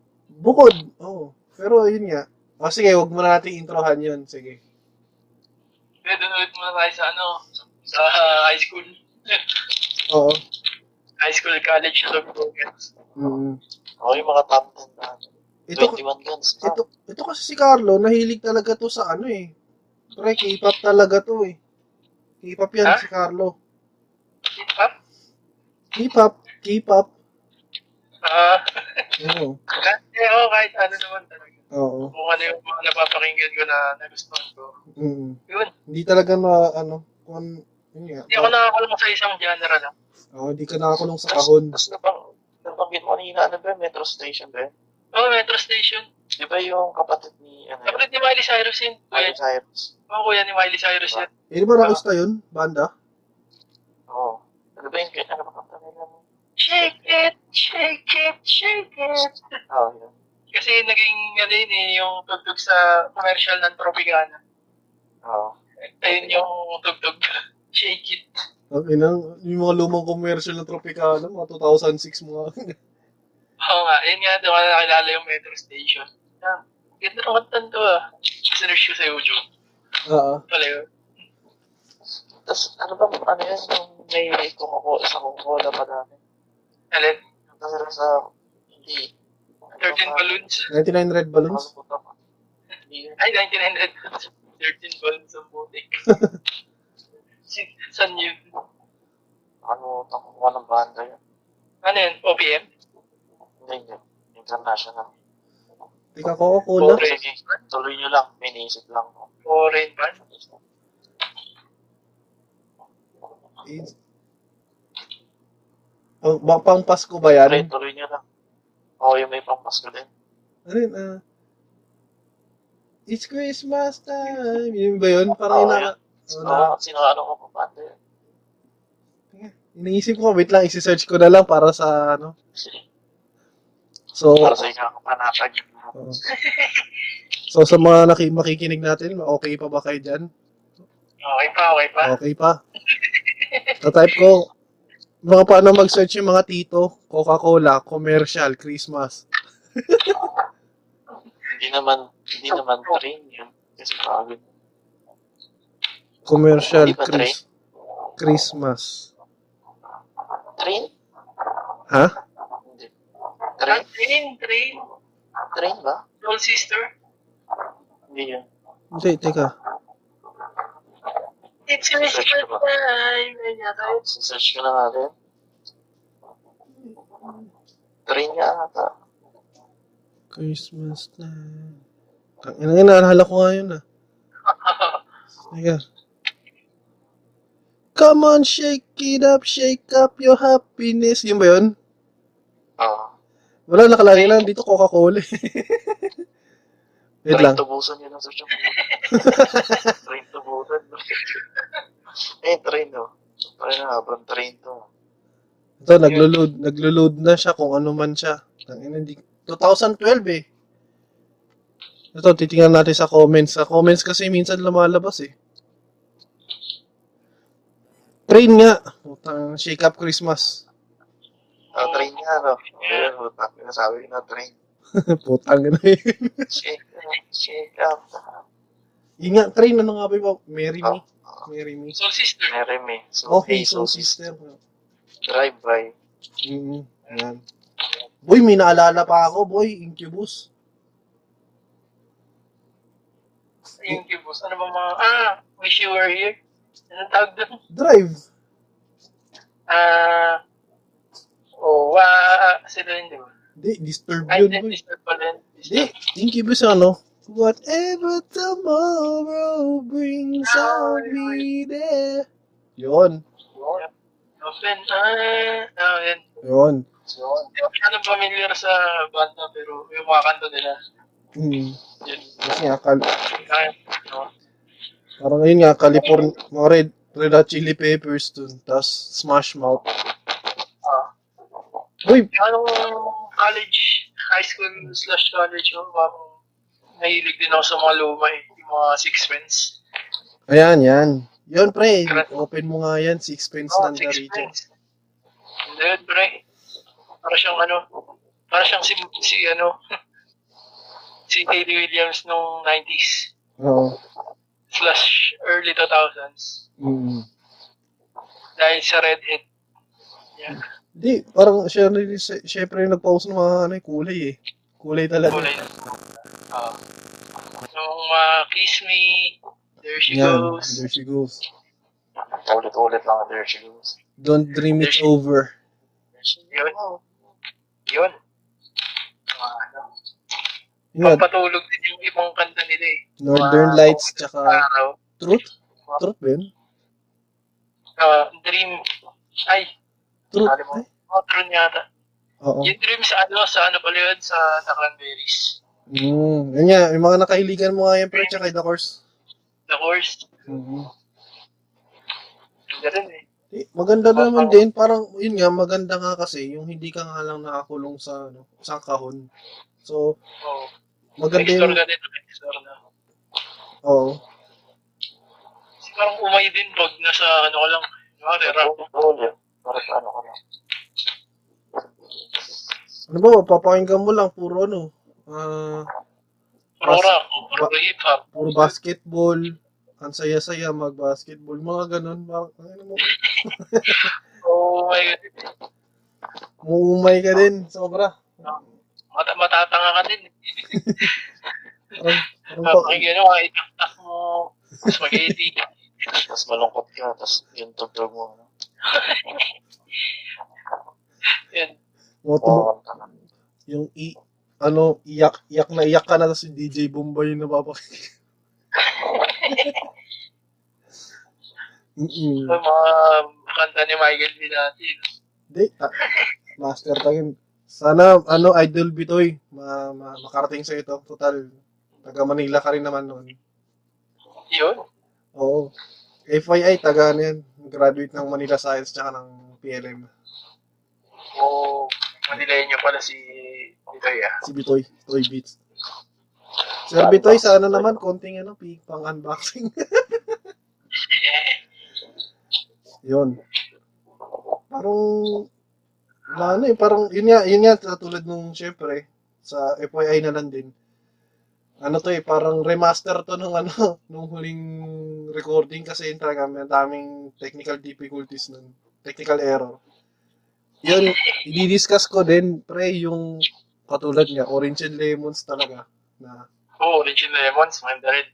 Speaker 1: Bukod, oo. Pero yun nga. O sige, wag mo na natin introhan yun. Sige.
Speaker 2: Pwede ulit muna tayo sa ano, sa high school.
Speaker 1: Oo.
Speaker 2: High school, college, love programs.
Speaker 1: Mm.
Speaker 3: Ako Oh, yung mga top 10 na ano.
Speaker 1: Ito,
Speaker 3: 21 guns. Ah,
Speaker 1: ito, ito kasi si Carlo, nahilig talaga to sa ano eh. Pre, K-pop talaga to eh. K-pop yan
Speaker 2: Ha?
Speaker 1: si Carlo.
Speaker 2: Hip-hop?
Speaker 1: K-pop, K-pop.
Speaker 2: Ah,
Speaker 1: Oo.
Speaker 2: kahit, eh, oh, kahit ano naman talaga.
Speaker 1: Oo.
Speaker 2: Kung ano yung mga napapakinggan ko na nagustuhan ko.
Speaker 1: Mm.
Speaker 2: Yun,
Speaker 1: Hindi talaga na ano, kung yun nga.
Speaker 2: hindi ako nakakulong sa isang genre lang.
Speaker 1: Oo, hindi ka nakakulong sa kahon.
Speaker 3: Tapos nabang, nabanggit mo kanina, ano ba yung metro station ba? yun?
Speaker 2: Oh, Metro Station.
Speaker 3: Di ba yung kapatid ni, ano yun?
Speaker 2: Kapatid ni Miley Cyrus yun. Kuya,
Speaker 3: Miley Cyrus?
Speaker 2: oh, kuya ni Miley Cyrus yun.
Speaker 1: Eh, di ba nakusta yun? Banda?
Speaker 3: Oo. Ano ba yung, ano ba kanta nila?
Speaker 2: Shake it, shake it, shake it.
Speaker 3: Oo, yun.
Speaker 2: Kasi naging ano yun eh, yung tugtog sa commercial ng Tropicana.
Speaker 3: Oo.
Speaker 2: Ayun yung tugtog. shake it.
Speaker 1: Oh, Ang inang, yung mga lumang commercial ng Tropicana, mga 2006 mga.
Speaker 2: Oo nga, yun nga, doon ko na nakilala yung Metro Station. Ah, ganda ng kantan to ah. Sinerge ko sa YouTube.
Speaker 1: Oo.
Speaker 2: Wala yun.
Speaker 3: Tapos, ano ba, ano yun, yung may Coca-Cola, sa Coca-Cola pa namin.
Speaker 2: Alin,
Speaker 3: Tapos yun sa, hindi. Ano
Speaker 2: 13 Balloons.
Speaker 1: 99 Red Balloons.
Speaker 3: Nakalimutan ko. Hindi yun.
Speaker 2: Ay, 1900. 13 Balloons ang butik. Si- San yun?
Speaker 3: Nakalimutan ko kung anong banda yun.
Speaker 2: Ano yun? OPM?
Speaker 3: Hindi, hindi. International.
Speaker 1: Tika Coca-Cola.
Speaker 2: Okay.
Speaker 3: Sige, tuloy nyo lang. May naisip lang ako.
Speaker 2: Foreign band?
Speaker 1: Eh, Pang, Oh, ba- pang Pasko ba
Speaker 3: Tuloy,
Speaker 1: yan?
Speaker 3: tuloy nyo lang. Oo, yung may pampasko din.
Speaker 1: Ano yun? ah? It's Christmas time! Yun ba yun? Parang
Speaker 3: Oo,
Speaker 1: ina...
Speaker 3: Sino,
Speaker 1: Wala.
Speaker 3: sino ano ko pa banda yun?
Speaker 1: Iniisip ko, wait lang, isi-search ko na lang para sa ano. So,
Speaker 3: Para sa inyo ako panatag.
Speaker 1: oo. so sa mga naki, makikinig natin, okay pa ba kayo dyan?
Speaker 2: Okay pa, okay pa.
Speaker 1: Okay pa. Tatype ko, mga paano mag-search yung mga tito, Coca-Cola, commercial, Christmas.
Speaker 3: Hindi naman, hindi naman train yun. Kasi pagod.
Speaker 1: Commercial,
Speaker 3: Di ba, Dre?
Speaker 1: Chris, Christmas.
Speaker 3: Train?
Speaker 1: Ha?
Speaker 3: Hindi.
Speaker 2: Ah,
Speaker 3: Train?
Speaker 2: Train, train.
Speaker 3: Train ba?
Speaker 2: Soul Sister.
Speaker 3: Hindi yun.
Speaker 1: Hindi, teka.
Speaker 2: It's Christmas
Speaker 3: Search ko ba?
Speaker 2: time. Ayun yata yun.
Speaker 3: Search ko na nga rin. Train nga ata.
Speaker 1: Christmas time. Ang ina, naalala ko nga yun ah. Teka. Come on, shake it up, shake up your happiness. Yun ba yun?
Speaker 3: Oo.
Speaker 1: Wala, nakalagay lang dito Coca-Cola. Wait
Speaker 3: Train
Speaker 1: lang.
Speaker 3: tubusan yun ang search ko. train tubusan. eh, train oh. Train na habang train to.
Speaker 1: Ito, naglo-load. Naglo-load na siya kung ano man siya. Ang ina, hindi- 2012 eh. Ito, titingnan natin sa comments. Sa comments kasi minsan lumalabas eh. Train nga. Putang shake up Christmas.
Speaker 3: Ah, train nga no. Ayun, hutak. Sinasabi ko na train.
Speaker 1: Putang ina eh.
Speaker 3: Shake up, shake up.
Speaker 1: Yun nga, train. Ano nga ba yung Mary Me? Mary Me.
Speaker 2: Soul Sister.
Speaker 3: Mary May. So,
Speaker 1: Oh,
Speaker 3: hey,
Speaker 1: hey,
Speaker 3: so,
Speaker 1: soul
Speaker 3: sis,
Speaker 1: sister.
Speaker 3: drive by.
Speaker 1: Mm, yan. Boy, may naalala pa ako, boy. Incubus.
Speaker 2: Ayun, Kibus. Ano ba mga... Ah, Wish You Were Here. Anong tawag doon?
Speaker 1: Drive.
Speaker 2: Ah... oh, ah, sila yun, di ba?
Speaker 1: Di, disturb
Speaker 2: Ay,
Speaker 1: yun,
Speaker 2: yun,
Speaker 1: boy.
Speaker 2: Mr. Palen.
Speaker 1: Di, Incubus ano? Whatever tomorrow brings, I'll be there. Yun.
Speaker 2: Open. Ah, ah, yun.
Speaker 1: Yun.
Speaker 2: So, hindi ako masyadong familiar sa banda pero yung mga kanta nila,
Speaker 1: Hmm.
Speaker 2: yun.
Speaker 1: Kasi nga, Cal-
Speaker 2: Kaya, no?
Speaker 1: parang yun nga, California, mga red, red hot chili peppers dun, tapos smash mouth.
Speaker 2: Ah.
Speaker 1: Uy,
Speaker 2: Yung anong college, high school slash college, oh, parang nahilig din ako sa mga luma eh. Yung mga sixpence.
Speaker 1: ayan, yan. Yun, pre, open mo nga yan, sixpence
Speaker 2: Oh,
Speaker 1: lang rito.
Speaker 2: sixpence. Hindi yun, pre. Para siyang ano, para siyang si, si ano, si Hayley Williams nung 90s
Speaker 1: Oo.
Speaker 2: slash early 2000s
Speaker 1: Mm.
Speaker 2: dahil sa Redhead. Yeah,
Speaker 1: Di, parang siya, rin- si- siyempre yung nagpaus ng mga ano, kulay eh. Kulay talaga.
Speaker 2: kulay. Ah. nung uh, Kiss Me, There She
Speaker 1: Yan,
Speaker 2: Goes.
Speaker 1: there she goes.
Speaker 3: Ulit-ulit lang ang There She Goes.
Speaker 1: Don't dream it over.
Speaker 2: Yun. Yun. Mga ano.
Speaker 1: Ingat,
Speaker 2: Papatulog din yung ibang kanta nila eh.
Speaker 1: Northern
Speaker 2: Mga
Speaker 1: Lights,
Speaker 2: oras
Speaker 1: tsaka
Speaker 2: ng Araw.
Speaker 1: Truth. Truth ba yun?
Speaker 2: Ah, dream. Ay,
Speaker 1: Truth.
Speaker 2: Alam mo.
Speaker 1: Ay,
Speaker 2: Otron yata.
Speaker 1: Oo.
Speaker 2: Yung dream sa ano, sa ano pala yun, sa The Cranberries.
Speaker 1: Mm, yun nga, yung mga nakahiligan mo nga yan, pre, tsaka The Course.
Speaker 2: The Horse.
Speaker 1: Mhm.
Speaker 2: Ganda rin eh.
Speaker 1: Eh, maganda naman din, parang, yun nga, maganda nga kasi, yung hindi ka nga lang nakakulong sa, ano, isang kahon. So,
Speaker 2: Oo.
Speaker 1: maganda
Speaker 2: Next door
Speaker 1: yung,
Speaker 2: ka dito, next door na.
Speaker 1: oo.
Speaker 2: Kasi parang umay din pag nasa ano ka lang. Mare, rap.
Speaker 3: Ulit-ulit. Para sa ano ka na.
Speaker 1: Ano ba, papakinggan mo lang, puro ano, ah,
Speaker 2: Puro rock o puro hip hop.
Speaker 1: puro basketball, ang saya-saya mag-basketball, mga ganun, mga, ano mo,
Speaker 2: Oo, my God.
Speaker 1: muumay ka din, sobra.
Speaker 2: Mat- matatanga ka din.
Speaker 1: Parang, parang, pa-
Speaker 2: Pakinggan mo, itaktak mo. Spaghetti.
Speaker 3: Tapos malungkot ka. Tapos yung tugtog mo. ano,
Speaker 2: Yan.
Speaker 1: mga tumu-
Speaker 3: Wawan ka na.
Speaker 1: yung i, ano, iyak, iyak na iyak ka na, tapos si DJ Bombay yung napapakinggan. Mm-mm.
Speaker 2: Yung mga kanta ni Michael Binati.
Speaker 1: Di, ah, master tangin. Sana, ano, idol bitoy, ma, ma, makarating sa ito. Total, taga Manila ka rin naman noon.
Speaker 2: Yun.
Speaker 1: Oo. FYI, taga ano yan. Graduate ng Manila Science tsaka ng PLM.
Speaker 2: Oo. Manilayan niya pala si Bitoy ah.
Speaker 1: Si Bitoy, Toy Beats. Sir Bitoy, sa ano naman, konting ano, pi- pang unboxing. Yun. Parang, na ano eh, parang, yun nga, yun nga, tulad nung, syempre, sa FYI na lang din. Ano to eh, parang remaster to nung ano, nung huling recording kasi yun talaga, may daming technical difficulties nun, technical error. Yun, i-discuss ko din, pre, yung katulad niya, orange and lemons talaga, na
Speaker 2: Oo, Richie Lemons. Maganda rin.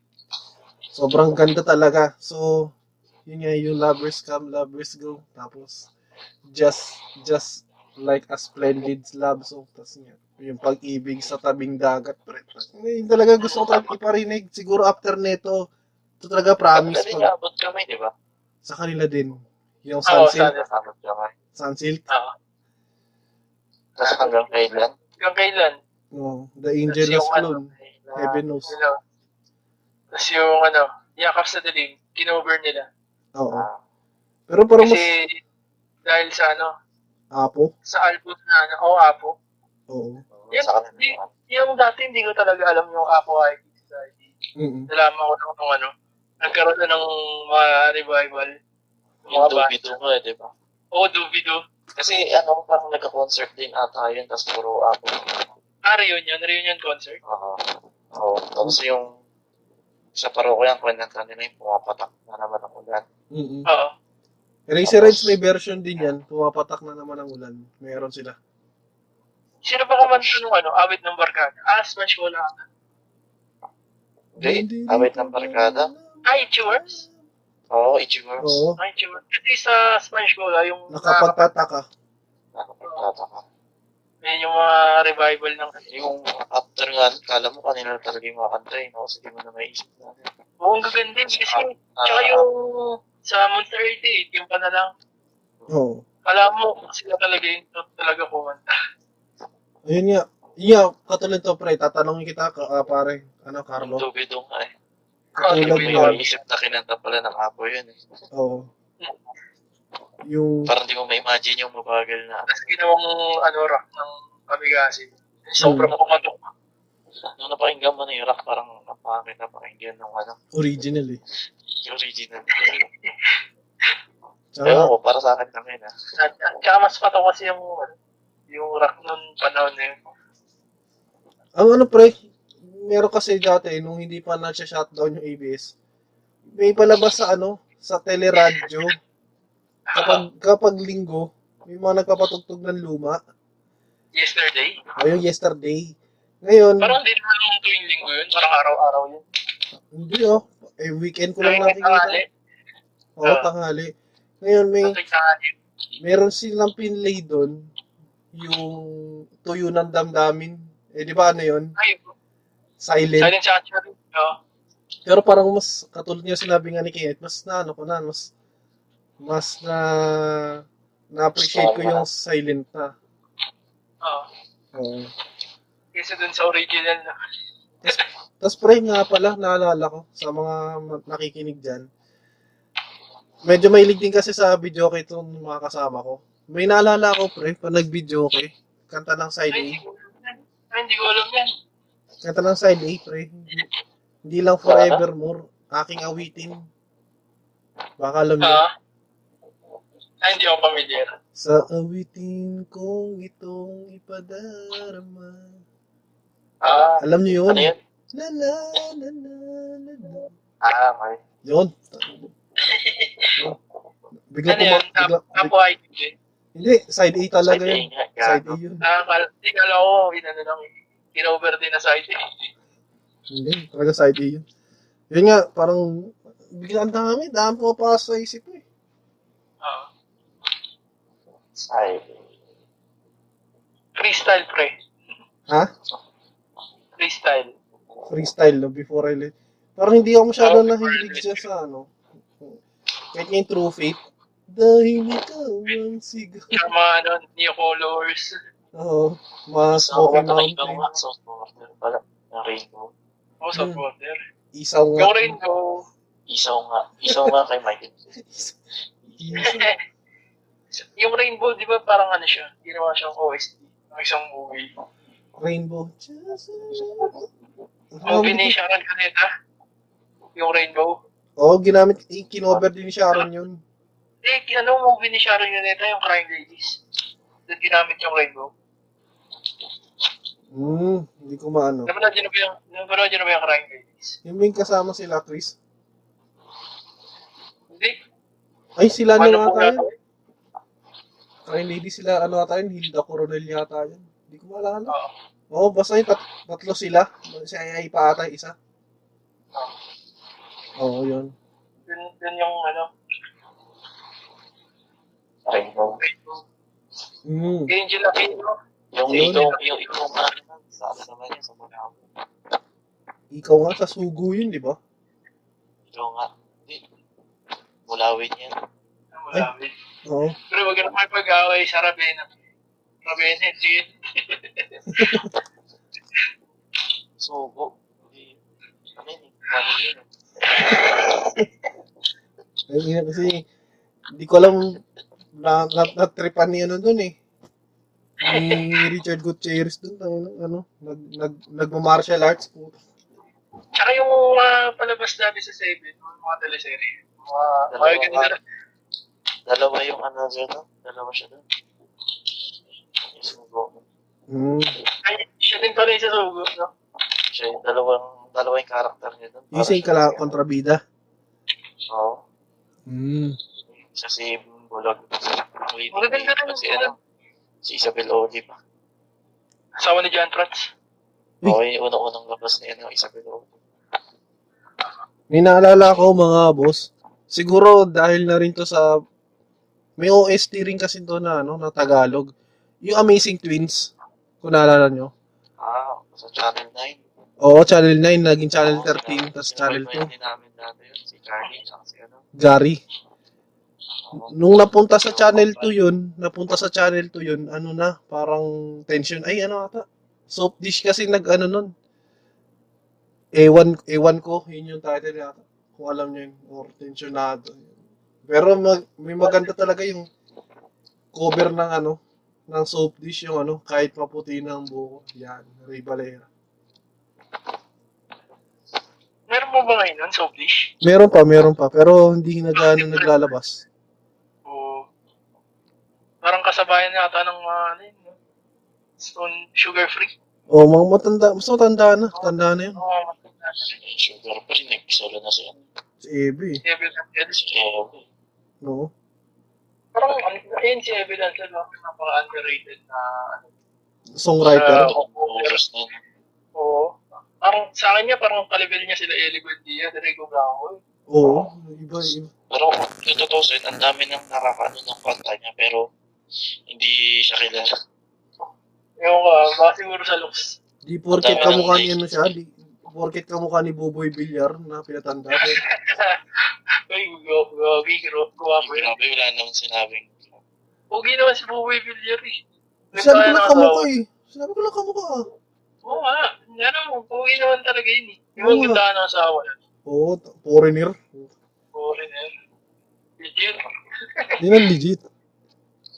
Speaker 1: sobrang ganda talaga. So, yun nga, yung lovers come, lovers go, tapos, just just like a splendid love song tas niya yung pag-ibig sa tabing dagat pre yun talaga gusto ko talaga iparinig siguro after nito ito talaga promise
Speaker 3: Dali
Speaker 1: pag
Speaker 3: abot kami, di ba?
Speaker 1: sa kanila din yung
Speaker 2: Oo,
Speaker 1: sunsilk
Speaker 2: sana.
Speaker 3: Abot kami.
Speaker 1: sunsilk
Speaker 2: Ah,
Speaker 3: Tapos hanggang kailan?
Speaker 2: hanggang kailan?
Speaker 1: no the angel
Speaker 2: Tapos
Speaker 1: has
Speaker 2: yung
Speaker 1: flown
Speaker 2: ano,
Speaker 1: heaven knows
Speaker 2: Ano, tapos yung ano, yakap sa dilim, kinover nila.
Speaker 1: oo
Speaker 3: Ah,
Speaker 1: pero parang mas
Speaker 2: Kasi dahil sa ano,
Speaker 1: apo
Speaker 2: sa album na ano, oh, Apo.
Speaker 1: oo
Speaker 2: Yan,
Speaker 3: sa kanila.
Speaker 2: di, yung dati hindi ko talaga alam yung Apo ID Society.
Speaker 1: mm
Speaker 2: Nalaman ko lang nung ano, nagkaroon na ng mga revival.
Speaker 3: Yung
Speaker 2: Mga
Speaker 3: dubido
Speaker 2: banda.
Speaker 3: ko eh, di ba?
Speaker 2: Oo, oh, Dubido.
Speaker 3: Kasi ano, parang nagka-concert din ata yun, tapos puro ako.
Speaker 2: Ah, reunion, reunion concert.
Speaker 3: Oo. Oo. oh, Tapos yung sa parokya, ang kwenta nila yung pumapatak na naman ang ulan.
Speaker 1: mm
Speaker 2: Oo.
Speaker 1: Eraserheads may version din yan pumapatak na naman ang ulan meron sila
Speaker 2: Sino ba kumanta nung ano, awit ng barkada? Ah, Smash Wala ka.
Speaker 3: Hindi, awit ng barkada.
Speaker 2: Ay, Chewers?
Speaker 3: Oo, Ichimurs.
Speaker 1: oo
Speaker 2: Ay, Chewers. Kasi sa Smash Wala, yung nakaka-
Speaker 1: nakapagpataka
Speaker 3: Nakapagtata ka.
Speaker 2: Yan yung mga revival ng
Speaker 3: Yung after nga, kala mo kanila talaga yung mga kanta eh, no? Kasi di mo na maisip na.
Speaker 2: buong gaganda yun. Kasi,
Speaker 3: Ah,
Speaker 2: tsaka yung sa Monster 88, yung pa na lang.
Speaker 1: oo
Speaker 2: Kala mo, sila talaga yung top talaga kumanta.
Speaker 1: Ayun nga. Yeah, katulad to, pre. Tatanungin kita, ka, ah, pare. Ano,
Speaker 3: Ang
Speaker 1: Carlo?
Speaker 3: dubi dong ay.
Speaker 2: Carlo
Speaker 3: Hindi ko
Speaker 1: Katulad
Speaker 2: Dubi.
Speaker 1: yan.
Speaker 3: iniisip na kinanta pala ng apo yun eh.
Speaker 1: Oo. Yung,
Speaker 3: Parang di mo ma-imagine yung mabagal na.
Speaker 2: Tapos ginawang ano, rock ng Kamigasi. Sobrang kumatok.
Speaker 3: Nung napakinggan mo na yung rock, parang napakinggan napakinggan nung ano,
Speaker 1: original eh.
Speaker 3: yung original. Ewan
Speaker 1: Tsaka,
Speaker 3: ko, para sa akin lang yun ah.
Speaker 2: At, at saka mas pato kasi yung, ano, yung rock nung panahon na yun.
Speaker 1: ang ano, pre, meron kasi dati, nung hindi pa na-shutdown yung ABS, may palabas sa ano, sa teleradyo, kapag, kapag linggo, may mga nagpapatugtog ng luma.
Speaker 2: Yesterday.
Speaker 1: O yung yesterday. Ngayon,
Speaker 2: Parang hindi naman yung tuwing linggo yun. Parang araw-araw yun.
Speaker 1: hindi oh. Eh, weekend ko lang
Speaker 2: Tuwing
Speaker 1: nakikita.
Speaker 2: tanghali. Ah.
Speaker 1: Oo, oh, tanghali. Ngayon, may,
Speaker 2: Tuwing tanghali.
Speaker 1: meron silang pinlay doon, yung tuyo ng damdamin. Eh, di ba ano yun?
Speaker 2: Ay,
Speaker 1: Silent.
Speaker 2: silent sanctuary. Oo.
Speaker 1: Pero parang mas, katulad niya sinabi nga ni Kenneth, mas na ano ko na, mas, mas na, na-appreciate ko yung silent na.
Speaker 2: Oo.
Speaker 1: Oo.
Speaker 2: Kasi dun sa original na.
Speaker 1: Tapos pre, nga pala, naalala ko sa mga ma- nakikinig dyan. Medyo mahilig din kasi sa video kay itong mga kasama ko. May naalala ko pre, pag nag-video kay, kanta ng side A.
Speaker 2: Ay, hindi ko alam yan. Ay, hindi ko alam yan.
Speaker 1: Kanta ng side A pre. Hindi lang forevermore, aking awitin. Baka alam niyo.
Speaker 2: Oo. Ah. Ay, hindi ako familiar.
Speaker 1: Sa awitin kong itong ipadarama.
Speaker 2: Ah,
Speaker 1: Alam niyo yun?
Speaker 3: Ano yun?
Speaker 1: La la la la la la.
Speaker 3: Ah, okay.
Speaker 1: Yun. Bigla
Speaker 2: ano
Speaker 1: ko
Speaker 2: yun?
Speaker 1: bigla,
Speaker 2: Tap- Tapo ITV.
Speaker 1: Hindi, side A talaga
Speaker 3: Side A
Speaker 1: yun.
Speaker 3: nga,
Speaker 1: Side
Speaker 3: gago.
Speaker 1: A yun.
Speaker 2: Ah, kala, hindi kala ko, inano ano lang, kinover din na sa ITV.
Speaker 1: Hindi, talaga side A yun. Yun nga, parang bigla ang dami, dami ko pa sa isip ko eh.
Speaker 2: Oo.
Speaker 3: Side A.
Speaker 2: Crystal, pre.
Speaker 1: Ha?
Speaker 2: Crystal.
Speaker 1: Freestyle, no? Before I left. Parang hindi ako masyado
Speaker 2: Oh, before I
Speaker 1: nahilig
Speaker 2: left.
Speaker 1: siya sa ano. Kahit nga yung true faith. Dahil ikaw ang sigaw.
Speaker 2: Yung mga, ano, new followers.
Speaker 1: Oo, mga
Speaker 3: So,
Speaker 1: Smoky
Speaker 3: wala na kayo
Speaker 1: Mountain.
Speaker 3: mga sauce mo. Meron pala na rainbow.
Speaker 2: Most
Speaker 1: Hmm.
Speaker 2: of water.
Speaker 1: Isaw nga.
Speaker 2: Go Rainbow.
Speaker 3: Isaw nga. Isaw nga kay Michael.
Speaker 1: Isaw.
Speaker 2: yung Rainbow, di ba parang ano siya? Ginawa siyang OST ng isang movie.
Speaker 1: Rainbow. Just a little- Ah,
Speaker 2: Movie ni Sharon Cuneta. Yung Rainbow.
Speaker 1: Oo, ginamit. eh, Kinover din ni Sharon yun.
Speaker 2: Eh, ano movie ni Sharon Cuneta? Yung Crying Ladies. Doon ginamit yung Rainbow.
Speaker 1: Hmm, hindi ko maano.
Speaker 2: Napanood yun na ba yung, napanood yun na ba yung Crying Ladies?
Speaker 1: Yung ba yung kasama sila, Chris?
Speaker 2: Hindi.
Speaker 1: Ay, sila ano
Speaker 2: Ano po
Speaker 1: nga tayo?
Speaker 2: yata?
Speaker 1: Ay, lady sila ano nga tayo? Hilda Coronel yata yun. Hindi ko maalala.
Speaker 2: Oo.
Speaker 1: Oo, basta yung tat- tatlo sila. Si Ayay pa ata isa.
Speaker 2: Oo.
Speaker 1: Oo, yun.
Speaker 2: Yun, yun yung ano,
Speaker 3: Rainbow.
Speaker 2: Rainbow.
Speaker 1: Hmm.
Speaker 2: Angel Aquino.
Speaker 3: Yung
Speaker 1: Yun.
Speaker 3: ikaw, yung ikaw nga. Sa ano naman yun, sa mga ako.
Speaker 1: Ikaw nga sa sugo yun, di ba?
Speaker 3: Ikaw nga. Hindi. Mulawin yan.
Speaker 1: Eh?
Speaker 2: Marami.
Speaker 1: Oo.
Speaker 2: Pero wag na may pag-away sa Rabena. Rabena, sige.
Speaker 3: Sugo. Hindi. Ano yun? Mali yun.
Speaker 1: Ayun nga kasi, hindi ko alam na, na, natripan ni ano dun eh. Ni Richard Gutierrez dun. Ano, ano nag, nag, nagma-martial arts po.
Speaker 2: Tsaka yung mga palabas dati sa 7, yung mga teleserye. Mga, mga ganda na.
Speaker 3: Dalawa yung ano dyan. no? Dalawa siya doon. Yung sugo.
Speaker 1: Hmm.
Speaker 2: Ay, siya din pala yung sa sugo, no?
Speaker 3: Siya yung dalawang, dalawa yung karakter niya doon.
Speaker 1: Yung isa yung kala- kontrabida.
Speaker 3: Oo.
Speaker 1: Hmm.
Speaker 3: Siya si Bulag. Ang
Speaker 2: Magaganda rin
Speaker 3: Si
Speaker 2: yung
Speaker 3: ano? Si Isabel Oliva.
Speaker 2: Asawa ni John Trotz.
Speaker 1: Uy.
Speaker 3: Oo, yung unang-unang labas ni ano, Isabel Oliva.
Speaker 1: May naalala ko mga boss. Siguro dahil na rin to sa may OST rin kasi to na ano na Tagalog. Yung Amazing Twins kung naalala nyo.
Speaker 3: Ah, sa Channel 9.
Speaker 1: Oo, Channel 9 naging Channel
Speaker 3: Oo,
Speaker 1: 13 tapos
Speaker 3: sinabay
Speaker 1: Channel
Speaker 3: pa yun din namin dati yun. Si Carly, tsaka si ano.
Speaker 1: 2. Gary. Nung napunta sa channel 2 yun, napunta sa channel 2 yun, ano na, parang tension. Ay, ano ata? Soap dish kasi nag ano nun. Ewan, ewan ko, yun yung title yata. Kung alam nyo yun, or tensionado. Pero mag, may maganda talaga yung cover ng ano, ng soap dish yung ano, kahit maputi na ang buko. Yan, Ray Valera.
Speaker 2: Meron mo ba ngayon nun, soft dish?
Speaker 1: Meron pa, meron pa. Pero hindi na gano'n naglalabas.
Speaker 2: O parang kasabayan yata ng mga ano yun, no? Stone sugar free.
Speaker 1: O, mga Oh, matanda, mas matanda na. Tanda na yun.
Speaker 2: Oo, oh, matanda na.
Speaker 3: Sugar pa rin, nag-solo na siya.
Speaker 1: Si Ebe, eh.
Speaker 2: Evident Ed.
Speaker 3: Si Kevin.
Speaker 1: no?
Speaker 2: Parang ano, ayun si Evident Ed, no? napaka-underrated na ano.
Speaker 1: Songwriter.
Speaker 2: Ah,
Speaker 3: Oras na.
Speaker 2: Oo. Parang sa akin niya, parang kalibel niya sila Eli Buendia, Rico Blanco.
Speaker 1: Oo, iba, iba.
Speaker 3: Pero kung tutusin, ang dami nang nakakaano ng kanta niya, pero hindi siya kilala.
Speaker 2: Ewan ko, ah, baka siguro sa looks.
Speaker 1: Di porket kamukha niya ano siya, di kan porket kamukha ni Buboy Villar na pinatanda ko.
Speaker 2: Ay, go, go, go, go,
Speaker 3: Ang Grabe, wala namang sinabing.
Speaker 2: Pogi naman si eh. Boboy Villari.
Speaker 1: Sabi ko lang kamukha eh. Sabi ko lang kamukha. ah.
Speaker 2: Oo nga. Ano, pogi naman talaga yun eh.
Speaker 1: Oo nga.
Speaker 2: Yung ganda ng asawa niya.
Speaker 1: Oo, Oh, t- foreigner.
Speaker 2: Foreigner. Legit.
Speaker 1: Hindi na legit.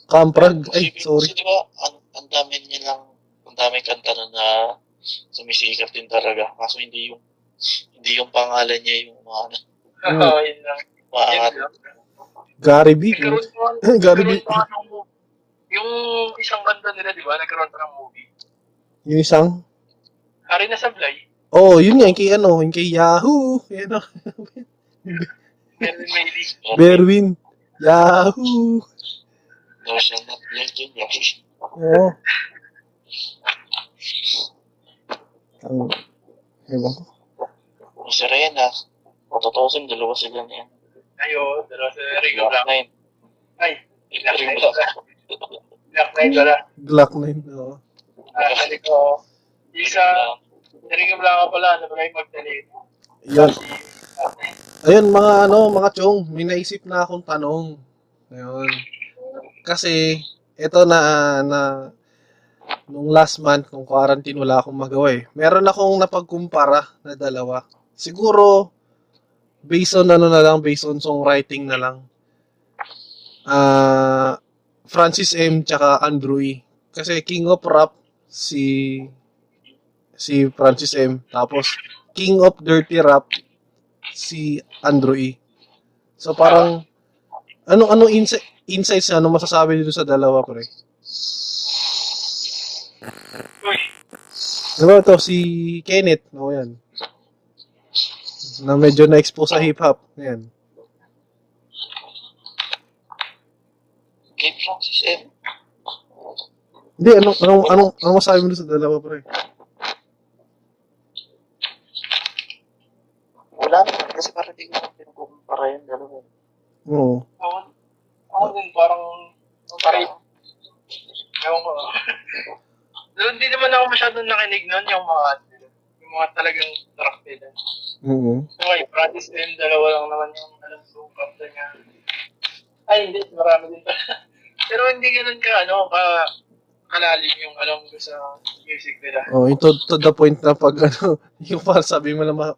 Speaker 1: Kamprag. Ay,
Speaker 3: Kasi-
Speaker 1: eh, sorry.
Speaker 3: Kasi di ba, ang, ang dami niya lang, ang dami kanta na, na sumisikat din talaga. Kaso hindi yung, hindi yung pangalan niya yung mga ano,
Speaker 1: Oo.
Speaker 2: Oo, yun lang. Yun
Speaker 3: maangat.
Speaker 2: lang.
Speaker 1: Gary B.
Speaker 2: Nagkaroon pa,
Speaker 1: Gary B.
Speaker 2: nagkaroon pa nga ng movie. Yung isang kanta nila, di ba? Nagkaroon pa ng movie.
Speaker 1: Yung isang.
Speaker 2: Hari na Sablay.
Speaker 1: Oo, oh, yun nga. Yung kay ano, yung kay Yahoo. Yan o.
Speaker 2: Meron may leak.
Speaker 1: Berwin. Yahoo.
Speaker 3: No, siya not legendary.
Speaker 1: Oo. Ang, ewan ko.
Speaker 3: Yung Serena, kung tutusin, dalawa sila niya.
Speaker 2: Ayun, dalawa sa Rico
Speaker 3: Black
Speaker 2: Blanco.
Speaker 3: Nine.
Speaker 2: Ay, Black
Speaker 3: Ring
Speaker 2: Knight
Speaker 3: Black.
Speaker 2: wala. Black Knight wala.
Speaker 1: Glock 9. Oo.
Speaker 2: Ah, sabi ko. Isa, Rico Blanco pala, ano pala yung Magdalena.
Speaker 1: Yan.
Speaker 2: Okay.
Speaker 1: Ayun mga ano, mga chong, may naisip na akong tanong. Ayun. Kasi ito na ah, na nung last month kung quarantine wala akong magawa eh. Meron akong napagkumpara na dalawa. Siguro based on ano na lang, based on songwriting na lang. Ah Francis M tsaka Andrew E. Kasi King of Rap si si Francis M. Tapos King of Dirty Rap si Andrew E. So parang ano ano insi- insights ano masasabi dito sa dalawa pre?
Speaker 2: Uy,
Speaker 1: Diba to si Kenneth, no yan. Na medyo na-expose sa hip hop. Yan.
Speaker 3: Kate Francis M.
Speaker 1: Hindi anong anong anong, anong masabi mo dun sa dalawa pre?
Speaker 3: Wala naman, kasi parang hindi ko pinukumpara yung dalawa.
Speaker 1: Oo.
Speaker 2: ako, ako din Ano, parang, parang, ewan ko. Doon, hindi naman ako masyadong nakinig nun yung mga, ano nila, yung mga talagang track nila.
Speaker 1: Oo.
Speaker 2: Okay, practice din, dalawa lang naman yung, alam ko, kapta niya. Ay, hindi, marami din pala. Pero hindi ganun ka, ano, ka, kalalim yung alam ko sa music nila.
Speaker 1: Oh, yung to, to the point na pag ano, yung parang sabi mo lang ma-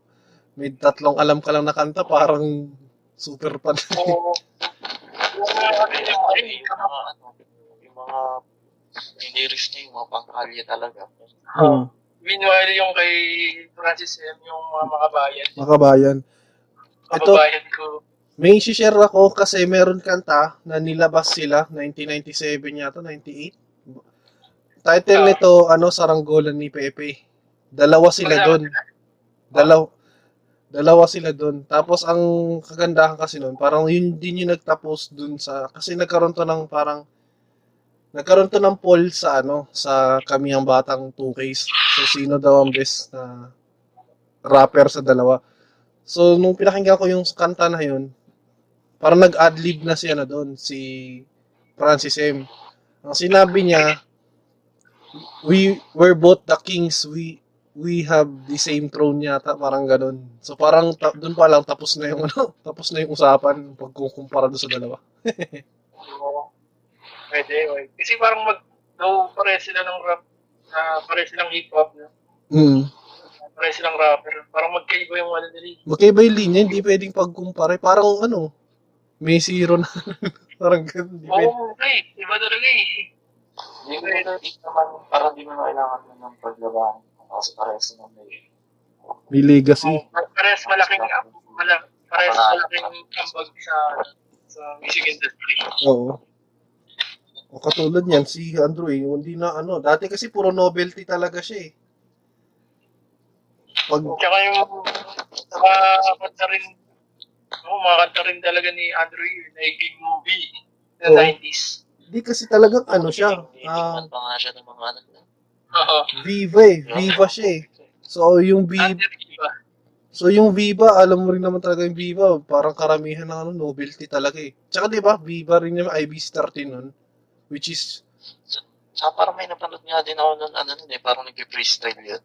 Speaker 1: may tatlong alam ka lang na kanta, parang super pa.
Speaker 2: Oo. Yung mga kapta niya, ay,
Speaker 3: Yung mga ano, yung mga yung lyrics niya, yung mga pangkalye talaga.
Speaker 1: Oo.
Speaker 2: Meanwhile, yung kay Francis M, yung mga makabayan,
Speaker 1: Makabayan. Ito,
Speaker 2: kababayan ko.
Speaker 1: May share ako kasi meron kanta na nilabas sila, 1997 yata, 98. Title
Speaker 2: Ah.
Speaker 1: nito, ano, Saranggolan ni Pepe. Dalawa sila
Speaker 2: Wala.
Speaker 1: doon. Dalaw, dalawa sila doon. Tapos ang kagandahan kasi noon, parang yun din yung nagtapos doon sa, kasi nagkaroon to ng parang, nagkaroon to ng poll sa ano, sa kami ang batang 2Ks. So sino daw ang best na rapper sa dalawa. So nung pinakinggan ko yung kanta na yun, parang nag-adlib na si ano doon, si Francis M. Ang sinabi niya, we were both the kings, we we have the same throne yata, parang ganun. So parang ta- doon pa lang tapos na yung ano, tapos na yung usapan pag kukumpara doon sa dalawa.
Speaker 2: Oo. Pwede, pwede. Kasi parang mag, though pare sila ng rap, na pare silang hip-hop, no?
Speaker 1: Mm.
Speaker 2: pare silang rapper, parang magkaiba yung ano nila. eh.
Speaker 1: Magkaiba yung linya, hindi pwedeng pagkumpara. Parang ano, may zero na. parang ganun. Hindi pwede.
Speaker 2: Oo, okay. Iba talaga eh.
Speaker 4: Hindi ko hindi naman, parang di mo na kailangan na ng paglabahan. Kasi parehas naman may
Speaker 1: May legacy.
Speaker 2: Pares malaking, mala, pares malaking ambag sa, sa music industry.
Speaker 1: Oo. O katulad niyan, si Andrew eh, hindi na ano, dati kasi puro novelty talaga siya eh. Pag,
Speaker 2: Tsaka yung mga kanta rin, oh, mga kanta rin talaga ni Andrew yun, naging movie na
Speaker 1: Oo.
Speaker 2: 90s.
Speaker 1: di kasi talagang ano siya, ah,
Speaker 3: Tinitingnan pa nga siya ng mga ano. anak na.
Speaker 2: Oo.
Speaker 1: viva eh, viva siya eh. So yung viva,
Speaker 2: Under iba.
Speaker 1: so yung viva, alam mo rin naman talaga yung viva, parang karamihan ng ano, novelty talaga eh. Tsaka di ba, viva rin yung IBC 13 nun, which is,
Speaker 3: Saka parang may napanood nga din ako nun, ano nun eh, parang nag-freestyle yun.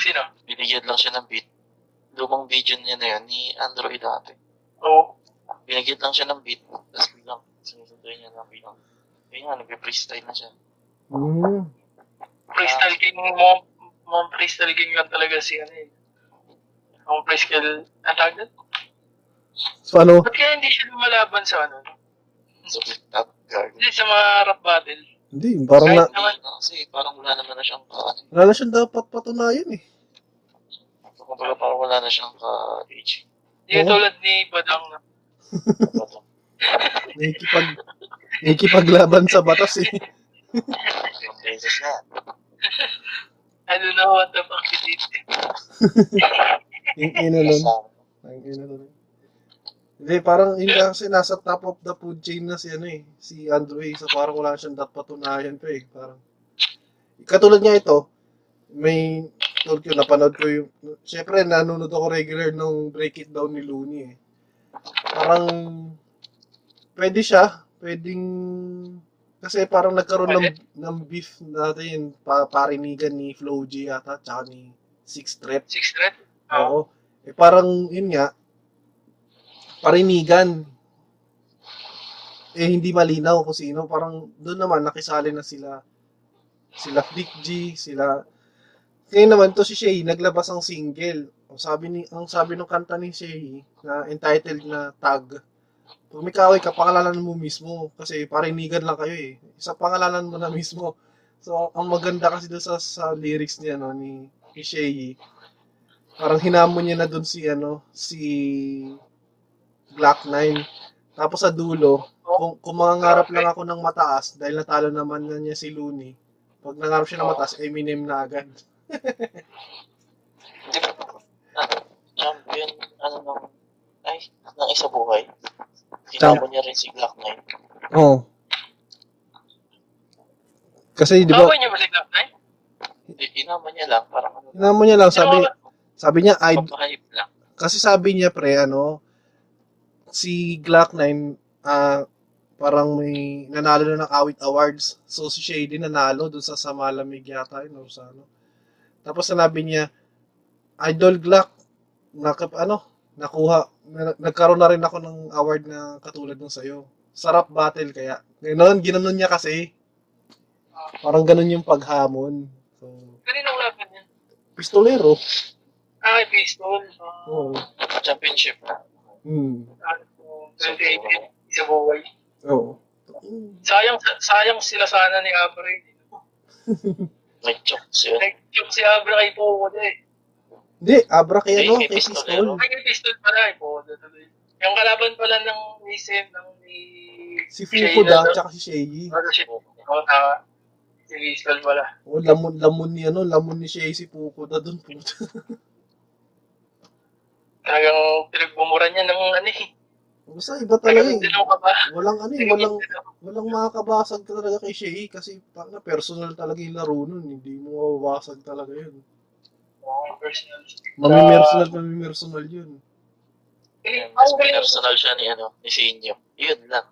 Speaker 2: Sino?
Speaker 3: Binigyan lang siya ng beat. Lumang video niya na yun, ni Android dati.
Speaker 2: Oo.
Speaker 3: Binigyan lang siya ng beat, tapos bilang, sinusundoy niya lang bilang. Yun nga, nag-freestyle na siya.
Speaker 1: mm, Ah,
Speaker 2: Freestyle king mo, mo freestyle king lang talaga si ano eh. Ang freestyle, ang tawag doon?
Speaker 1: so ano,
Speaker 2: Ba't kaya hindi siya lumalaban sa ano?
Speaker 3: So, that guard.
Speaker 2: Hindi sa mga rap battle.
Speaker 1: hindi, parang na,
Speaker 2: Kahit
Speaker 3: Hindi na kasi parang wala naman na siyang ka, ano,
Speaker 1: wala na siyang dapat patunayan eh.
Speaker 3: kumbaga parang wala na siyang ka-age.
Speaker 2: Hindi ka
Speaker 1: Oo.
Speaker 2: tulad ni Badang na.
Speaker 1: Nakikipag, nakikipaglaban sa batas eh.
Speaker 3: Ang beses na.
Speaker 2: I don't know what the fuck you did.
Speaker 1: Yung ina nun. Ang ina na rin. Hindi, parang yun lang kasi nasa top of the food chain na si ano eh, si Andrew eh. So parang wala siyang dapat patunayan pa eh. Parang, katulad niya ito, may tulad ko, napanood ko yung, syempre nanonood ako regular nung break it down ni Looney eh. Parang, pwede siya, pwedeng, kasi parang nagkaroon ng, ng beef natin, pa, parinigan ni Flo G ata, tsaka ni Six Threat.
Speaker 2: Six threat?
Speaker 1: Oo.
Speaker 2: Oo.
Speaker 1: Eh, parang, yun nga, parinigan. Eh, hindi malinaw kung sino. Parang, doon naman, nakisali na sila. Sila Flick G, sila... Kaya naman, to si Shay, naglabas ang single. Ang sabi, ni, ang sabi ng kanta ni Shay, na entitled na Tag. Pag may kaaway ka, pangalanan mo mismo. Kasi parinigan lang kayo eh. Isa pangalanan mo na mismo. So, ang maganda kasi doon sa, sa lyrics niya, no, ni, ni Shay, parang hinamon niya na doon si ano si Black Nine. Tapos sa dulo, kung, kung mangangarap lang ako ng mataas dahil natalo naman na niya si Looney. Pag nangarap siya ng mataas, Eminem na agad.
Speaker 3: ah, Champion, ano nung, ay, ng isa buhay.
Speaker 1: Champ-
Speaker 3: Tinamo niya rin si Glock 9.
Speaker 1: Oo. Kasi di ba,
Speaker 2: Kawan niya ba si Black Knight?
Speaker 3: Tinamo niya lang, parang ano,
Speaker 1: hinamon niya lang sabi sabi niya I
Speaker 3: papahype lang.
Speaker 1: kasi sabi niya pre ano si Glock 9 ah parang may nanalo na ng awit awards. So si Shady nanalo doon sa Samalamig yata yun, or sa ano. Tapos sinabi niya, Idol Glock, nakap, ano, nakuha, na- nagkaroon na rin ako ng award na katulad ng sa'yo. Sarap battle kaya. Ganoon, ginanon niya kasi. Parang ganun yung paghamon. So,
Speaker 2: Kanino laban niya?
Speaker 1: pistolero. Oh.
Speaker 2: Ah, kay Pistol. Ah, Oo.
Speaker 1: Oo.
Speaker 3: Championship na.
Speaker 1: Mm.
Speaker 2: Ah, oo, 2018. Isa buhay.
Speaker 1: Oo. Oh.
Speaker 2: Sayang, sayang sila sana ni Abra. eh.
Speaker 3: Nag-chokes yun.
Speaker 2: Nag-joke si Abra kay Pogo eh.
Speaker 1: Hindi, Abra kaya no,
Speaker 3: Kay
Speaker 1: kay
Speaker 3: Pistolero.
Speaker 1: pistol.
Speaker 2: Ay, yung pistol pala eh, po. tuloy. Yung kalaban pala ng ni Sen, ng ni...
Speaker 1: Si Fukuda,
Speaker 2: Shayla, no?
Speaker 1: tsaka si Shaggy.
Speaker 2: Ano si Oo, tama. Si pistol pala.
Speaker 1: O, lamon, lamon ni ano, lamon ni Shay si Puko na dun. puta.
Speaker 2: Talagang pinagbumura niya ng ano eh.
Speaker 1: Basta iba talaga
Speaker 2: Talagang
Speaker 1: eh.
Speaker 2: tinaw ka ba?
Speaker 1: Walang ano eh, walang,
Speaker 2: Talagang tinaw.
Speaker 1: walang makakabasag ka talaga kay Shay kasi tang na personal talaga yung laro nun. Hindi mo mababasag talaga yun.
Speaker 2: Oo, personal.
Speaker 1: Mamimersonal, mamimersonal yun.
Speaker 2: Eh,
Speaker 3: Mas
Speaker 2: ang galing.
Speaker 3: personal siya ni, ano, ni Sinyo. Yun lang.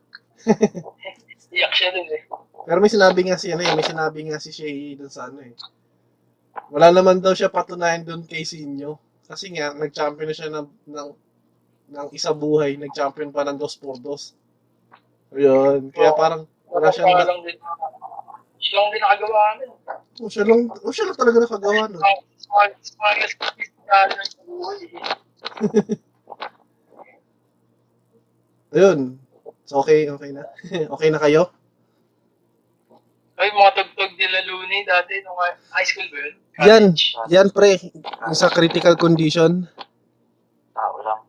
Speaker 2: Iyak siya dun eh.
Speaker 1: Pero may sinabi nga si ano eh, may sinabi nga si Shay dun sa ano eh. Wala naman daw siya patunayan doon kay Sinyo. Kasi nga, nag-champion na siya ng, ng, ng isa buhay. Nag-champion pa ng dos por dos. Yun. Kaya
Speaker 2: Oo.
Speaker 1: parang wala
Speaker 2: Wala
Speaker 1: siyang...
Speaker 2: siya
Speaker 1: Na,
Speaker 2: lang din. Siya lang din nakagawa ano, eh. nun.
Speaker 1: oh, siya lang, oh, siya lang talaga nakagawa nun.
Speaker 2: Ang smartest piece na lang sa buhay.
Speaker 1: Ayun. So, okay, okay na. okay na kayo?
Speaker 2: Ay, mga tugtog nila Luni dati nung high school ba yun?
Speaker 1: Yan.
Speaker 2: College.
Speaker 1: Yan, pre. Sa critical condition.
Speaker 3: Tao lang.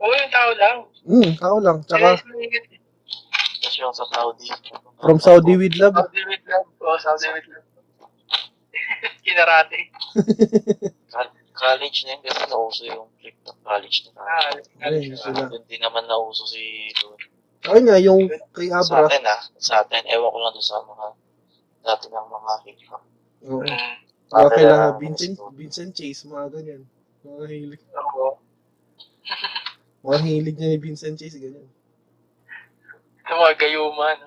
Speaker 2: Oo, yung tao lang. eh.
Speaker 1: Hmm, tao lang. Tsaka,
Speaker 3: Kasi yung sa Saudi.
Speaker 1: from Saudi with love.
Speaker 2: Saudi with love. Oo, Saudi with love. Kinarate.
Speaker 3: Col- College na yun kasi nauso yung trip ng college na
Speaker 2: Ah,
Speaker 3: college.
Speaker 1: Ayun, sila.
Speaker 3: Hindi naman nauso si Lord.
Speaker 1: Okay nga, yung kay
Speaker 3: Sa
Speaker 1: Abra.
Speaker 3: atin ah. Sa atin. Ewan ko lang doon sa mga dati ng mga hip hop.
Speaker 1: Oo.
Speaker 2: Mm.
Speaker 1: Kaya
Speaker 3: Dati
Speaker 1: kailangan
Speaker 3: na-
Speaker 1: Vincent, Vincent Chase, mga ganyan. Mga hilig,
Speaker 2: Oo.
Speaker 1: mga hilig niya ni Vincent Chase, ganyan.
Speaker 2: Yung mga gayuman.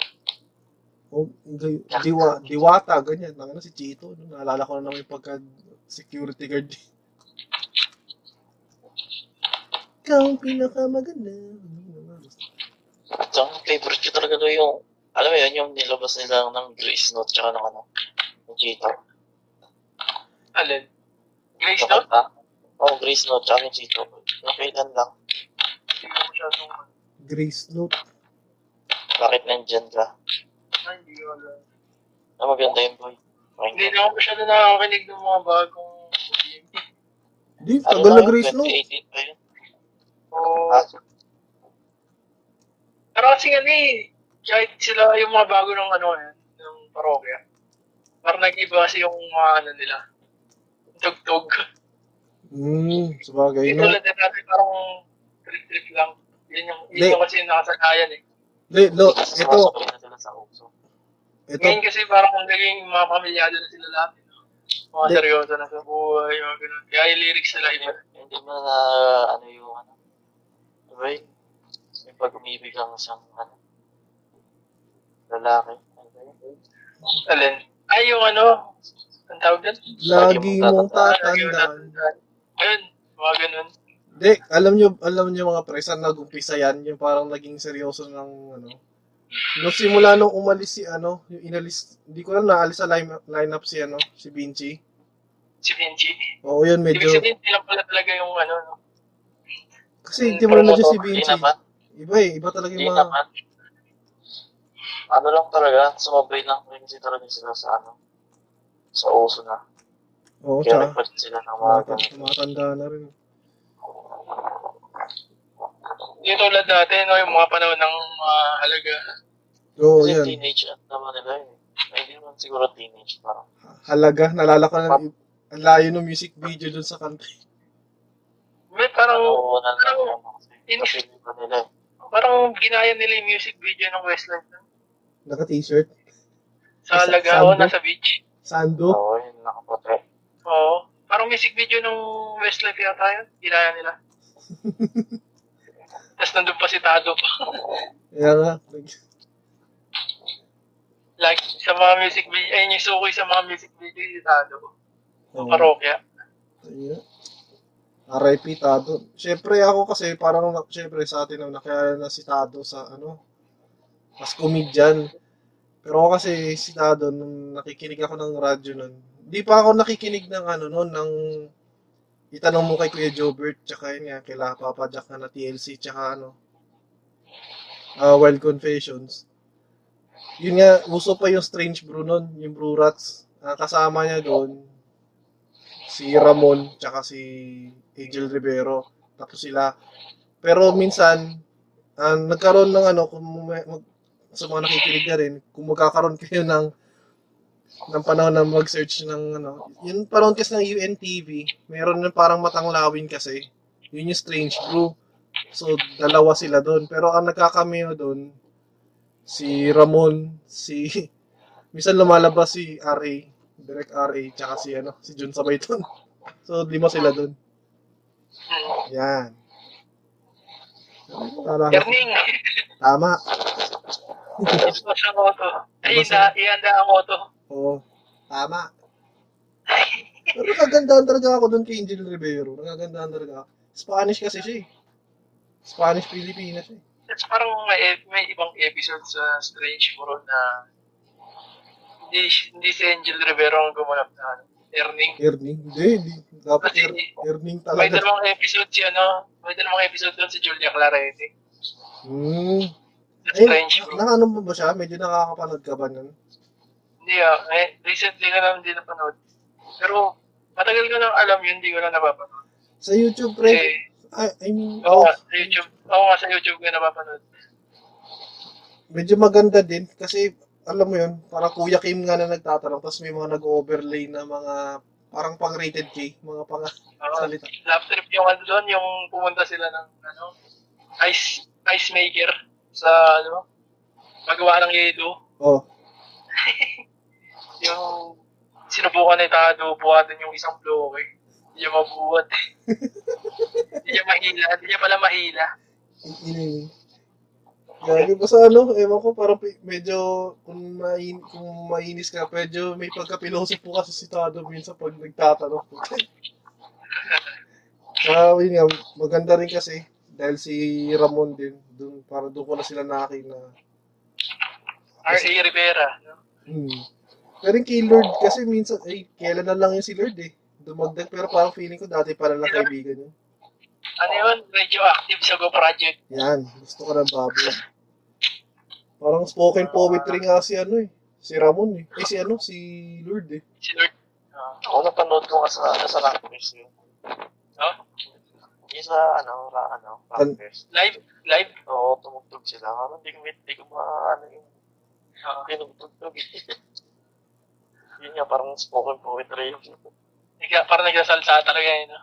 Speaker 1: O, di- diwa, diwata, ganyan. Nang si Chito, no? naalala ko na naman yung pagka security guard. Ikaw ang pinakamaganda.
Speaker 3: So, ang favorite ko talaga doon yung, alam mo yun, yung nilabas nila ng Grace Note tsaka ng ano, ng Cheeto.
Speaker 2: Alin? Grace
Speaker 3: Kapag
Speaker 2: Note?
Speaker 3: ka? ah? Oo, Grace Note tsaka ng Cheeto. Nakailan lang.
Speaker 2: Hindi ko masyadong...
Speaker 1: Grace Note.
Speaker 3: Bakit nandyan ka?
Speaker 2: Ay, Hindi ko alam.
Speaker 3: Na maganda yung boy.
Speaker 2: Hindi
Speaker 3: Pakinggan.
Speaker 2: naman masyado nakakakinig ng mga bagong BMP.
Speaker 1: Di,
Speaker 3: Ano
Speaker 1: tagal
Speaker 3: na
Speaker 1: na
Speaker 3: yun?
Speaker 1: Grace Note.
Speaker 3: 2018 pa yun.
Speaker 2: Oo.
Speaker 3: Ah,
Speaker 2: Pero kasi nga eh, kahit sila yung mga bago ng ano eh, ng parokya, parang nag-iba kasi yung mga ano nila, yung tugtog.
Speaker 1: Hmm, sabagay
Speaker 2: Hindi
Speaker 1: no.
Speaker 2: tulad na natin parang trip-trip lang. Yun yung,
Speaker 1: Hindi.
Speaker 2: yun yung kasi yung nakasanayan eh.
Speaker 1: Di, no, ito,
Speaker 3: sumasakay na sila sa uso.
Speaker 1: ito,
Speaker 2: Ngayon kasi parang naging mga pamilyado na sila lahat. eh, no? Mga
Speaker 1: Hindi.
Speaker 2: seryoso na sa buhay, mga ganun. Kaya yung lyrics nila iba.
Speaker 3: Hindi mo na, ano yung, ano, diba yun? Yung pag umibig ang isang, ano, lalaki. Ano ba yun?
Speaker 2: Alin? Ay, yung ano, ang tawag doon?
Speaker 1: lagi mong
Speaker 2: Ah, lagi mo
Speaker 1: tatandaan.
Speaker 2: natatandaan. Ayun, mga ganun.
Speaker 1: Hindi, alam nyo, alam nyo mga pre, saan nag-umpisa yan? Yung parang naging seryoso ng ano. Nung simula nung umalis si ano, yung inalis, hindi ko alam naalis sa line, lineup si ano, si Vinci.
Speaker 2: Si Vinci.
Speaker 1: Oo yun,
Speaker 2: Ibig
Speaker 1: medyo,
Speaker 2: sabihin, sila pala talaga yung ano, no?
Speaker 1: kasi hindi mo na si
Speaker 3: Hindi
Speaker 1: Vinci.
Speaker 3: naman,
Speaker 1: Iba eh, iba talaga
Speaker 3: hindi
Speaker 1: yung mga,
Speaker 3: naman. Ano lang talaga, sumabay lang rin kasi talaga sila sa, ano, sa uso na.
Speaker 1: oo,
Speaker 3: Kaya
Speaker 1: tsaka,
Speaker 3: nagpalit sila ng mga
Speaker 1: mata,
Speaker 3: ganito.
Speaker 1: matanda na rin.
Speaker 2: Yung tulad dati, no, yung mga panahon ng mga halaga.
Speaker 1: Oo,
Speaker 3: Kasi
Speaker 1: yan.
Speaker 3: teenage at naman nila yun. Ay, hindi naman siguro teenage parang.
Speaker 1: Halaga, nalala ko na, ang layo ng music video dun sa kanta.
Speaker 2: May parang,
Speaker 3: Ano, na lang
Speaker 2: parang-
Speaker 3: yun. Kasi
Speaker 2: in-
Speaker 3: napili pa nila eh.
Speaker 2: parang ginaya nila yung music video ng Westlife. no?
Speaker 1: Naka-t-shirt,
Speaker 2: Sa
Speaker 1: Sa-
Speaker 2: halaga,
Speaker 1: sando?
Speaker 2: o nasa beach.
Speaker 1: sando.
Speaker 3: Oo, yun nakapote.
Speaker 2: Oo. Parang music video ng Westlife yata yun. Ginaya nila. Tapos nandun pa si Tado pa.
Speaker 1: Yan nga. nag-
Speaker 2: like, sa mga music video, ayun yung sukoy sa mga music video si Tado.
Speaker 1: Oo.
Speaker 2: Parokya.
Speaker 1: Yeah. RIP Tado. Siyempre ako kasi parang siyempre sa atin ang nakilala na si Tado sa ano, mas comedian. Pero ako kasi si Tado nung nakikinig ako ng radyo nun. Hindi pa ako nakikinig ng ano nun, ng itanong mo kay Kuya Jobert tsaka yun nga kila Papa Jack na, na TLC tsaka ano ah, Wild Confessions. Yun nga, uso pa yung Strange Brew nun, yung Brew Rats. Ah, kasama niya doon, si Ramon tsaka si Angel Rivero. Tapos sila. Pero minsan, ah, nagkaroon ng ano, kung may- mag, sa mga nakikinig na rin, kung magkakaroon kayo ng ng panahon na mag-search ng ano, yun panahon kasi ng UNTV, meron na parang matanglawin kasi, yun yung Strange Brew. So, dalawa sila doon. Pero ang nagkakameo doon, si Ramon, si... Minsan lumalabas si RA, direct RA, tsaka si, ano, si Jun sabay doon. So, lima sila doon.
Speaker 2: Hmm.
Speaker 1: Yan. Tama.
Speaker 2: Yerning.
Speaker 1: Tama.
Speaker 2: Ito sa moto. Ay, na, ihanda ang moto.
Speaker 1: Oo. Tama. Pero nakagandahan talaga ako doon kay Angel Rivero. Nakagandahan talaga ako. Spanish kasi siya eh. Spanish-Pilipina siya eh.
Speaker 2: It's parang may, may ibang episode sa Strange World na hindi, hindi si Angel Rivero ang gumanap na ano, Erning.
Speaker 1: Earning. Hindi, hindi. Dapat ear, earning
Speaker 2: May
Speaker 1: talaga.
Speaker 2: dalawang episode si ano, may dalawang episode doon si Julia Claretti.
Speaker 1: Hmm.
Speaker 2: Sa
Speaker 1: Eh,
Speaker 2: Strange World.
Speaker 1: na, ano ba siya? Medyo nakakapanood ka ba nun?
Speaker 2: Hindi ah, eh, recently ko lang hindi napanood. Pero matagal ko nang alam yun, hindi ko lang napapanood.
Speaker 1: Sa YouTube, pre?
Speaker 2: Kasi,
Speaker 1: I, I mean,
Speaker 2: oo
Speaker 1: oh,
Speaker 2: nga, sa YouTube, oo nga sa YouTube ko napapanood.
Speaker 1: medyo maganda din. Kasi, alam mo yun, parang Kuya Kim nga na nagtatanong. Tapos may mga nag-overlay na mga parang pang-rated K. Mga pang
Speaker 2: Oo,
Speaker 1: salita.
Speaker 2: lap trip yung ano doon, yung pumunta sila ng ano, ice, ice maker sa ano, magawa ng yelo.
Speaker 1: Oh,
Speaker 2: Yung sinubukan ni Tado, buhatin yung isang bloke eh. Hindi niya mabuhat eh. Hindi niya mahila, hindi niya pala mahila.
Speaker 1: ini. Gagi pa sa ano, ewan ko, parang pi- medyo, kung, main, kung mainis ka, medyo may pagka-pilosopo kasi si Tado minsan pag nagtatanong. Ah, yun nga, maganda rin kasi, dahil si Ramon din, dun, para doon ko na sila nakakita.
Speaker 2: R.A. Rivera. No?
Speaker 1: Hmm. Pero yung kay Lord kasi minsan, ay, kailan na lang yun si Lord eh. Dumagdag, pero parang feeling ko dati pala lang kaibigan yun.
Speaker 2: Ano yun? Radioactive sa Go Project.
Speaker 1: Yan, gusto ko ng baboy. Parang spoken poetry nga si ano eh. Si Ramon eh. Eh si ano, si Lord eh.
Speaker 2: Si Lord.
Speaker 4: Ah, ako napanood ko kasi sa, sa Rockfest yun.
Speaker 2: No?
Speaker 4: Yung sa ano, ra, ano,
Speaker 1: An-
Speaker 4: Rockfest.
Speaker 2: Live? Live?
Speaker 4: Oo, tumugtog sila. Ano, hindi ko, hindi ko ano maano yung
Speaker 2: Oo.
Speaker 4: pinugtog. yun nga, parang spoken poetry yung
Speaker 2: Nagka, parang nagsasalsa talaga yun. No?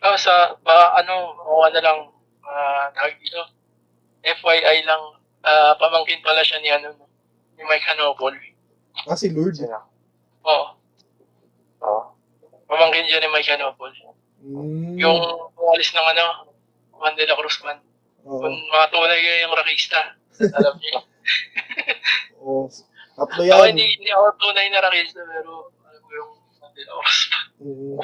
Speaker 2: Oh, sa, ba, ano, o ano lang, ah, tawag dito. FYI lang, ah, pamangkin pala siya ni ano, no? ni Mike Hanobol.
Speaker 1: Ah, si Lord eh.
Speaker 4: Sila.
Speaker 2: Oo, oh,
Speaker 4: Oo.
Speaker 2: pamangkin siya ni Mike Hanobol.
Speaker 1: Mm.
Speaker 2: Yung umalis ng ano, Juan de la Cruz man.
Speaker 1: Oo.
Speaker 2: Kung matunay yun yung rakista, alam niyo.
Speaker 1: Oo. Tatlo
Speaker 2: Ako
Speaker 1: yan.
Speaker 2: hindi, hindi ako tunay na rakista, pero alam ko yung Juan de la Cruz.
Speaker 1: Mm.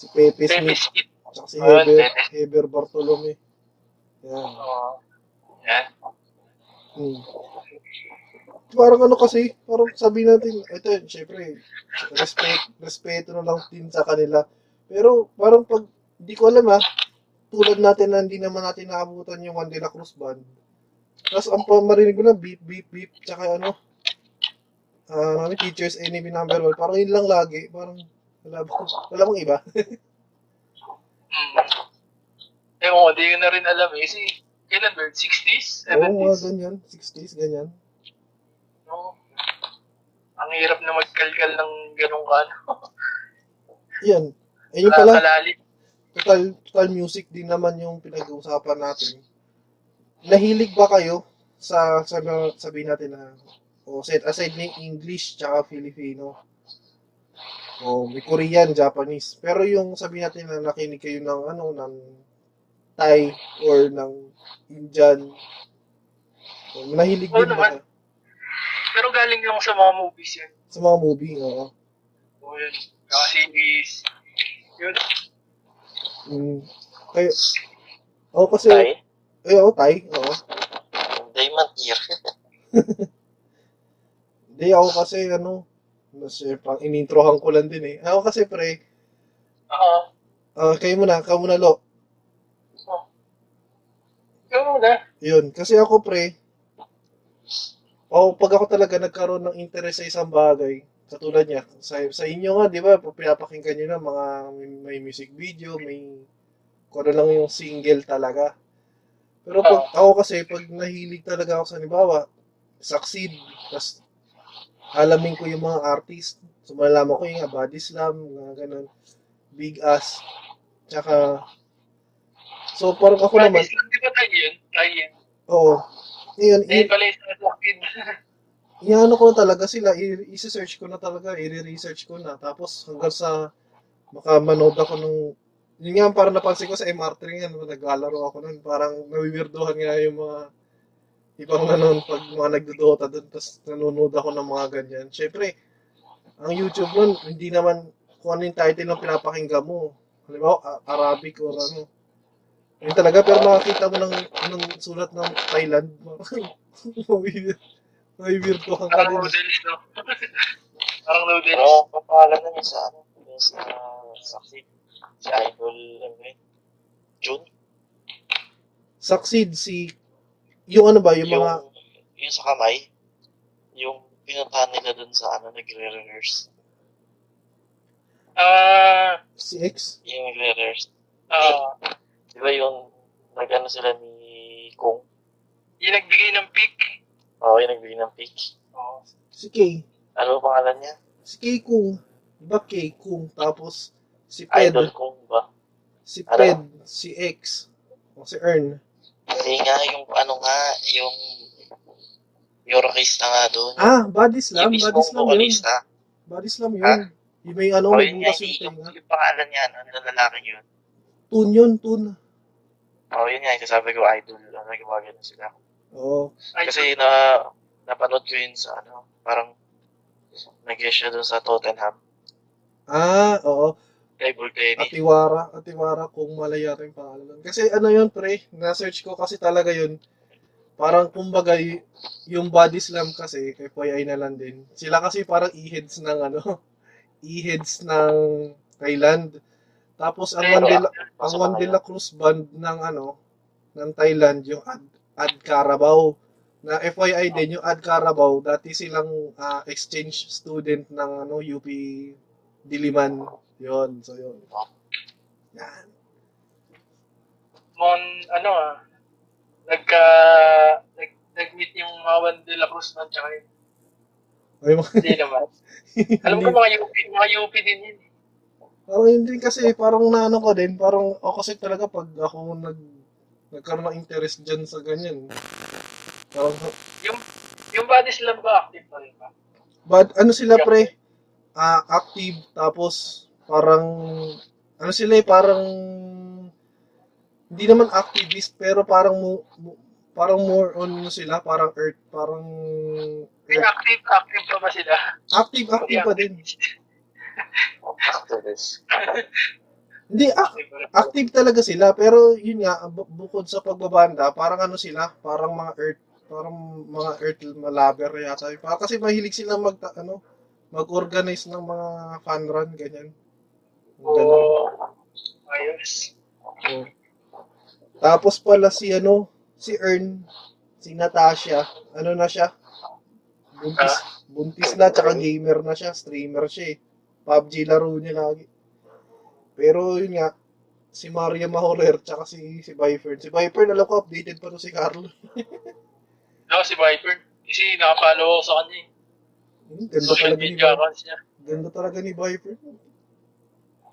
Speaker 1: Si Pepe
Speaker 2: Pepe
Speaker 1: Smith.
Speaker 2: Skip.
Speaker 1: Tsaka si Heber,
Speaker 2: Pepe.
Speaker 1: Heber Bartolome. Yan.
Speaker 2: Oo. Yan.
Speaker 1: Mm. Parang ano kasi, parang sabi natin, ito, syempre, respect, respeto na lang din sa kanila. Pero parang pag, di ko alam ha, tulad natin na hindi naman natin naabutan yung Juan de la Cruz band. Tapos ang pa- marinig ko na, beep, beep, beep, tsaka ano, ah, ano, teacher's enemy number one. Parang yun lang lagi, parang, wala bang, wala bang iba?
Speaker 2: Mm. Eh, oo, hindi ko na rin alam eh. Kasi, kailan ba? yun? 60s?
Speaker 1: Oo, mga
Speaker 2: 70s?
Speaker 1: ganyan, 60s, ganyan.
Speaker 2: No? Ang hirap na magkalkal ng ganong ka, ano.
Speaker 1: Yan. Eh, yun pala,
Speaker 2: Kalali.
Speaker 1: total, total music din naman yung pinag-uusapan natin. Nahilig ba kayo sa, sa sabihin natin na o set aside ng English tsaka Filipino? O may Korean, Japanese. Pero yung sabihin natin na nakinig kayo ng ano, ng Thai or ng Indian. O, nahilig
Speaker 2: Oo
Speaker 1: din ba
Speaker 2: naman.
Speaker 1: kayo
Speaker 2: Pero galing yung sa mga movies yun.
Speaker 1: sa mga movie? Oo.
Speaker 2: Oo yun. Mga series. Yun.
Speaker 1: Mm. Kayo, oh, kasi,
Speaker 4: Tay,
Speaker 1: eh, oh, Thai, oo.
Speaker 4: Dayman Ear.
Speaker 1: Hindi, ako kasi, ano, kasi pang inintrohan ko lang din eh. Ako kasi, pre,
Speaker 2: Oo.
Speaker 1: Ah, kayo muna, kayo muna, Lo.
Speaker 2: Yun muna.
Speaker 1: Yun, kasi ako, pre, o pag ako talaga nagkaroon ng interes sa isang bagay, katulad niya, sa, sa inyo nga, di ba, pag pinapakinggan nyo na mga may, may music video, may kung ano lang yung single talaga. Pero pag ako kasi, pag nahilig talaga ako sa nibawa, succeed, tapos alamin ko yung mga artist, so malalaman ko yung nga, body slam, mga ganun, big ass, tsaka, so parang ako naman,
Speaker 2: Promise lang, di ba tayo yun? Tayo yun.
Speaker 1: oo, yun,
Speaker 2: Eh,
Speaker 1: yun,
Speaker 2: pala yung sa Lockheed.
Speaker 1: Iano ko na talaga sila, i- i-search ko na talaga, i-research ko na. Tapos hanggang sa makamanood ako ng... Yun nga, parang napansin ko sa MR3 nga, nung naglalaro ako nun, parang nawiwirdohan nga yung mga Ibang ano, pag mga nagdodota doon, tapos nanonood ako ng mga ganyan. Siyempre, ang YouTube nun, hindi naman kung ano yung title ng pinapakinggan mo. Halimbawa, A- Arabic or ano. Yun talaga, pero makakita mo ng, ng sulat ng Thailand. May weirdo kang
Speaker 2: Parang
Speaker 1: kanina.
Speaker 2: noodles, no? Parang
Speaker 3: Pero
Speaker 2: noodles.
Speaker 3: ang pangalan na niya sa ano, yung sa saksi, si Idol, ano yun, June,
Speaker 1: Succeed si... Yung ano ba, yung
Speaker 3: yung,
Speaker 1: mga...
Speaker 3: yung sa kamay, yung pinuntahan nila dun sa ano, nagre-rehearse,
Speaker 2: Ah,
Speaker 1: Si X?
Speaker 3: yung nagre-rehearse.
Speaker 2: ah,
Speaker 3: Di ba yung, nag-ano sila ni Kung,
Speaker 2: yung nagbigay ng pick.
Speaker 3: oo, yung nagbigay ng pick.
Speaker 2: Oo.
Speaker 1: Si K?
Speaker 3: Ano ang pangalan niya?
Speaker 1: Si K Kung. Diba K Kung? Tapos si Ped.
Speaker 3: Idol Kung ba?
Speaker 1: Si
Speaker 3: Ano?
Speaker 1: Ped. Si X. O si Earn.
Speaker 3: Hindi nga, yung ano nga, yung Eurocase na nga doon.
Speaker 1: Ah, body slam. Body
Speaker 3: yung mismong Ah.
Speaker 1: slam yun.
Speaker 3: vocalista.
Speaker 1: Body slam
Speaker 3: Ha?
Speaker 1: yun. Yung may ano,
Speaker 3: Oh,
Speaker 1: may
Speaker 3: yun nga,
Speaker 1: butas yung
Speaker 3: hindi, yung,
Speaker 1: tenga.
Speaker 3: yung pangalan niya, ano, yung lalaki yun.
Speaker 1: Tune yun, tune.
Speaker 3: Oh, yun nga, kasabi ko, idol, ano, nagawa ganun sila.
Speaker 1: Oo.
Speaker 2: Ay,
Speaker 3: Kasi na, napanood ko yun sa, ano, parang, nag-guest siya doon sa Tottenham.
Speaker 1: Ah, oo.
Speaker 3: Kay Bulgari.
Speaker 1: Atiwara. Atiwara kung malaya rin pangalan. nun. Kasi ano yun, pre. Na-search ko kasi talaga yun. Parang kumbaga y- yung body slam kasi, FYI na lang din. Sila kasi parang e-heads ng ano, e-heads ng Thailand. Tapos ang
Speaker 2: Pero-
Speaker 1: Mandela, ang
Speaker 3: Pasok ka na yun.
Speaker 1: Mandela Cruz band ng ano, ng Thailand, yung Ad, Ad Carabao. Na
Speaker 3: Oh.
Speaker 1: FYI din, yung Ad Carabao, dati silang ah, exchange student ng ano, UP Diliman. Yun, so yun. Yan.
Speaker 2: mon, ano ah, nagka, nag, nag-meet yung mga Juan de la Cruz nun, tsaka yun.
Speaker 1: Ay, mga-
Speaker 2: Hindi naman. Alam ko mga UP, mga UP din yun. eh.
Speaker 1: Parang hindi kasi, parang naano ko din, parang ako kasi talaga pag ako nag, nagkaroon ng interest dyan sa ganyan. Parang,
Speaker 2: Yung, yung body slam ba active pa rin ba?
Speaker 1: but ano sila pre, ah, active, tapos parang, ano sila eh, parang, hindi naman activist, pero parang, mo, mo- parang more on ano sila, parang earth, parang,
Speaker 2: Yung
Speaker 1: earth.
Speaker 2: active, active pa ba sila?
Speaker 1: active, active pa din.
Speaker 3: Activist.
Speaker 1: Hindi, ac-
Speaker 2: Active pa rin.
Speaker 1: active talaga sila pero yun nga bu- bukod sa pagbabanda parang ano sila parang mga earth parang mga earth malaber yata parang kasi mahilig sila mag ano mag-organize ng mga fun run ganyan ganun
Speaker 2: Oo. Ayos.
Speaker 1: Oo. tapos pala si ano si Ern si Natasha ano na siya buntis
Speaker 3: Ah.
Speaker 1: buntis na tsaka gamer na siya streamer siya eh PUBG laro niya lagi pero yun nga si Maria Mahorer tsaka si si Byfern si Byfern alam ko updated pa to si Carlo
Speaker 2: Ako si Viper. Kasi nakapalo ako sa kanya eh.
Speaker 1: Hmm, ganda talaga
Speaker 2: Social
Speaker 1: ni
Speaker 2: media
Speaker 1: Viper.
Speaker 2: accounts niya.
Speaker 1: Ganda talaga ni Viper.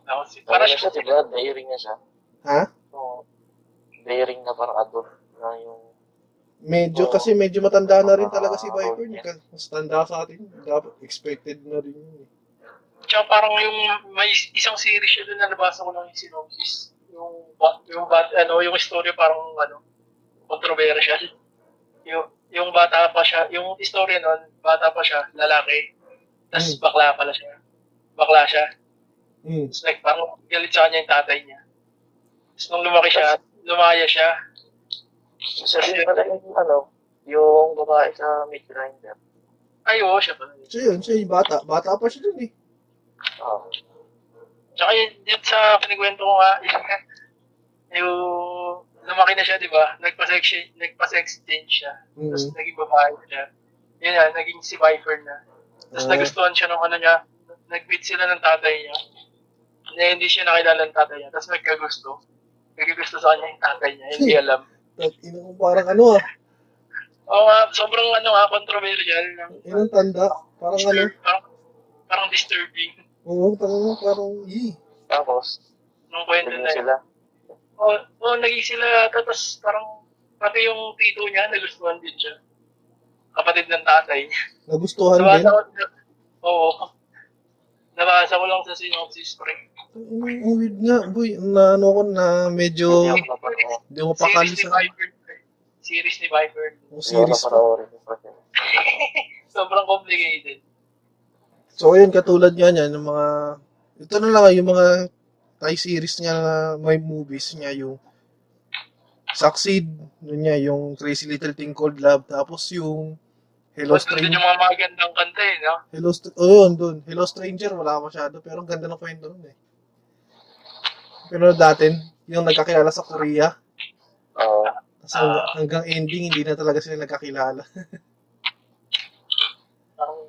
Speaker 2: Ako si,
Speaker 3: Ano
Speaker 2: para
Speaker 3: na
Speaker 2: siya
Speaker 3: siya, diba? Daring na siya.
Speaker 1: Ha?
Speaker 3: Oo. Daring na parang adult na yung,
Speaker 1: Medyo,
Speaker 3: Oo.
Speaker 1: kasi medyo matanda na rin talaga si
Speaker 3: Ah,
Speaker 1: Viper.
Speaker 3: roll niya.
Speaker 1: Kasi Mas tanda sa atin. Dapat expected na rin yun. eh.
Speaker 2: Tsaka parang yung may is- isang series siya doon na nabasa ko lang yung synopsis. Yung, ba- yung, bat, ano, yung story parang ano, controversial. Yung, yung bata pa siya, yung story nun, bata pa siya, lalaki.
Speaker 1: Mm.
Speaker 2: Tapos bakla pala siya. Bakla siya.
Speaker 1: Mm.
Speaker 2: Tapos like, parang galit sa kanya yung tatay niya. Tapos nung lumaki siya, lumaya siya.
Speaker 3: Siya din pala yung, ano, yung babae sa Midgrinder.
Speaker 2: Ay, oo, siya pala.
Speaker 1: So yun, siya yung bata. Bata pa siya dun eh.
Speaker 3: Oo.
Speaker 2: Tsaka yun, yun sa pinagkwento ko nga, yung lumaki na siya, di ba? Nagpa-sex, nagpa-sexchange siya. Tapos
Speaker 1: Mm.
Speaker 2: naging babae na siya. Yun na, naging si Viper na. Tapos
Speaker 1: Ah,
Speaker 2: nagustuhan siya ng ano niya. Nag-meet sila ng tatay niya. Na hindi siya nakilala ng tatay niya. Tapos nagkagusto. Nagkagusto sa kanya yung tatay niya. Hindi
Speaker 1: Hmm.
Speaker 2: alam.
Speaker 1: tat ina ko parang ano ah.
Speaker 2: Oo nga, sobrang ano nga, controversial. ng-
Speaker 1: Inang tanda. Parang ano.
Speaker 2: Disturb, parang, parang disturbing
Speaker 1: Oo, tanga mo. Parang, yee.
Speaker 3: Tapos,
Speaker 2: nung kwento
Speaker 3: naging
Speaker 2: na yun.
Speaker 3: sila.
Speaker 2: Oo, oh, naging sila, tapos parang pati yung tito niya, nagustuhan din siya. Kapatid ng tatay niya.
Speaker 1: Nagustuhan din.
Speaker 2: Nabasa ko, na- oo, nabasa ko lang sa synopsis pre.
Speaker 1: Ang ang weird nga, boy. Na ano ko na medyo
Speaker 3: Hindi ako napanood.
Speaker 1: di mo
Speaker 2: Series ni
Speaker 1: pakalisa.
Speaker 2: Viper. series ni Viper.
Speaker 1: Yung
Speaker 3: Hindi ko na
Speaker 1: series pa.
Speaker 3: panoorin yung pati.
Speaker 2: Sobrang complicated.
Speaker 1: So, ayun, katulad nga niyan, yung mga, ito na lang, ah, yung mga Thai series niya na may movies niya, yung Succeed, yun niya, yung Crazy Little Thing Called Love, tapos yung Hello
Speaker 2: Mas nandun
Speaker 1: Stranger,
Speaker 2: yung mga magandang kanta eh, no?
Speaker 1: Hello, Str- oh, yun, dun, Hello Stranger, wala masyado, pero ang ganda ng kwento nun eh. Pero dati, yung nagkakilala sa Korea,
Speaker 3: Oo.
Speaker 1: tapos
Speaker 3: Ah.
Speaker 1: hangga- hanggang ending, hindi na talaga sila nagkakilala.
Speaker 2: Parang,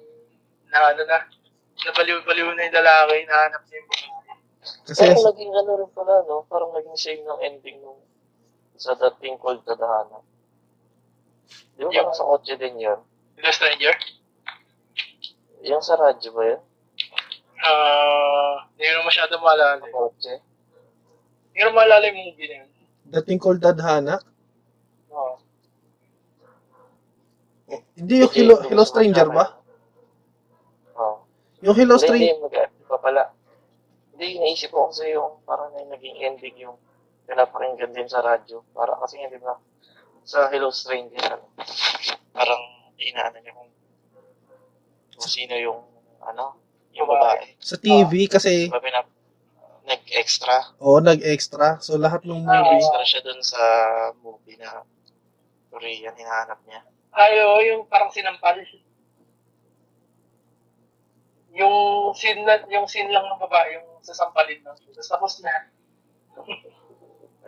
Speaker 2: na ano na, nabaliw-baliw na yung lalaki, nahanap niya yung babae.
Speaker 1: Kasi,
Speaker 3: Pero naging ano rin pala, no? Parang naging same ng ending nung sa dating called Tadahana. Di ba parang sa kotse din yun?
Speaker 2: The Stranger?
Speaker 3: Yung sa radyo ba yun?
Speaker 2: Ah, hindi ko na masyado maalala.
Speaker 3: Sa kotse?
Speaker 2: Hindi ko na maalala yung movie na yun.
Speaker 1: dating called Dadhana,
Speaker 2: Oo.
Speaker 1: hindi yung Hello,
Speaker 3: Hindi,
Speaker 1: Hello
Speaker 3: hindi,
Speaker 1: Stranger ba?
Speaker 3: Oo.
Speaker 1: Yung Hello
Speaker 3: Hindi,
Speaker 1: Stranger,
Speaker 3: hindi, mag-aano pa pala. Hindi, naisip ko kasi yung parang na naging ending yung pinapakinggan din sa radyo. Para kasi nga, di ba, sa Hello Stranger, ano, parang inaano niya kung, kung sino yung, ano, yung babae.
Speaker 1: sa TV, kasi,
Speaker 3: Di ba pinap nag-extra?
Speaker 1: Oo, nag-extra. So, lahat ng movie.
Speaker 3: Nag-extra siya dun sa movie na Korean hinahanap niya.
Speaker 2: Ayo, yung parang sinampal. Yung scene, na, yung scene lang ng babae, yung sasampalin lang. Tapos tapos na.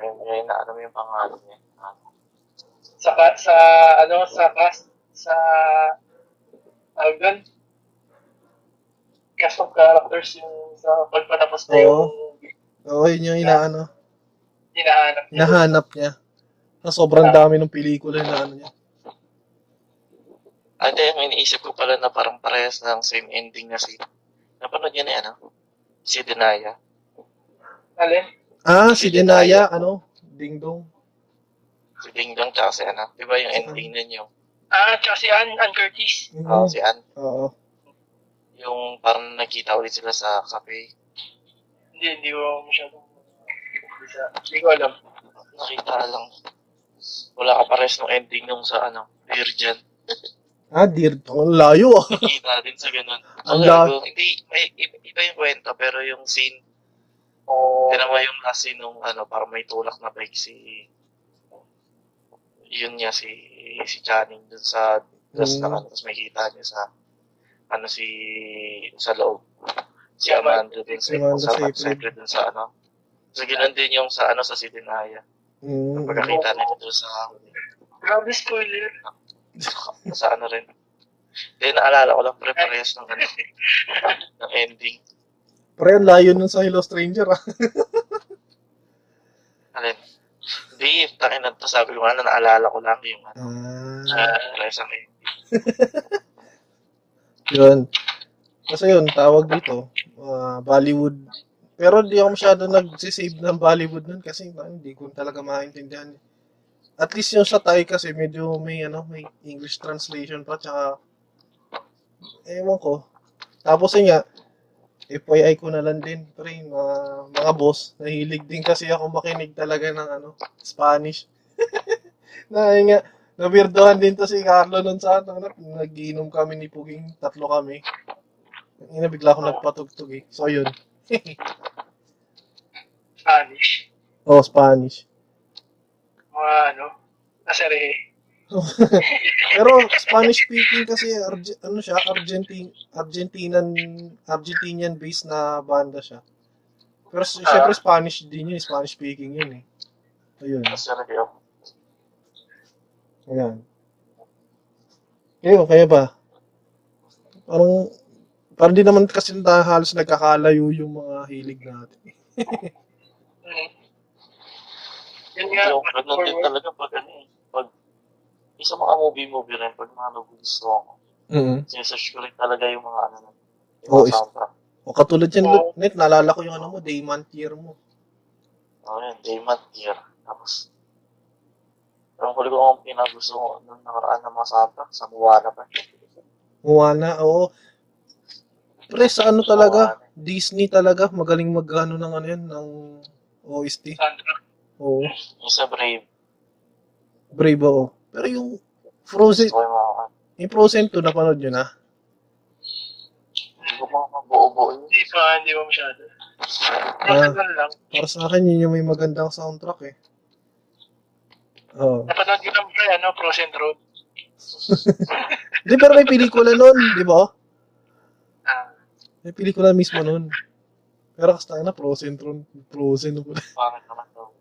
Speaker 3: Ayun, ayun na alam yung pangalan niya. Ah,
Speaker 2: Sa, ba- sa, ano, sa cast, sa, tawag doon, cast of characters yung sa pagpatapos na yung
Speaker 1: Oo, oh, yun yung inaano.
Speaker 2: hinahanap niya.
Speaker 1: Nahanap niya. Na sobrang dami ng pelikula na ano niya.
Speaker 3: Ate, Ah, may naisip ko pala na parang parehas ng same ending na si... Napanood niya na yan, ah? Si Denaya.
Speaker 2: Alin?
Speaker 1: Ah, si Denaya, ano? Ding Dong.
Speaker 3: Si Ding Dong tsaka si ano. Di ba yung
Speaker 1: Si
Speaker 3: ending nun yung...
Speaker 2: Ah, tsaka si Ann, Ann Curtis.
Speaker 1: Mhm.
Speaker 3: ah, si Ann.
Speaker 1: Oo.
Speaker 3: Yung parang nakita ulit sila sa cafe.
Speaker 2: Hindi, hindi ko masyadong, hindi sa- hindi ko alam.
Speaker 3: Nakita lang. Wala ka parehas ng ending nung sa ano, Virgin.
Speaker 1: Ah, dear. Ang layo ah.
Speaker 3: Nakita din sa ganun.
Speaker 1: Ang
Speaker 3: Ang
Speaker 1: layo.
Speaker 3: gago. Hindi, may, i- iba yung kwento pero yung scene,
Speaker 2: Oo.
Speaker 3: tinan mo yung last scene nung ano, parang may tulak na bike si... Yun niya, si si Channing dun sa gas na
Speaker 1: Mm.
Speaker 3: ano, tapos may kita niya sa ano si sa loob.
Speaker 2: Si
Speaker 3: Si
Speaker 2: Amanda.
Speaker 3: Amanda dun sa,
Speaker 1: Si Amanda
Speaker 3: sa,
Speaker 1: Seyfried.
Speaker 3: sa, dun sa ano, So, ganun din yung sa ano sa City Naya.
Speaker 1: Mm.
Speaker 3: Pagkakita nila doon sa
Speaker 2: Grabe spoiler.
Speaker 3: sa ano rin. Then naalala ko lang pre parehas ng ano ng ending.
Speaker 1: Pre, ang layo nun sa Hello Stranger ah.
Speaker 3: Alin? Hindi, tangin na to sabi ko nga na naalala ko lang yung ano.
Speaker 1: Ah,
Speaker 3: Uh, parehas ng ending.
Speaker 1: yun. Kasi yun, tawag dito. ah, Bollywood. Pero hindi ako masyado nagsisave ng Bollywood nun kasi ah, hindi ko talaga maintindihan. eh. At least yung sa Thai kasi medyo may ano, may English translation pa tsaka ewan ko. Tapos yun nga, FYI ko na lang din, pre, mga, mga boss, nahilig din kasi ako makinig talaga ng ano, Spanish. na yun nga, nabirdohan din to si Carlo nun sa ano, nag- nagiinom kami ni Puging, tatlo kami. Yung bigla ako nagpatugtog eh. So yun.
Speaker 2: Spanish.
Speaker 1: oh, Spanish.
Speaker 2: Mga ano, nasere.
Speaker 1: Pero Spanish speaking kasi Arge- ano siya, Argentine, Argentinian Argentinian based na banda siya. Pero s- syempre Spanish din yun, Spanish speaking yun eh. Ayun.
Speaker 3: Tapos yun ako,
Speaker 1: Ayan. Kayo, kayo ba? Parang, parang di naman kasi na halos nagkakalayo yung mga hilig natin.
Speaker 2: Mm. Yun nga,
Speaker 3: Yung
Speaker 2: fast
Speaker 3: ganun din
Speaker 2: forward.
Speaker 3: talaga pag ano eh. Pag isa mga movie-movie rin, pag mga nagugusto ako,
Speaker 1: mm
Speaker 3: sinesearch ko rin talaga yung mga ano na.
Speaker 1: Oo,
Speaker 3: Yung mga
Speaker 1: Oh, is-
Speaker 3: soundtrack.
Speaker 1: O katulad yan,
Speaker 2: Oo.
Speaker 1: Lut- net, naalala ko yung ano mo, day, month, year mo.
Speaker 3: Ano yun, day month year. Tapos, Ang huli ko ang pinagusto ko nung nakaraan ng mga soundtrack, sa Moana pa.
Speaker 1: Moana, oo. Pre, sa ano
Speaker 3: Sa
Speaker 1: talaga,
Speaker 3: Moana.
Speaker 1: Disney talaga, magaling magano ng ano yan, ng OST.
Speaker 2: Soundtrack.
Speaker 1: Oo,
Speaker 3: Yung sa Brave.
Speaker 1: Brave oo. Pero yung Frozen,
Speaker 3: Okay, mga ka.
Speaker 1: yung Frozen 2, napanood nyo na?
Speaker 3: Hindi ko mga mabuo-buo yun.
Speaker 2: Hindi pa, hindi pa masyado. Frozen one lang.
Speaker 1: Para sa akin, yun yung may magandang soundtrack eh. Oo.
Speaker 2: Napanood ko lang pre, ano, Frozen Road.
Speaker 1: Di, pero may pelikula nun, di ba?
Speaker 2: Ah,
Speaker 1: May pelikula mismo nun. Pero kasi tayo na, Frozen Tron, Frozen na pala.
Speaker 3: Pangit naman to.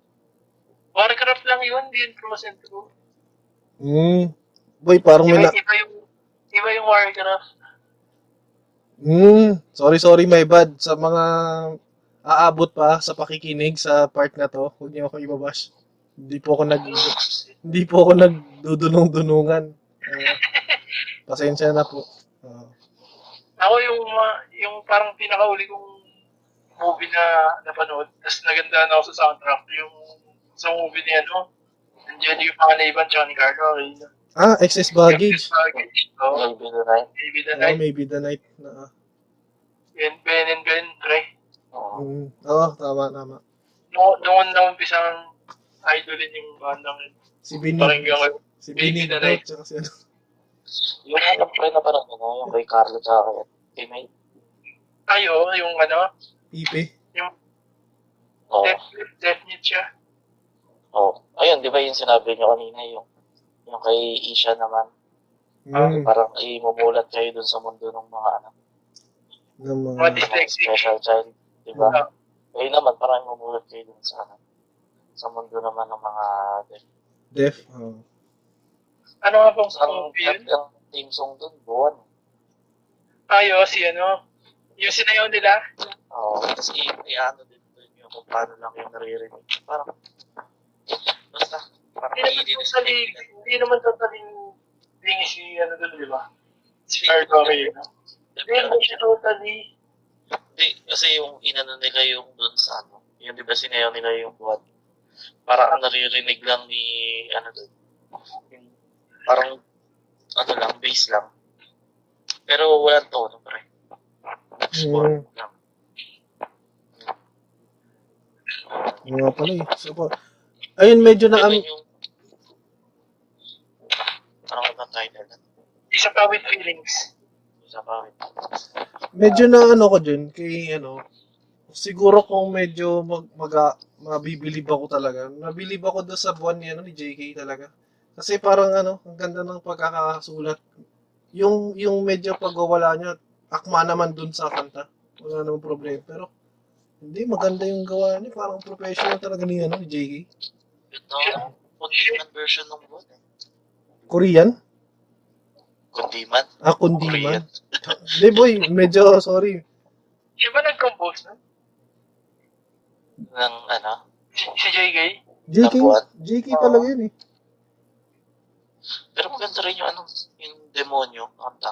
Speaker 2: Warcraft lang yun, hindi yun Frozen Road.
Speaker 1: Hmm. Boy, parang may na...
Speaker 2: Iba, iba yung, iba yung Warcraft.
Speaker 1: Hmm. Sorry, sorry, my bad. Sa mga aabot pa sa pakikinig sa part na to, huwag niyo ako ibabash. Hindi po ako nag... Hindi po ako nagdudunong-dunungan. Ah, pasensya na po. Ah.
Speaker 2: Ako yung, ma- yung parang pinakauli kong movie na napanood, tapos nagandahan ako sa soundtrack, yung sa movie ni ano, nandiyan yung mga naiban, Johnny Carlo, yun.
Speaker 1: Ah, excess baggage.
Speaker 2: Baggage. Oo,
Speaker 3: Maybe the night.
Speaker 2: Baby the
Speaker 1: Oh,
Speaker 2: Night,
Speaker 1: maybe the night na. ah.
Speaker 2: Ben, Ben and Ben, pre.
Speaker 3: Oo.
Speaker 1: Mm. Oo, tama, tama.
Speaker 2: No- Noon na umpisa ang idolin yung bandang yun.
Speaker 1: Si Binig.
Speaker 2: Pakinggan ko yun.
Speaker 1: Si
Speaker 2: Binig
Speaker 1: Binig
Speaker 2: na
Speaker 1: daw,
Speaker 2: night.
Speaker 1: tsaka si ano.
Speaker 3: Yung alam ko rin na parang ano, yung kay Carlo sa akin. Kay May.
Speaker 2: Ay, oo, yung ano,
Speaker 1: Pipe.
Speaker 2: yung
Speaker 3: Oo.
Speaker 2: Death, Death Knit siya.
Speaker 3: Oo. Ayun, di ba yung sinabi niyo kanina yung yung kay Isha naman.
Speaker 1: Mm.
Speaker 3: Parang imumulat kayo dun sa mundo ng mga ano,
Speaker 1: Ng mga...
Speaker 2: Mga
Speaker 3: ng mga
Speaker 2: dyslexic.
Speaker 3: special child. Di ba?
Speaker 1: Mm.
Speaker 2: Ah,
Speaker 3: Ayun naman, parang imumulat kayo dun sa ano, sa mundo naman ng mga
Speaker 1: Deaf. Oh.
Speaker 2: ano nga pong
Speaker 3: ang
Speaker 2: movie yun?
Speaker 3: ang, ang team song dun, buwan.
Speaker 2: Ay, oo, si ano, yung sinayaw nila.
Speaker 3: Oo. Tapos i, i ano din dun yung kung paano lang yung naririnig. Parang, basta, parang
Speaker 2: Hindi naman totally,
Speaker 3: nai-respect.
Speaker 2: hindi naman totally lingi si ano doon, di ba? Si
Speaker 3: Hindi,
Speaker 2: Argo Reyna. Hindi
Speaker 3: Hindi,
Speaker 2: naman siya totally.
Speaker 3: Hindi, kasi yung inano nila yung doon sa ano, yung di ba sinayaw nila yung buwan. Parang ang naririnig lang ni, ano doon, yung parang, ano lang, bass lang. Pero walang tono, pre. Score
Speaker 1: Mm.
Speaker 3: lang.
Speaker 1: Yung Mga pala eh. So, po. Ayun, medyo na...
Speaker 3: Ganun
Speaker 1: Um,
Speaker 3: yung, ano ba ang title na?
Speaker 2: Isa pa with feelings.
Speaker 3: Isa pa rin.
Speaker 1: medyo na ano ko dyan. Kay ano... Siguro kung medyo mag, maga, mabibilib ako talaga. Nabilib ako doon sa buwan ni, ano, ni JK talaga. Kasi parang ano, ang ganda ng pagkakasulat. Yung, yung medyo pagwawala niya, akma naman dun sa kanta. Wala namang problema. Pero Hindi, maganda yung gawa niya. Parang professional talaga ni, ano, ni JK.
Speaker 3: Ganda nga. Kundiman version ng buwan eh.
Speaker 1: Korean?
Speaker 3: Kundiman?
Speaker 1: Ah, kundi man.
Speaker 3: Korean?
Speaker 1: Hindi, boy. Medyo, sorry.
Speaker 2: Siya ba nag-compose na?
Speaker 3: Ng ano?
Speaker 2: Si, si JK?
Speaker 1: JK,
Speaker 3: Tapuan?
Speaker 1: JK talaga yun eh.
Speaker 3: Pero maganda rin yung ano, yung demonyo, kanta.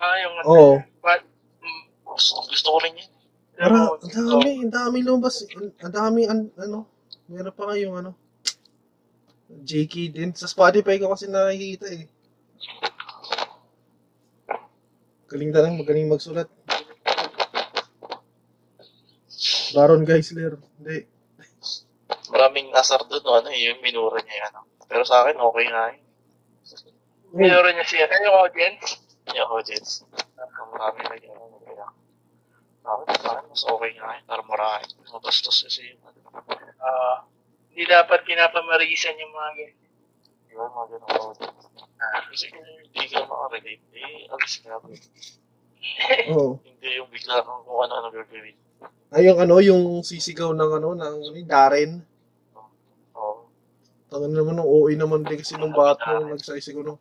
Speaker 2: Ah, yung ano.
Speaker 1: Oo.
Speaker 2: But, mm,
Speaker 3: Gusto, gusto ko rin yun.
Speaker 1: Para,
Speaker 2: Ramon.
Speaker 1: ang
Speaker 2: Oh.
Speaker 1: dami, ang dami lumabas. Ang ang dami, an, ano, meron pa kayong, ano, JK din. Sa Spotify ko kasi nakikita eh. Galing talaga, magaling magsulat. Baron Geisler. Hindi.
Speaker 3: Maraming asar doon, no, ano, eh, yung minura niya yung ano. Pero sa akin, okay nga eh. yun.
Speaker 1: Oh,
Speaker 2: Minuro niya siya. Ano yung audience?
Speaker 3: Yung audience. Kung "Oh, marami na yun, ano, kaya. Bakit sa akin, mas okay nga yun. Para marahin. Mabastos kasi yung ano.
Speaker 2: Ah, hindi dapat pinapamarisan yung mga ganyan.
Speaker 3: Di ba, mga ganun audience. Kasi kung hindi ka makarelate, eh, alis ka bro.
Speaker 1: Oo.
Speaker 3: Hindi yung bigla kang kung ano-ano gagawin.
Speaker 1: Ay, yung ano, yung sisigaw ng ano, ng ni Darren.
Speaker 3: Oo.
Speaker 1: Tangan naman nung OA naman din kasi nung bat nung nagsaisigaw nung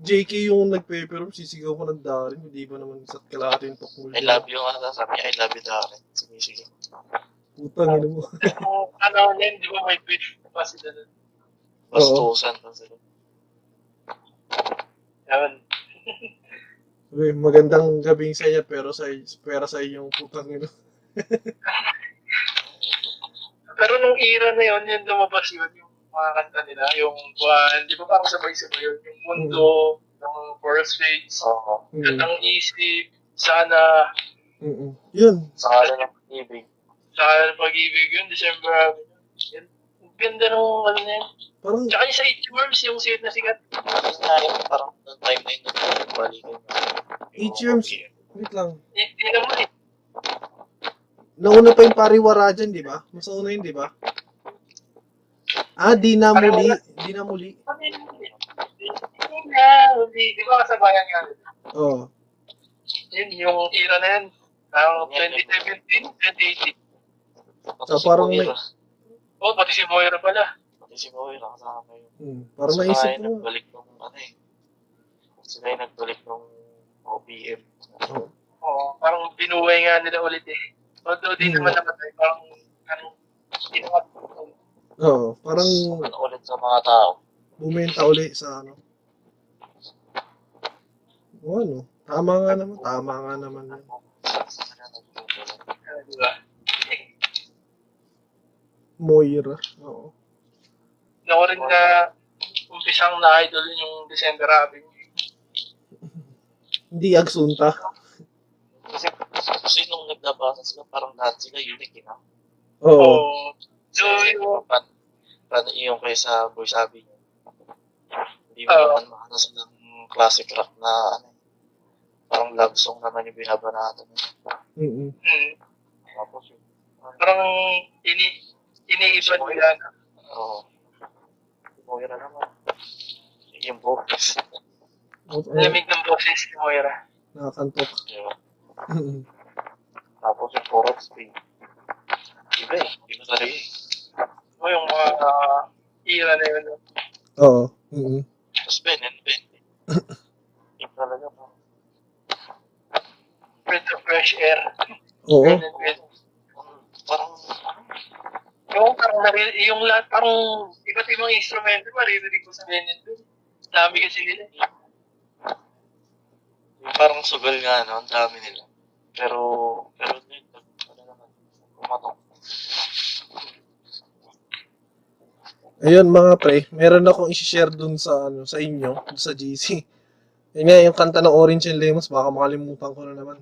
Speaker 1: JK yung nagpe-perform, sisigaw ko ng Darin, hindi ba naman isa't kalahati yung tukmul
Speaker 3: I love you nga, sabi niya, I love you Darren. Sumisige.
Speaker 1: Putang ina mo.
Speaker 2: Kung ano yan, di ba may beef pa sila doon?
Speaker 1: Oo.
Speaker 3: Bastusan lang sila.
Speaker 2: Yun.
Speaker 1: Okay, magandang gabi sa inyo, pero sa, pero sa inyong putang ina.
Speaker 2: Pero nung era na yun, yun lumabas yun, yung mga kanta nila, yung buwan, di ba parang sabay-sabay yun, yung mundo, yung first face,
Speaker 3: Oo.
Speaker 1: Mm,
Speaker 2: katang isip, sana,
Speaker 1: mm, mm. Yun.
Speaker 3: Sa kala ng ibig.
Speaker 2: sana pag-ibig yun, December, yun, ganda nung ano na yan.
Speaker 1: Parang,
Speaker 2: Tsaka yung sa H-Worms, yung sikat na sikat.
Speaker 3: Kasi nga yung parang noong time na yun, nagbalikan yung yung
Speaker 1: Eight years.
Speaker 3: copy.
Speaker 1: wait lang.
Speaker 2: Eh, yun naman eh.
Speaker 1: Nauna pa yung pariwara dyan, di ba? Mas nauna yun, di ba? Ah, di na muli. Di na muli.
Speaker 2: Sabi, hindi na, hindi. Di ba kasabayan nga?
Speaker 1: Oo.
Speaker 2: Yun, yung era na yan. Parang 2017, 2018.
Speaker 3: Pati
Speaker 1: So,
Speaker 3: si
Speaker 1: parang
Speaker 3: Moira.
Speaker 2: Oh, pati si Moira pala.
Speaker 3: Pati si Moira, kasama yun.
Speaker 1: Hmm, parang
Speaker 3: Sila
Speaker 1: naisip
Speaker 3: yung
Speaker 1: ko.
Speaker 3: nagbalik nung ano eh. Sila yung nagbalik nung OBM.
Speaker 1: Oo.
Speaker 2: Oo, parang binuhay nga nila ulit eh. Although di
Speaker 1: Hmm.
Speaker 2: naman namatay, parang ano, di naman. Ano,
Speaker 1: Oo, parang
Speaker 3: Ano ulit sa mga tao.
Speaker 1: bumenta uli sa ano. Oo, ano. Tama nga naman. Tama nga naman. yun.
Speaker 3: Sila nagtutulong.
Speaker 2: Ah, Di ba?
Speaker 1: Moira. Oo.
Speaker 2: Ako rin na umpisang na-idol yung December Avenue.
Speaker 1: Hindi agsunta.
Speaker 3: Kasi, kasi nung nagbabasa sila, parang lahat sila unique, eh, no?
Speaker 1: Oo.
Speaker 2: Oo. So,
Speaker 3: So,
Speaker 2: yung,
Speaker 3: paano, paano iyon kayo sa voice sabi niyo? Hindi mo
Speaker 2: Oo.
Speaker 3: naman makanas ng classic rock na ano, eh, parang love song naman yung binaba natin.
Speaker 1: Mm-mm.
Speaker 2: mm,
Speaker 3: Tapos yun.
Speaker 2: parang ini, iniiba nila na.
Speaker 3: Oo. Si Moira naman. Yung vocals.
Speaker 1: Out out.
Speaker 2: Lamig ng boses ni Moira.
Speaker 1: Nakakantok.
Speaker 3: Diba?
Speaker 1: Mm-mm.
Speaker 3: Tapos yung chorus speed. Iba eh. Iba talaga eh.
Speaker 2: O yung mga ah, era na yun.
Speaker 1: Oo. Mm-mm.
Speaker 3: Tapos Ben and Ben. Iba talaga po.
Speaker 2: Breath of fresh air.
Speaker 1: Oo.
Speaker 2: Ganun, ganun.
Speaker 3: Parang ano,
Speaker 2: Yung parang nari- yung lahat parang iba't ibang instrumento maririnig ko sa ganyan dun. Dami kasi nila.
Speaker 3: parang sugal nga no. Ang dami nila. Pero, pero yun. Ano naman. Kumatok.
Speaker 1: Ayun mga pre, meron akong i-share dun sa ano sa inyo, dun sa GC. Yun nga, yung kanta ng Orange and Lemons, baka makalimutan ko na naman.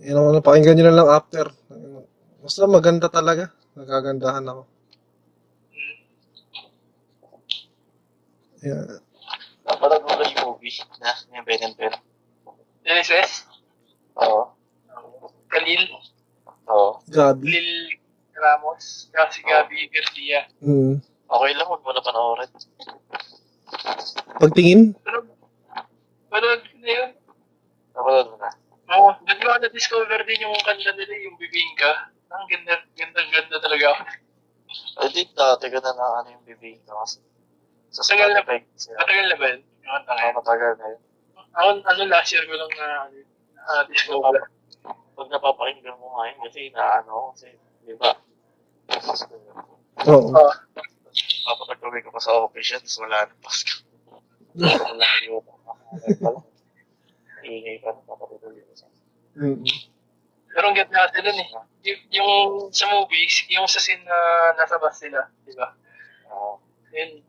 Speaker 1: Yun ako, napakinggan nyo na lang after. Basta maganda talaga. Nagagandahan ako. Yeah.
Speaker 3: Napanood mo ba yung movie na yung Ben and Ben?
Speaker 2: Genesis,
Speaker 3: Oo.
Speaker 2: Khalil,
Speaker 3: Oo.
Speaker 1: Gabi.
Speaker 2: Lil Ramos, kasi si Gabi Garcia.
Speaker 1: Mm.
Speaker 3: Okay lang. Huwag mo na panoorin.
Speaker 1: Pagtingin?
Speaker 2: Pero, pero na yun.
Speaker 3: Napanood mo na.
Speaker 2: Oo, doon ko ako na-discover din yung kanta nila, yung Bibingka. Ang ganda, ganda, ganda talaga ako.
Speaker 3: I think dati ko na lang ano yung bibig ko kasi sa
Speaker 2: Tagal na-
Speaker 3: Spotify kasi ako
Speaker 2: Matagal na ba yun? Yung kanta na
Speaker 3: ako
Speaker 2: yun.
Speaker 3: matagal na yun.
Speaker 2: Ako, ano, last year ko lang na, ano, na-discover.
Speaker 3: Pag napapakinggan mo ngayon kasi naano kasi di ba?
Speaker 1: Oo.
Speaker 2: Oo.
Speaker 3: Papatagawin ko pa sa occasions wala na Pasko. Wala yun. Ingay pa na papatuloy ko sa
Speaker 1: Mm.
Speaker 2: Pero ang ganda kasi nun eh. Y- yung sa movies, yung sa scene na nasa bus sila, di ba?
Speaker 3: Oo.
Speaker 2: Yun,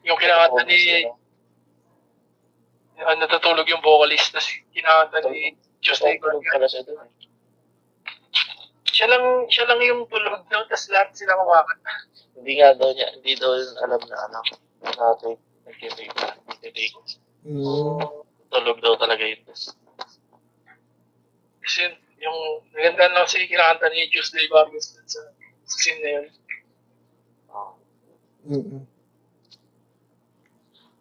Speaker 2: yung kinakanta ni, ah, natutulog yung vocalist, tapos kinakanta ni Tuesday
Speaker 3: Tulog
Speaker 2: Gorka.
Speaker 3: pala siya dun eh.
Speaker 2: Siya lang, siya lang yung tulog daw, tapos lahat sila kumakanta.
Speaker 3: Hindi nga daw niya, hindi daw alam na ano. Dati nag-take na, nag-take.
Speaker 1: Mm.
Speaker 3: Tulog daw talaga yun.
Speaker 2: Kasi yun, yung maganda lang siya yung kinakanta ni Tuesday Vargas dun sa sa scene na yun.
Speaker 3: Oo.
Speaker 1: Mm.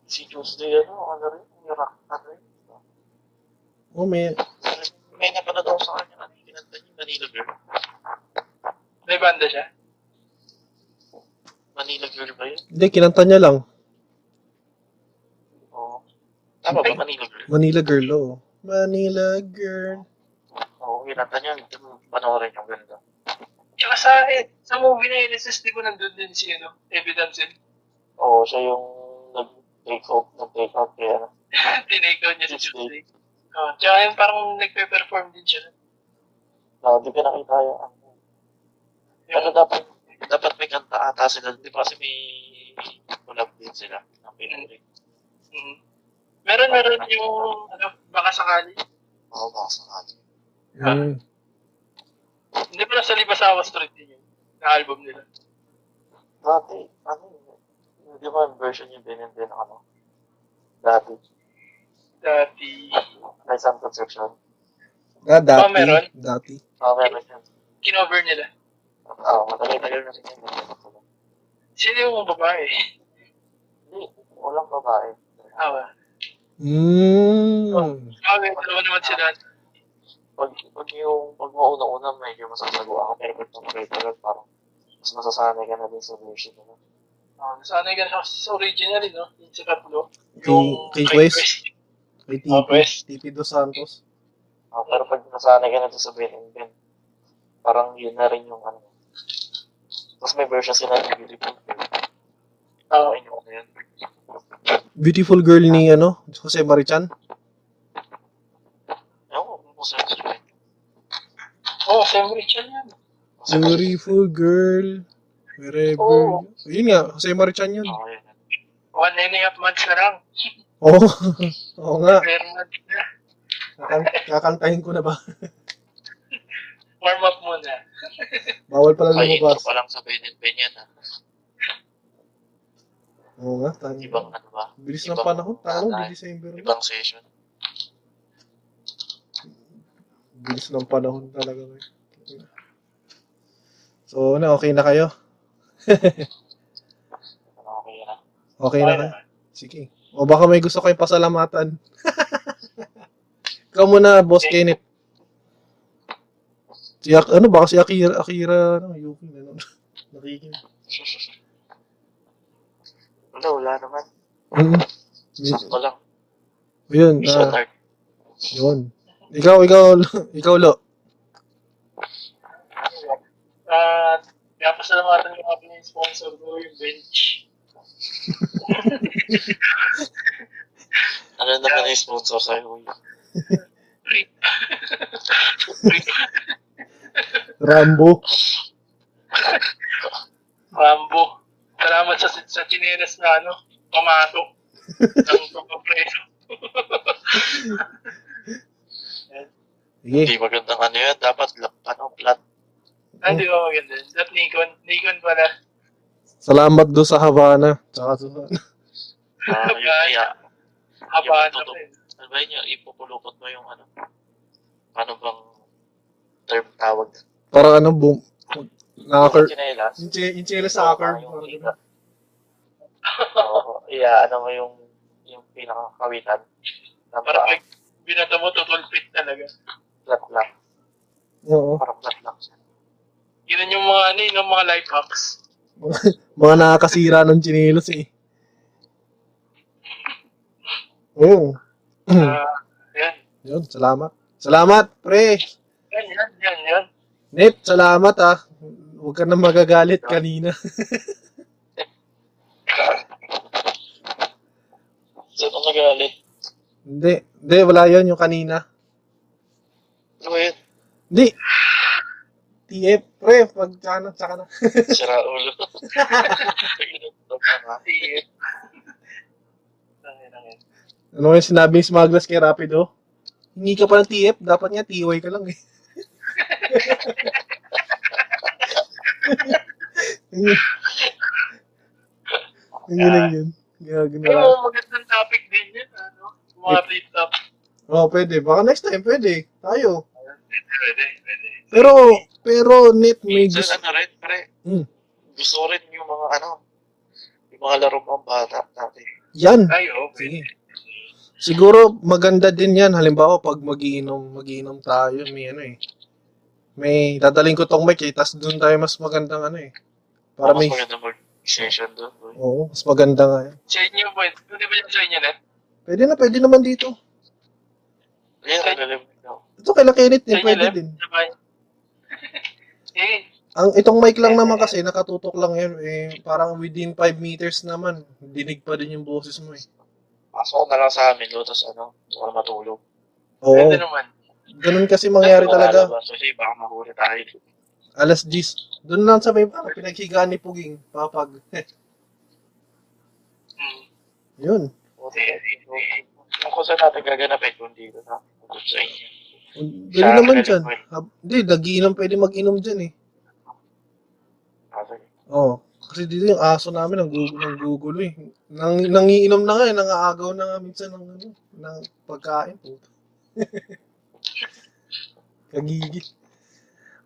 Speaker 3: Si Tuesday ano, ano rin, yung rock, ano rin.
Speaker 1: Oh, may...
Speaker 3: May napanood ako sa kanya kanina, kinanta niya Manila Girl.
Speaker 2: May banda siya.
Speaker 3: Manila Girl ba yun?
Speaker 1: Hindi, kinanta niya lang.
Speaker 3: Oo. Tama ba
Speaker 2: Ay.
Speaker 3: Manila Girl?
Speaker 1: Manila Girl, oo. Manila Girl.
Speaker 3: Oo, kinanta niya. Hindi mo panoorin yung ganda.
Speaker 2: Tsaka sa, eh, sa movie na yun, sis, di ko nandun din si, ano, evidence yun.
Speaker 3: Oo, siya yung nag-take out, nag-take out kaya ano.
Speaker 2: Tinake out niya si
Speaker 3: Tuesday.
Speaker 2: Tuesday. Oh, tsaka yun, parang nagpe-perform din siya.
Speaker 3: Ah, di ko nakita yung ano. Pero Ano dapat, dapat may kanta ata sila. Di ba kasi may collab din sila. Ang pinuri.
Speaker 2: Mm. Meron, meron yung, ano, baka sakali.
Speaker 3: Oo, baka sakali.
Speaker 1: Mm.
Speaker 2: Hindi pala sa Libasawa Street din yun, na album nila.
Speaker 3: Dati, ano yun? Hindi ba yung version yung binindi ng ano? Dati.
Speaker 2: Dati,
Speaker 3: Ay, San Concepcion.
Speaker 1: Ah, dati.
Speaker 2: Oh, meron?
Speaker 1: Dati.
Speaker 3: Ah, meron yun.
Speaker 2: kinover nila.
Speaker 3: Ah, matagal-tagal na rin yun.
Speaker 2: Sino yung babae?
Speaker 3: Hindi, walang babae.
Speaker 2: Awa.
Speaker 1: Mm.
Speaker 2: Ah, ganito naman naman sila.
Speaker 3: Pag, pag yung, pag mauna-una, medyo masasaguan ka, pero pag tumagal-tagal, parang mas masasanay ka na din sa version na. yun.
Speaker 2: Ah, nasanay ka na sa original, eh, no? Yung sa tatlo.
Speaker 1: Kay- kay Mm-hmm. Quest? Kay
Speaker 2: Oh,
Speaker 1: TP.
Speaker 2: Quest.
Speaker 1: TP Dos Santos.
Speaker 3: Ah, pero pag nasanay ka na din sa binindi, parang yun na rin yung ano. Tapos may version sila ng Beautiful Girl.
Speaker 2: Ah,
Speaker 3: Ayun yung ano yun.
Speaker 1: Beautiful girl ni, ano, Jose Marichan.
Speaker 3: Ewan ko kung saan sila yun.
Speaker 2: oh, Sam Richard yan.
Speaker 3: Kasi
Speaker 1: Beautiful girl. Wherever.
Speaker 2: Oo.
Speaker 1: you- Yun nga, Jose Marichan yun.
Speaker 3: Oo, yun.
Speaker 2: One and a half months na lang.
Speaker 1: Oo. Oo nga.
Speaker 2: Pero months na.
Speaker 1: Kakan- kakantahin ko na ba?
Speaker 2: Warm up muna.
Speaker 1: Bawal pala
Speaker 3: Ay, intro
Speaker 1: lumabas.
Speaker 3: pa lang sa Ben and Ben yan. ah.
Speaker 1: Oo nga, tayo.
Speaker 3: Ibang ano ba?
Speaker 1: Bilis ng
Speaker 3: ibang-
Speaker 1: panahon. Talo,
Speaker 3: ano,
Speaker 1: December na.
Speaker 3: Ibang session.
Speaker 1: Bilis ng panahon talaga. eh. So, na, okay na kayo?
Speaker 3: Ano, Okay na.
Speaker 1: Okay
Speaker 2: Okay
Speaker 1: na kayo?
Speaker 2: naman.
Speaker 1: Sige. O baka may gusto kayong pasalamatan. Ikaw muna, Boss
Speaker 2: Okay.
Speaker 1: Kenneth. Si, Ak- ano, baka si Akira, Akira, ano, Yuki, ano, nakikinig.
Speaker 3: Wala, wala naman.
Speaker 1: Mm.
Speaker 3: Sakto lang.
Speaker 1: Yun,
Speaker 3: Visual
Speaker 1: ah,
Speaker 3: art.
Speaker 1: yun. Ikaw, ikaw, ikaw, lo.
Speaker 2: At kaya pasalamatan ko nga pala yung sponsor ko, yung bench.
Speaker 3: Ano naman yung sponsor sa'yo? Uy?
Speaker 2: Rip.
Speaker 1: Rambo.
Speaker 2: Rambo. Salamat sa, sa chinelas na ano, pamato ng pagpapreso.
Speaker 1: Sige.
Speaker 3: Hindi magandang ano yan. Dapat lang, ano, flat.
Speaker 2: Ah, di ba maganda? At Nikon. Nikon pala.
Speaker 1: Salamat do sa Havana. Tsaka sa...
Speaker 3: Ah, yun kaya.
Speaker 2: Habaan na
Speaker 3: tutok.
Speaker 2: pa yun.
Speaker 3: Ano ba yun? yung Ipupulupot mo yung ano. Ano bang term tawag?
Speaker 1: Parang ano, boom. Nakakir.
Speaker 3: Yung chinelas.
Speaker 1: Yung che- yung chela
Speaker 3: Oo,
Speaker 1: sa curve.
Speaker 3: parang yung
Speaker 1: Parang
Speaker 3: hila.
Speaker 1: ganun.
Speaker 3: Oo, iya, ano mo yung, yung pinakakawitan. Na
Speaker 2: Para
Speaker 3: parang
Speaker 2: pag binato mo, tutulpit talaga.
Speaker 3: flat lang.
Speaker 1: Oo.
Speaker 3: Parang flat lang siya.
Speaker 2: Yun yung mga ano, yun yung mga life hacks.
Speaker 1: Mga nakakasira ng chinelos eh. Oo. Hmm.
Speaker 2: Ah, yan.
Speaker 1: Yun, salamat. Salamat, pre.
Speaker 2: Yan, yan, yan, yan.
Speaker 1: Nip, salamat ah. Huwag ka na magagalit kanina.
Speaker 3: Saan ang nagalit?
Speaker 1: hindi, hindi, wala yun yung kanina.
Speaker 3: Ano ba yun?
Speaker 1: Hindi, TF, pre, pag tsaka na, tsaka na.
Speaker 3: Sira ulo. Ginugtog ka nga.
Speaker 2: Sige. Tangin, tangin.
Speaker 1: Ano yung sinabi ni Smugglers kay Rapido? Hingi ka pa ng TF, dapat nga TY ka lang eh. Yun, yun lang yun.
Speaker 2: Pero
Speaker 1: Ginaginawa.
Speaker 2: magandang topic din yun, ano? Mga tip top.
Speaker 1: Oo, Oh, pwede. Baka next time, pwede. Tayo.
Speaker 2: Pwede, pwede.
Speaker 1: Pero, pero, Nip, may
Speaker 3: Minsan
Speaker 1: gusto.
Speaker 3: ano rin, pre,
Speaker 1: Hmm.
Speaker 3: gusto ko rin yung mga ano, yung mga laro pang bata dati.
Speaker 1: Yan.
Speaker 2: Ay, oo,
Speaker 1: Sige.
Speaker 2: pwede.
Speaker 1: Siguro maganda din 'yan halimbawa pag magiinom, magiinom tayo, may ano eh. May dadaling ko tong mic eh, tas doon tayo mas magandang ano eh. Para
Speaker 3: Para mas
Speaker 1: may
Speaker 3: maganda mag-session doon. boy.
Speaker 1: Oo, mas maganda nga. eh.
Speaker 2: Sa inyo, boy. Hindi ba yung sa inyo, net?
Speaker 1: Pwede na, pwede naman dito.
Speaker 3: Ayun,
Speaker 2: Sa,
Speaker 3: nalilimutan ko.
Speaker 1: Ito kay Lakinit
Speaker 2: sa
Speaker 1: eh,
Speaker 2: inyo,
Speaker 1: pwede
Speaker 2: left?
Speaker 1: din.
Speaker 2: Sa bahay? Eh,
Speaker 1: Ang itong mic lang
Speaker 2: eh,
Speaker 1: naman
Speaker 2: eh.
Speaker 1: kasi nakatutok lang yun eh, parang within 5 meters naman. Dinig pa din yung boses mo eh.
Speaker 3: Pasok ko na lang sa amin doon, tapos ano, hindi ko na matulog.
Speaker 1: Oo,
Speaker 2: Pwede naman.
Speaker 1: ganun kasi
Speaker 3: Hindi
Speaker 1: mangyari
Speaker 3: ko
Speaker 1: talaga.
Speaker 3: lalabas kasi baka mahuli tayo.
Speaker 1: Alas 10. Doon lang sa may ano, pinaghigaan ni Puging, papag.
Speaker 2: Hmm.
Speaker 1: Yun.
Speaker 3: Puta,
Speaker 2: Sige, sige, sige.
Speaker 3: Kung kung saan natin gaganapin kung dito na. Kung sa inyo.
Speaker 1: Pwede
Speaker 3: Sa
Speaker 1: naman dyan.
Speaker 3: nalilimutan.
Speaker 1: Hab- Hindi, nagiinom, pwede mag-inom dyan eh.
Speaker 3: Ah, sige.
Speaker 1: Oo. Kasi dito yung aso namin ang gugulo, ang gugulo eh. Nang, nangiinom na nga eh, nangaagaw na nga minsan ng, ano, ng pagkain. Kagigil.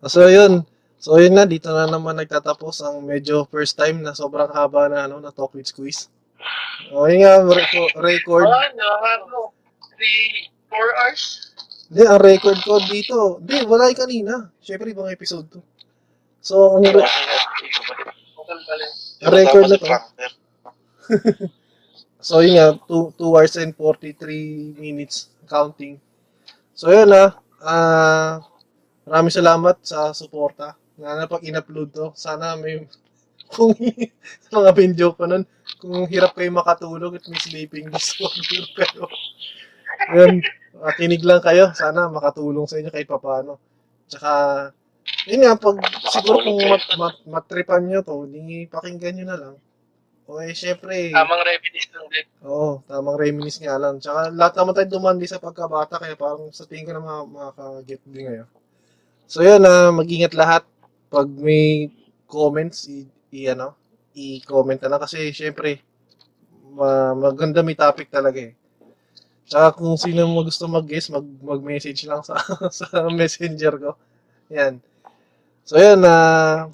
Speaker 1: Ah, So yun. So yun na, dito na naman nagtatapos ang medyo first time na sobrang haba na ano na talk with squeeze. O yun nga, reco- record.
Speaker 2: Ah, nakakano. 3, 4 hours?
Speaker 1: Hindi, ang record ko dito. Hindi, wala yung kanina. Siyempre, ibang episode to. So, ang re-
Speaker 2: Total pala.
Speaker 1: ang record na to. So, yun nga, 2, 2 hours and 43 minutes counting. So, yun na. Ah, maraming salamat sa suporta na napag in-upload to. Sana may kung sa mga video ko nun, kung hirap kayo makatulog at may sleeping disorder pero yun, makinig lang kayo. Sana makatulong sa inyo kahit papaano. Tsaka, yun nga, pag siguro kung mat, mat, matripan nyo to, di pakinggan nyo na lang. O eh, syempre,
Speaker 2: Tamang reminis lang din.
Speaker 1: oo, tamang reminis nga lang. Tsaka lahat naman tayo dumandi sa pagkabata, kaya parang sa tingin ko na mga, makakaget din ngayon. So yun, na mag-ingat lahat. Pag may comments, i, i ano, i-comment na lang. Kasi syempre, ma- maganda may topic talaga eh. Tsaka kung sino mo gusto mag-guest, mag, mag-message lang sa, sa messenger ko. Yan. ah, So, yun. na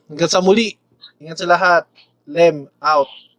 Speaker 1: hanggang sa muli. Ingat sa lahat. Lem, out.